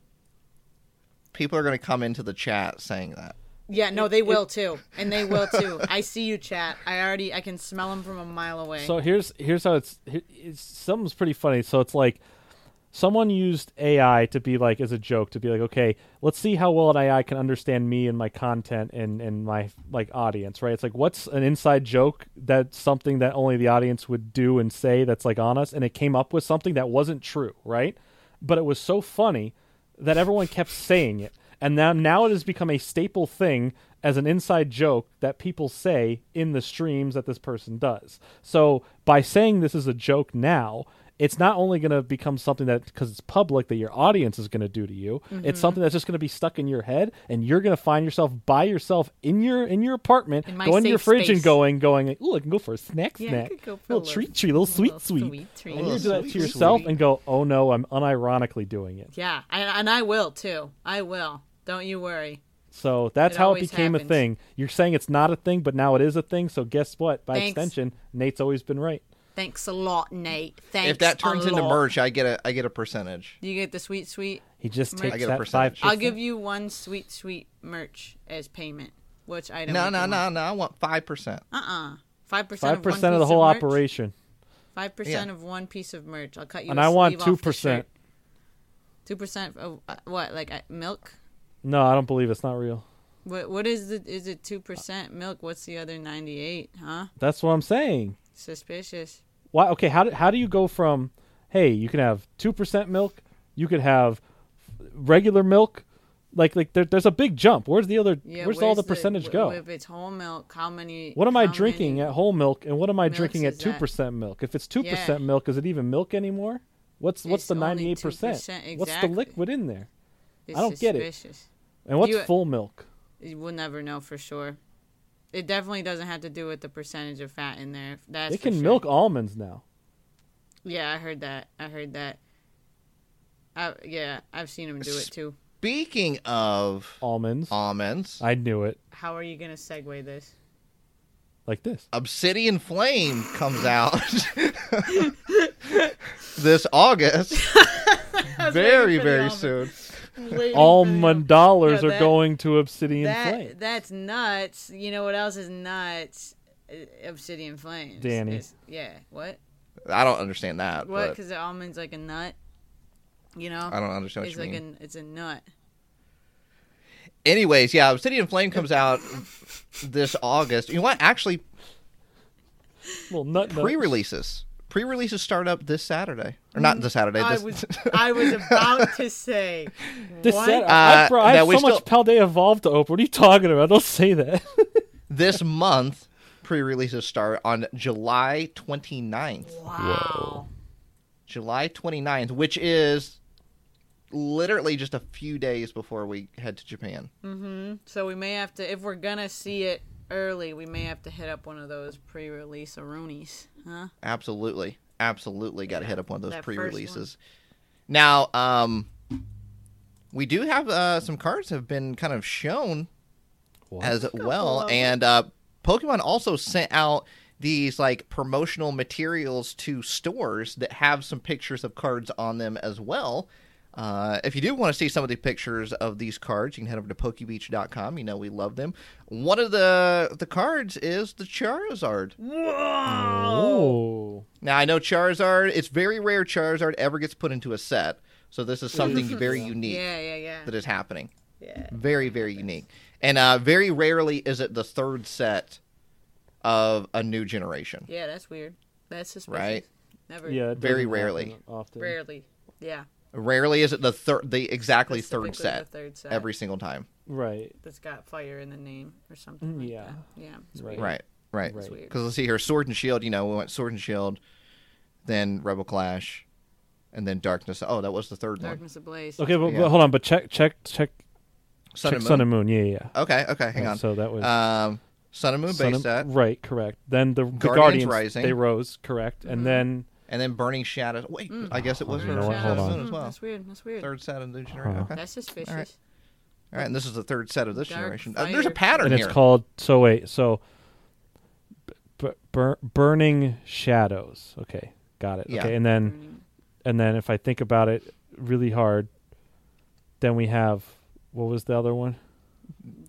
Speaker 1: people are going to come into the chat saying that.
Speaker 3: Yeah, no, they will too, and they will too. I see you, chat. I already, I can smell them from a mile away.
Speaker 4: So here's here's how it's, here- it's something's pretty funny. So it's like someone used AI to be like as a joke to be like, okay, let's see how well an AI can understand me and my content and and my like audience, right? It's like what's an inside joke that's something that only the audience would do and say that's like on us, and it came up with something that wasn't true, right? But it was so funny that everyone kept saying it. And now, now it has become a staple thing as an inside joke that people say in the streams that this person does. So by saying this is a joke now, it's not only going to become something that, because it's public, that your audience is going to do to you.
Speaker 3: Mm-hmm.
Speaker 4: It's something that's just going to be stuck in your head, and you're going to find yourself by yourself in your in your apartment,
Speaker 3: In my
Speaker 4: going to your
Speaker 3: safe
Speaker 4: fridge and
Speaker 3: space.
Speaker 4: going, going, ooh, I can go for a snack,
Speaker 3: Yeah, I
Speaker 4: snack,
Speaker 3: could go for a
Speaker 4: little
Speaker 3: little-
Speaker 4: treat, treat, little sweet,
Speaker 3: little
Speaker 4: sweet.
Speaker 3: sweet treat.
Speaker 4: And you do
Speaker 1: Little
Speaker 4: that to
Speaker 1: sweet,
Speaker 4: yourself
Speaker 1: sweet.
Speaker 4: and go, oh no, I'm unironically doing it.
Speaker 3: yeah, and, and I will too. I will. Don't you worry.
Speaker 4: So that's
Speaker 3: It
Speaker 4: how it
Speaker 3: always
Speaker 4: became a
Speaker 3: happens.
Speaker 4: thing. You're saying it's not a thing, but now it is a thing. So guess what? By
Speaker 3: Thanks.
Speaker 4: extension, Nate's always been right.
Speaker 3: Thanks a lot, Nate. Thanks.
Speaker 1: if that turns
Speaker 3: a
Speaker 1: into
Speaker 3: lot.
Speaker 1: merch, I get a I get a percentage.
Speaker 3: you get the sweet sweet.
Speaker 4: He just
Speaker 3: Merch.
Speaker 4: takes
Speaker 1: I get a
Speaker 4: that five.
Speaker 1: percentage.
Speaker 3: I'll give you one sweet sweet merch as payment, which I don't.
Speaker 1: No, no, no, no. I want five percent.
Speaker 3: Five percent.
Speaker 4: five percent of the whole operation.
Speaker 3: Five percent
Speaker 1: Yeah.
Speaker 3: of one piece of merch. I'll cut you.
Speaker 4: And I want two percent.
Speaker 3: Two percent of uh, what? Like uh, milk?
Speaker 4: No, I don't believe it's not real.
Speaker 3: What? What is the? Is it two percent milk? What's the other ninety eight? Huh?
Speaker 4: That's what I'm saying.
Speaker 3: Suspicious.
Speaker 4: Why? Okay, how do, how do you go from, hey, you can have two percent milk, you could have regular milk, like like there, there's a big jump. Where's the other?
Speaker 3: Yeah.
Speaker 4: where's, all
Speaker 3: where's
Speaker 4: the percentage
Speaker 3: wh-
Speaker 4: go?
Speaker 3: If it's whole milk, how many?
Speaker 4: What am I
Speaker 3: how
Speaker 4: drinking
Speaker 3: many-
Speaker 4: at whole milk, and what am I drinking
Speaker 3: milks
Speaker 4: at
Speaker 3: is
Speaker 4: two
Speaker 3: that?
Speaker 4: percent milk? If it's two
Speaker 3: Yeah.
Speaker 4: percent milk, is it even milk anymore? What's what's
Speaker 3: It's
Speaker 4: the
Speaker 3: only
Speaker 4: ninety eight percent?
Speaker 3: 2%,
Speaker 4: What's the
Speaker 3: exactly.
Speaker 4: liquid in there?
Speaker 3: It's
Speaker 4: don't get it.
Speaker 3: suspicious.
Speaker 4: And what's
Speaker 3: You-
Speaker 4: full milk?
Speaker 3: We'll never know for sure. It definitely doesn't have to do with the percentage of fat in there. That's
Speaker 4: They
Speaker 3: for
Speaker 4: can
Speaker 3: sure.
Speaker 4: milk almonds now.
Speaker 3: Yeah, I heard that. I heard that. I, yeah, I've seen him do it too.
Speaker 1: Speaking of
Speaker 4: Almonds.
Speaker 1: almonds,
Speaker 4: I knew it.
Speaker 3: How are you gonna segue this?
Speaker 4: Like this.
Speaker 1: Obsidian Flame comes out this August. very,
Speaker 3: waiting for the
Speaker 1: very
Speaker 3: almond.
Speaker 1: soon.
Speaker 4: Almond dollars
Speaker 3: Yeah,
Speaker 4: are
Speaker 3: that-
Speaker 4: going to Obsidian Flame.
Speaker 3: That that's nuts. You know what else is nuts? Uh, Obsidian flames.
Speaker 4: Danny.
Speaker 3: It's- yeah. What?
Speaker 1: I don't understand that.
Speaker 3: What?
Speaker 1: but
Speaker 3: Because the almond's like a nut. You know.
Speaker 1: I don't understand what
Speaker 3: It's
Speaker 1: you
Speaker 3: like
Speaker 1: mean.
Speaker 3: a it's a nut.
Speaker 1: Anyways, yeah, Obsidian Flame comes out this August. You know what? Actually,
Speaker 4: Little nut nut.
Speaker 1: pre-releases. Pre-releases start up this Saturday, or not this Saturday.
Speaker 3: Mm-hmm. I
Speaker 1: This,
Speaker 3: was I was about to say.
Speaker 4: This
Speaker 3: what?
Speaker 4: set- I,
Speaker 1: Uh,
Speaker 4: bro, I have
Speaker 1: no, we
Speaker 4: so much
Speaker 1: still-
Speaker 4: Paldea Evolve to open. What are you talking about? Don't say that.
Speaker 1: this month, pre-releases start on July 29th.
Speaker 3: wow.
Speaker 1: July 29th, which is literally just a few days before we head to Japan.
Speaker 3: So we may have to, if we're gonna see it early, we may have to hit up one of those pre-release Aroonies, huh?
Speaker 1: Absolutely. Absolutely got to hit up one of those
Speaker 3: that first
Speaker 1: pre-releases. Now, um we do have uh some cards have been kind of shown
Speaker 4: What?
Speaker 1: as well and uh Pokemon also sent out these like promotional materials to stores that have some pictures of cards on them as well. Uh, if you do want to see some of the pictures of these cards, you can head over to pokebeach.com. You know we love them. One of the the cards is the Charizard.
Speaker 4: oh.
Speaker 1: Now I know Charizard. It's very rare Charizard ever gets put into a set, so this is something very unique
Speaker 3: Mm-hmm. Yeah, yeah, yeah.
Speaker 1: that is happening.
Speaker 3: Yeah.
Speaker 1: Very, very unique, and uh, very rarely is it the third set of a new generation.
Speaker 3: yeah, that's weird. That's suspicious.
Speaker 1: Right?
Speaker 3: Never.
Speaker 4: Yeah. it
Speaker 1: Very
Speaker 4: doesn't happen
Speaker 1: rarely.
Speaker 4: Often.
Speaker 3: Rarely. Yeah.
Speaker 1: Rarely is it the third, the exactly third
Speaker 3: Specifically the
Speaker 1: set
Speaker 3: third set.
Speaker 1: every single time.
Speaker 4: Right.
Speaker 3: that's got fire in the name or something. Like
Speaker 4: Mm, yeah.
Speaker 3: That. Yeah. It's
Speaker 4: Right.
Speaker 3: weird.
Speaker 1: Right, right.
Speaker 4: Right.
Speaker 3: weird.
Speaker 1: Because let's see here, Sword and Shield. You know, we went Sword and Shield, then Rebel Clash, and then Darkness. Oh, that was the third one.
Speaker 3: Darkness ablaze.
Speaker 4: Okay, but,
Speaker 1: Yeah.
Speaker 4: but hold on. But check, check, check,
Speaker 1: Sun
Speaker 4: check.
Speaker 1: and Moon.
Speaker 4: Sun and Moon. Yeah, yeah. yeah.
Speaker 1: Okay, okay, hang
Speaker 4: Right,
Speaker 1: on.
Speaker 4: so that was-
Speaker 1: um, Sun and Moon
Speaker 4: Sun
Speaker 1: base
Speaker 4: and-
Speaker 1: set,
Speaker 4: Right. Correct. Then the Guardians, the
Speaker 1: Guardians
Speaker 4: Guardians
Speaker 1: Rising. Mm-hmm.
Speaker 4: They rose. Correct. And then
Speaker 1: and then Burning Shadows. Wait, I guess it was
Speaker 4: You know
Speaker 1: Burning
Speaker 4: what, hold
Speaker 1: Shadows
Speaker 4: on.
Speaker 1: Moon as
Speaker 3: Mm,
Speaker 1: well.
Speaker 3: That's weird. That's weird.
Speaker 1: Third set of the generation. Okay.
Speaker 3: That's suspicious.
Speaker 1: All right, and this is the third set of this
Speaker 3: Dark
Speaker 1: generation. Uh, there's a
Speaker 3: Fire.
Speaker 1: pattern
Speaker 4: and
Speaker 1: here.
Speaker 4: it's called. So wait. So. b- B- bur- burning shadows. Okay, got it.
Speaker 1: Yeah.
Speaker 4: Okay, and then, and then if I think about it really hard, then we have what was the other one?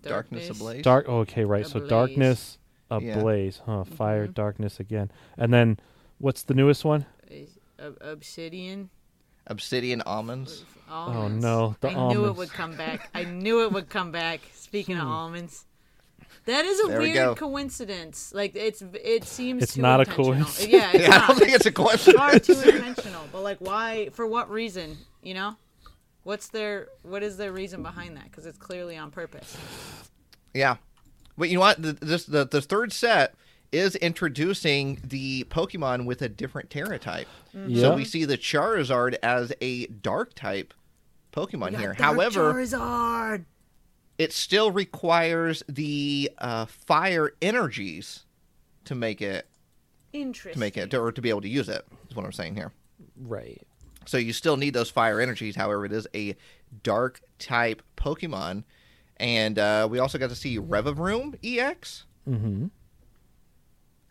Speaker 1: Darkness Ablaze.
Speaker 4: Dark. oh, Okay, right. So
Speaker 3: Ablaze.
Speaker 4: darkness
Speaker 1: Yeah.
Speaker 4: ablaze, huh? Fire, darkness again, and then what's the newest one?
Speaker 3: Is- ob- Obsidian.
Speaker 1: Obsidian almonds.
Speaker 3: Almonds.
Speaker 4: Oh, no, the
Speaker 3: Oh, I knew it
Speaker 4: almonds. Hmm.
Speaker 3: would come back. I knew it would come back. Speaking of almonds. That is a
Speaker 1: There we go.
Speaker 3: weird coincidence. Like it's it seems
Speaker 4: It's
Speaker 3: too
Speaker 4: not a
Speaker 3: intentional.
Speaker 4: coincidence.
Speaker 3: Yeah, it's
Speaker 1: Yeah, I
Speaker 3: not.
Speaker 1: don't think it's a
Speaker 3: far
Speaker 1: coincidence.
Speaker 3: too intentional. But like, why? For what reason? You know, what's their what is their reason behind that? Because it's clearly on purpose.
Speaker 1: Yeah, but you know what? The, this the, the third set is introducing the Pokemon with a different Terra type. So
Speaker 3: Mm-hmm.
Speaker 4: Yeah.
Speaker 1: we see the Charizard as a Dark type Pokemon here.
Speaker 3: Dark
Speaker 1: However,
Speaker 3: Charizard.
Speaker 1: it still requires the uh, fire energies to make it
Speaker 3: Interesting.
Speaker 1: to make it or to be able to use it. Is what I'm saying here.
Speaker 4: Right.
Speaker 1: So you still need those fire energies. However, it is a dark type Pokemon, and uh, we also got to see Revavroom EX. Mm-hmm.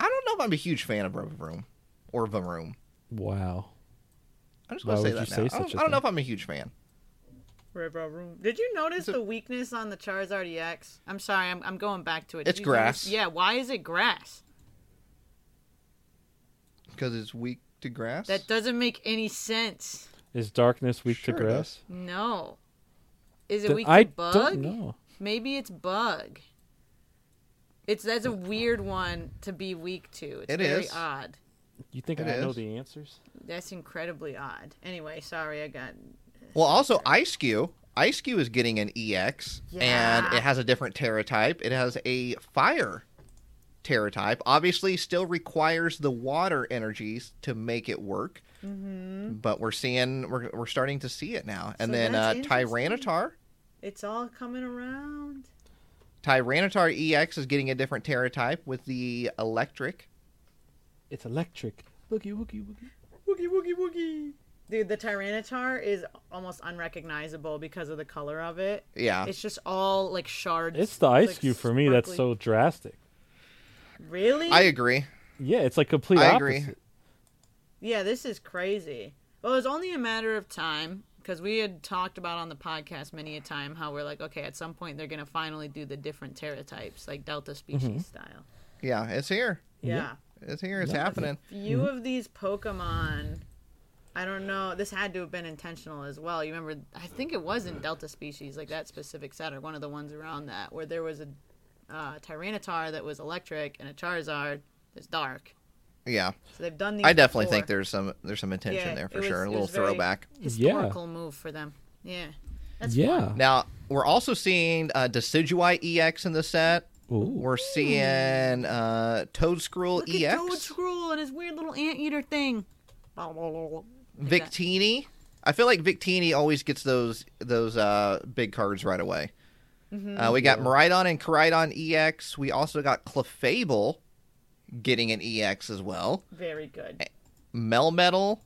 Speaker 1: I don't know if I'm a huge fan of Revavroom or Varoom.
Speaker 4: Wow.
Speaker 1: I'm just gonna
Speaker 4: Why
Speaker 1: say
Speaker 4: would
Speaker 1: that
Speaker 4: you
Speaker 1: now.
Speaker 4: say
Speaker 1: I don't,
Speaker 4: such a
Speaker 1: I don't know if
Speaker 4: thing?
Speaker 1: I'm a huge fan.
Speaker 3: Did you notice the weakness on the Charizard EX? I'm sorry, I'm, I'm going back to it. Did
Speaker 1: It's
Speaker 3: you
Speaker 1: grass.
Speaker 3: notice- Yeah, why is it grass?
Speaker 1: Because it's weak to grass.
Speaker 3: That doesn't make any sense.
Speaker 4: Is darkness weak
Speaker 1: Sure it
Speaker 4: to grass?
Speaker 3: No. Is it
Speaker 4: Then
Speaker 3: weak to
Speaker 4: I
Speaker 3: bug?
Speaker 4: don't know.
Speaker 3: Maybe it's bug. It's that's a weird one to be weak to. It's
Speaker 1: It
Speaker 3: very
Speaker 1: is.
Speaker 3: odd.
Speaker 4: You think
Speaker 1: It
Speaker 4: I know
Speaker 1: is.
Speaker 4: the answers?
Speaker 3: That's incredibly odd. Anyway, sorry, I got.
Speaker 1: well, also Ice Cube. Ice Cube is getting an EX, and
Speaker 3: Yeah.
Speaker 1: it has a different Terra type. It has a fire E Terra type. Obviously, still requires the water energies to make it work. But we're seeing we're, we're starting to see it now. And
Speaker 3: Mm-hmm. So
Speaker 1: then uh,
Speaker 3: that's interesting.
Speaker 1: Tyranitar.
Speaker 3: It's all coming around.
Speaker 1: Tyranitar EX is getting a different Terra type with the electric.
Speaker 4: It's electric. Woogie woogie woogie.
Speaker 3: Woogie woogie woogie. Dude, the Tyranitar is almost unrecognizable because of the color of it.
Speaker 1: Yeah.
Speaker 3: It's just all like shards.
Speaker 4: It's the ice
Speaker 3: like,
Speaker 4: cube for me. That's
Speaker 3: sparkly.
Speaker 4: so drastic.
Speaker 3: Really?
Speaker 1: I agree.
Speaker 4: Yeah, it's like complete
Speaker 1: I agree.
Speaker 4: opposite.
Speaker 3: Yeah, this is crazy. Well, it's only a matter of time because we had talked about on the podcast many a time how we're like, okay, at some point they're gonna finally do the different Terra types, like Delta species style.
Speaker 1: Mm-hmm. Yeah, Mm-hmm. it's here.
Speaker 3: Yeah.
Speaker 1: It's here. It's happening.
Speaker 3: Few of these Pokemon. I don't know. This had to have been intentional as well. You remember? I think it was in Delta species, like that specific set or one of the ones around that, where there was a uh, Tyranitar that was electric and a Charizard that's dark.
Speaker 1: Yeah,
Speaker 3: So they've done these.
Speaker 1: I definitely
Speaker 3: before.
Speaker 1: think there's some there's some intention
Speaker 3: Yeah,
Speaker 1: there for
Speaker 3: it was-
Speaker 1: sure.
Speaker 3: it
Speaker 1: A little
Speaker 3: was very-
Speaker 1: throwback.
Speaker 3: historical move for them. Yeah. That's
Speaker 4: yeah.
Speaker 3: fun.
Speaker 1: Now we're also seeing uh, Decidueye EX in the set.
Speaker 4: Ooh.
Speaker 1: We're seeing uh, Toadscruel
Speaker 3: Look at
Speaker 1: EX,
Speaker 3: Toad Scroll and his weird little anteater thing.
Speaker 1: Victini. I feel like Victini always gets those those uh, big cards right away.
Speaker 3: Mm-hmm.
Speaker 1: Uh, we got Maridon and Caridon EX. We also got Clefable getting an EX as well.
Speaker 3: Very good.
Speaker 1: Eh. Melmetal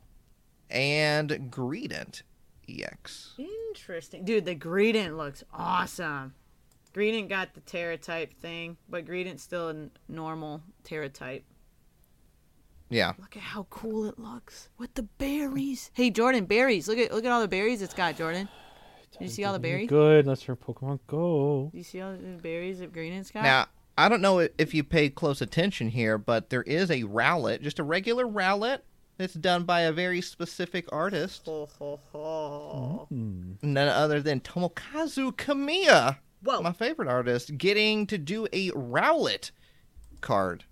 Speaker 1: and Greedent E EX.
Speaker 3: Interesting. Dude, the Greedent looks awesome. Greedent got the Terra type thing, but Greedent's still a n- normal Terra type.
Speaker 1: Yeah.
Speaker 3: Look at how cool it looks with the berries. Hey Jordan, berries. Look at look at all the berries it's got, Jordan. Did you see all the berries? Do
Speaker 4: Good. Let's hear Pokemon Go.
Speaker 3: you see all the berries that Greedent's got?
Speaker 1: Now, I don't know if you paid close attention here, but there is a rowlet, just a regular rowlet. It's done by a very specific artist,
Speaker 3: Ho, ho, ho.
Speaker 1: Mm-hmm. none other than Tomokazu Kamiya,
Speaker 3: Whoa.
Speaker 1: my favorite artist, getting to do a rowlet card.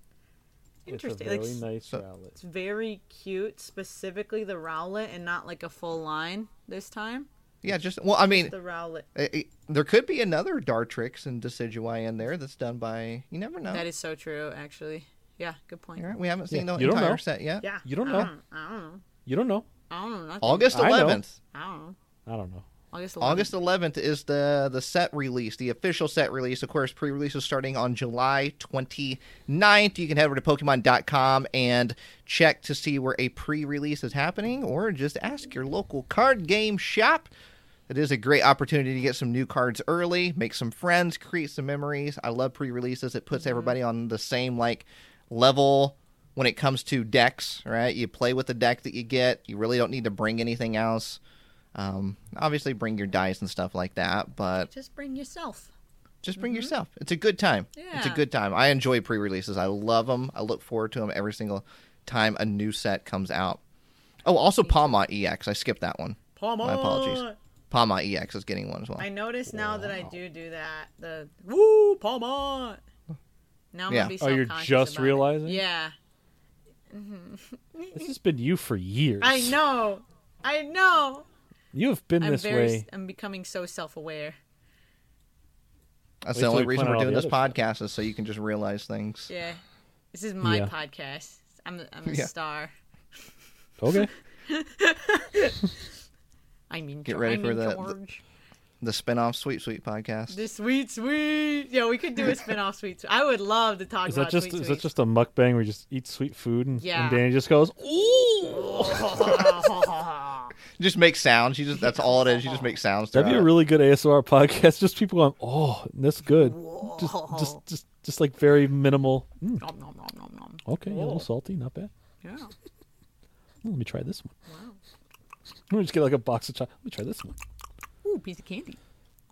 Speaker 3: Interesting.
Speaker 4: It's a
Speaker 3: Like,
Speaker 4: very
Speaker 3: s-
Speaker 4: nice
Speaker 1: so-
Speaker 4: rowlet.
Speaker 3: It's very cute, specifically the rowlet and not like a full line this time.
Speaker 1: Yeah, just well, I mean,
Speaker 3: The rowlet.
Speaker 1: eh, eh, there could be another Dartrix and Decidueye in there that's done by. You never know.
Speaker 3: That is so true, actually. Yeah, good point.
Speaker 1: You're right, We haven't seen
Speaker 4: Yeah,
Speaker 1: the
Speaker 4: you don't
Speaker 1: entire
Speaker 4: know.
Speaker 1: set yet.
Speaker 3: Yeah.
Speaker 4: You don't know.
Speaker 3: I don't, I don't know.
Speaker 4: You don't know.
Speaker 3: I don't know. nothing.
Speaker 1: August
Speaker 4: I know.
Speaker 1: 11th.
Speaker 3: I don't know.
Speaker 4: I don't know.
Speaker 3: August 11th.
Speaker 1: August 11th is the the set release, the official set release. Of course, pre-release is starting on July 29th. You can head over to pokemon.com and check to see where a pre-release is happening or just ask your local card game shop. It is a great opportunity to get some new cards early, make some friends, create some memories. I love pre-releases. It puts everybody on the same like level when it comes to decks, right? You play with the deck that you get. You really don't need to bring anything else. Um, obviously, bring your dice and stuff like that, but
Speaker 3: Just bring yourself.
Speaker 1: just bring yourself. It's a good time. It's a
Speaker 3: Mm-hmm. Yeah.
Speaker 1: good time. I enjoy pre releases. I love them. I look forward to them every single time a new set comes out. Oh, also Palma EX. I skipped that one. My apologies. Palma EX is getting one as well.
Speaker 3: I notice now that I do do that. The woo, Palmont. Now I'm
Speaker 1: Yeah.
Speaker 3: gonna be
Speaker 4: Oh, you're
Speaker 3: self-conscious
Speaker 4: just
Speaker 3: about it.
Speaker 4: realizing?
Speaker 3: Yeah,
Speaker 4: This has been you for years.
Speaker 3: I know. I know.
Speaker 4: You have been
Speaker 3: I'm
Speaker 4: this
Speaker 3: very.
Speaker 4: way.
Speaker 3: I'm becoming so self-aware.
Speaker 1: That's
Speaker 4: Wait
Speaker 1: the
Speaker 4: till
Speaker 1: only
Speaker 4: we
Speaker 1: reason
Speaker 4: plan
Speaker 1: we're
Speaker 4: out
Speaker 1: doing
Speaker 4: all
Speaker 1: this
Speaker 4: the
Speaker 1: podcast is so you can just realize things.
Speaker 3: Yeah, this is my
Speaker 4: Yeah.
Speaker 3: podcast. I'm. I'm a
Speaker 1: Yeah.
Speaker 3: star.
Speaker 4: Okay.
Speaker 3: I mean,
Speaker 1: Get
Speaker 3: Ge-
Speaker 1: ready
Speaker 3: I
Speaker 1: for
Speaker 3: mean
Speaker 1: the- the-
Speaker 3: George.
Speaker 1: The spin off Sweet Sweet podcast.
Speaker 3: The sweet, sweet. Yeah, we could do a spin-off sweet. Sweet. I would love to talk
Speaker 4: Is
Speaker 3: about
Speaker 4: that just
Speaker 3: sweet.
Speaker 4: is that just a mukbang where you just eat sweet food and,
Speaker 3: Yeah.
Speaker 4: and Danny just goes,
Speaker 1: Just make sounds. You just That's all it is. You just make sounds.
Speaker 4: That'd be a
Speaker 1: throughout.
Speaker 4: really good ASMR podcast. Just people going, "Oh, that's good." Just, just, just, just like very minimal. Mm,
Speaker 3: nom, nom, nom, nom, nom.
Speaker 4: okay, yeah, a little salty, not bad.
Speaker 3: Yeah.
Speaker 4: Mm, Let me try this one. Let me just get like a box of chocolate. Let me try this one.
Speaker 3: Ooh, piece of candy.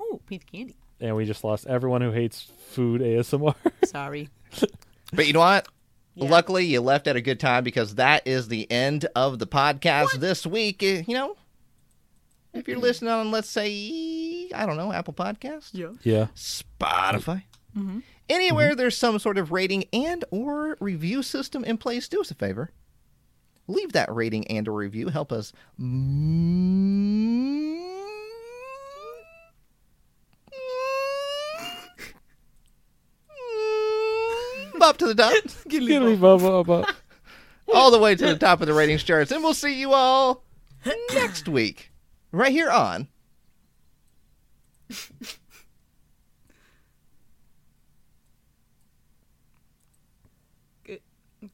Speaker 3: Ooh, piece of candy.
Speaker 4: And we just lost everyone who hates food ASMR.
Speaker 3: Sorry.
Speaker 1: But you know what?
Speaker 3: Yeah.
Speaker 1: Luckily, you left at a good time because that is the end of the podcast this week. Eh, You know, if you're listening on, let's say, I don't know, Apple Podcast,
Speaker 3: Yeah.
Speaker 4: yeah,
Speaker 1: Spotify, anywhere there's some sort of rating and or review system in place, do us a favor. Leave that rating and or review. Help us up to the top.
Speaker 4: Giddily bubba bubba.
Speaker 1: all the way to the top of the ratings charts. And we'll see you all next week, right here on.
Speaker 3: Gu-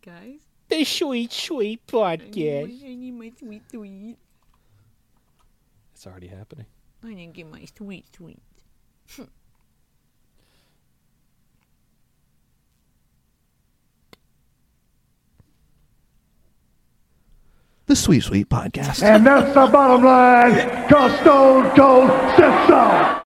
Speaker 3: Guys,
Speaker 4: The sweet sweet
Speaker 3: I need,
Speaker 4: podcast.
Speaker 3: my, I need my sweet sweet.
Speaker 4: It's already happening.
Speaker 3: I need to get my sweet sweet.
Speaker 1: The Sweet Sweet Podcast.
Speaker 5: And that's the bottom line. Costo Gold says so.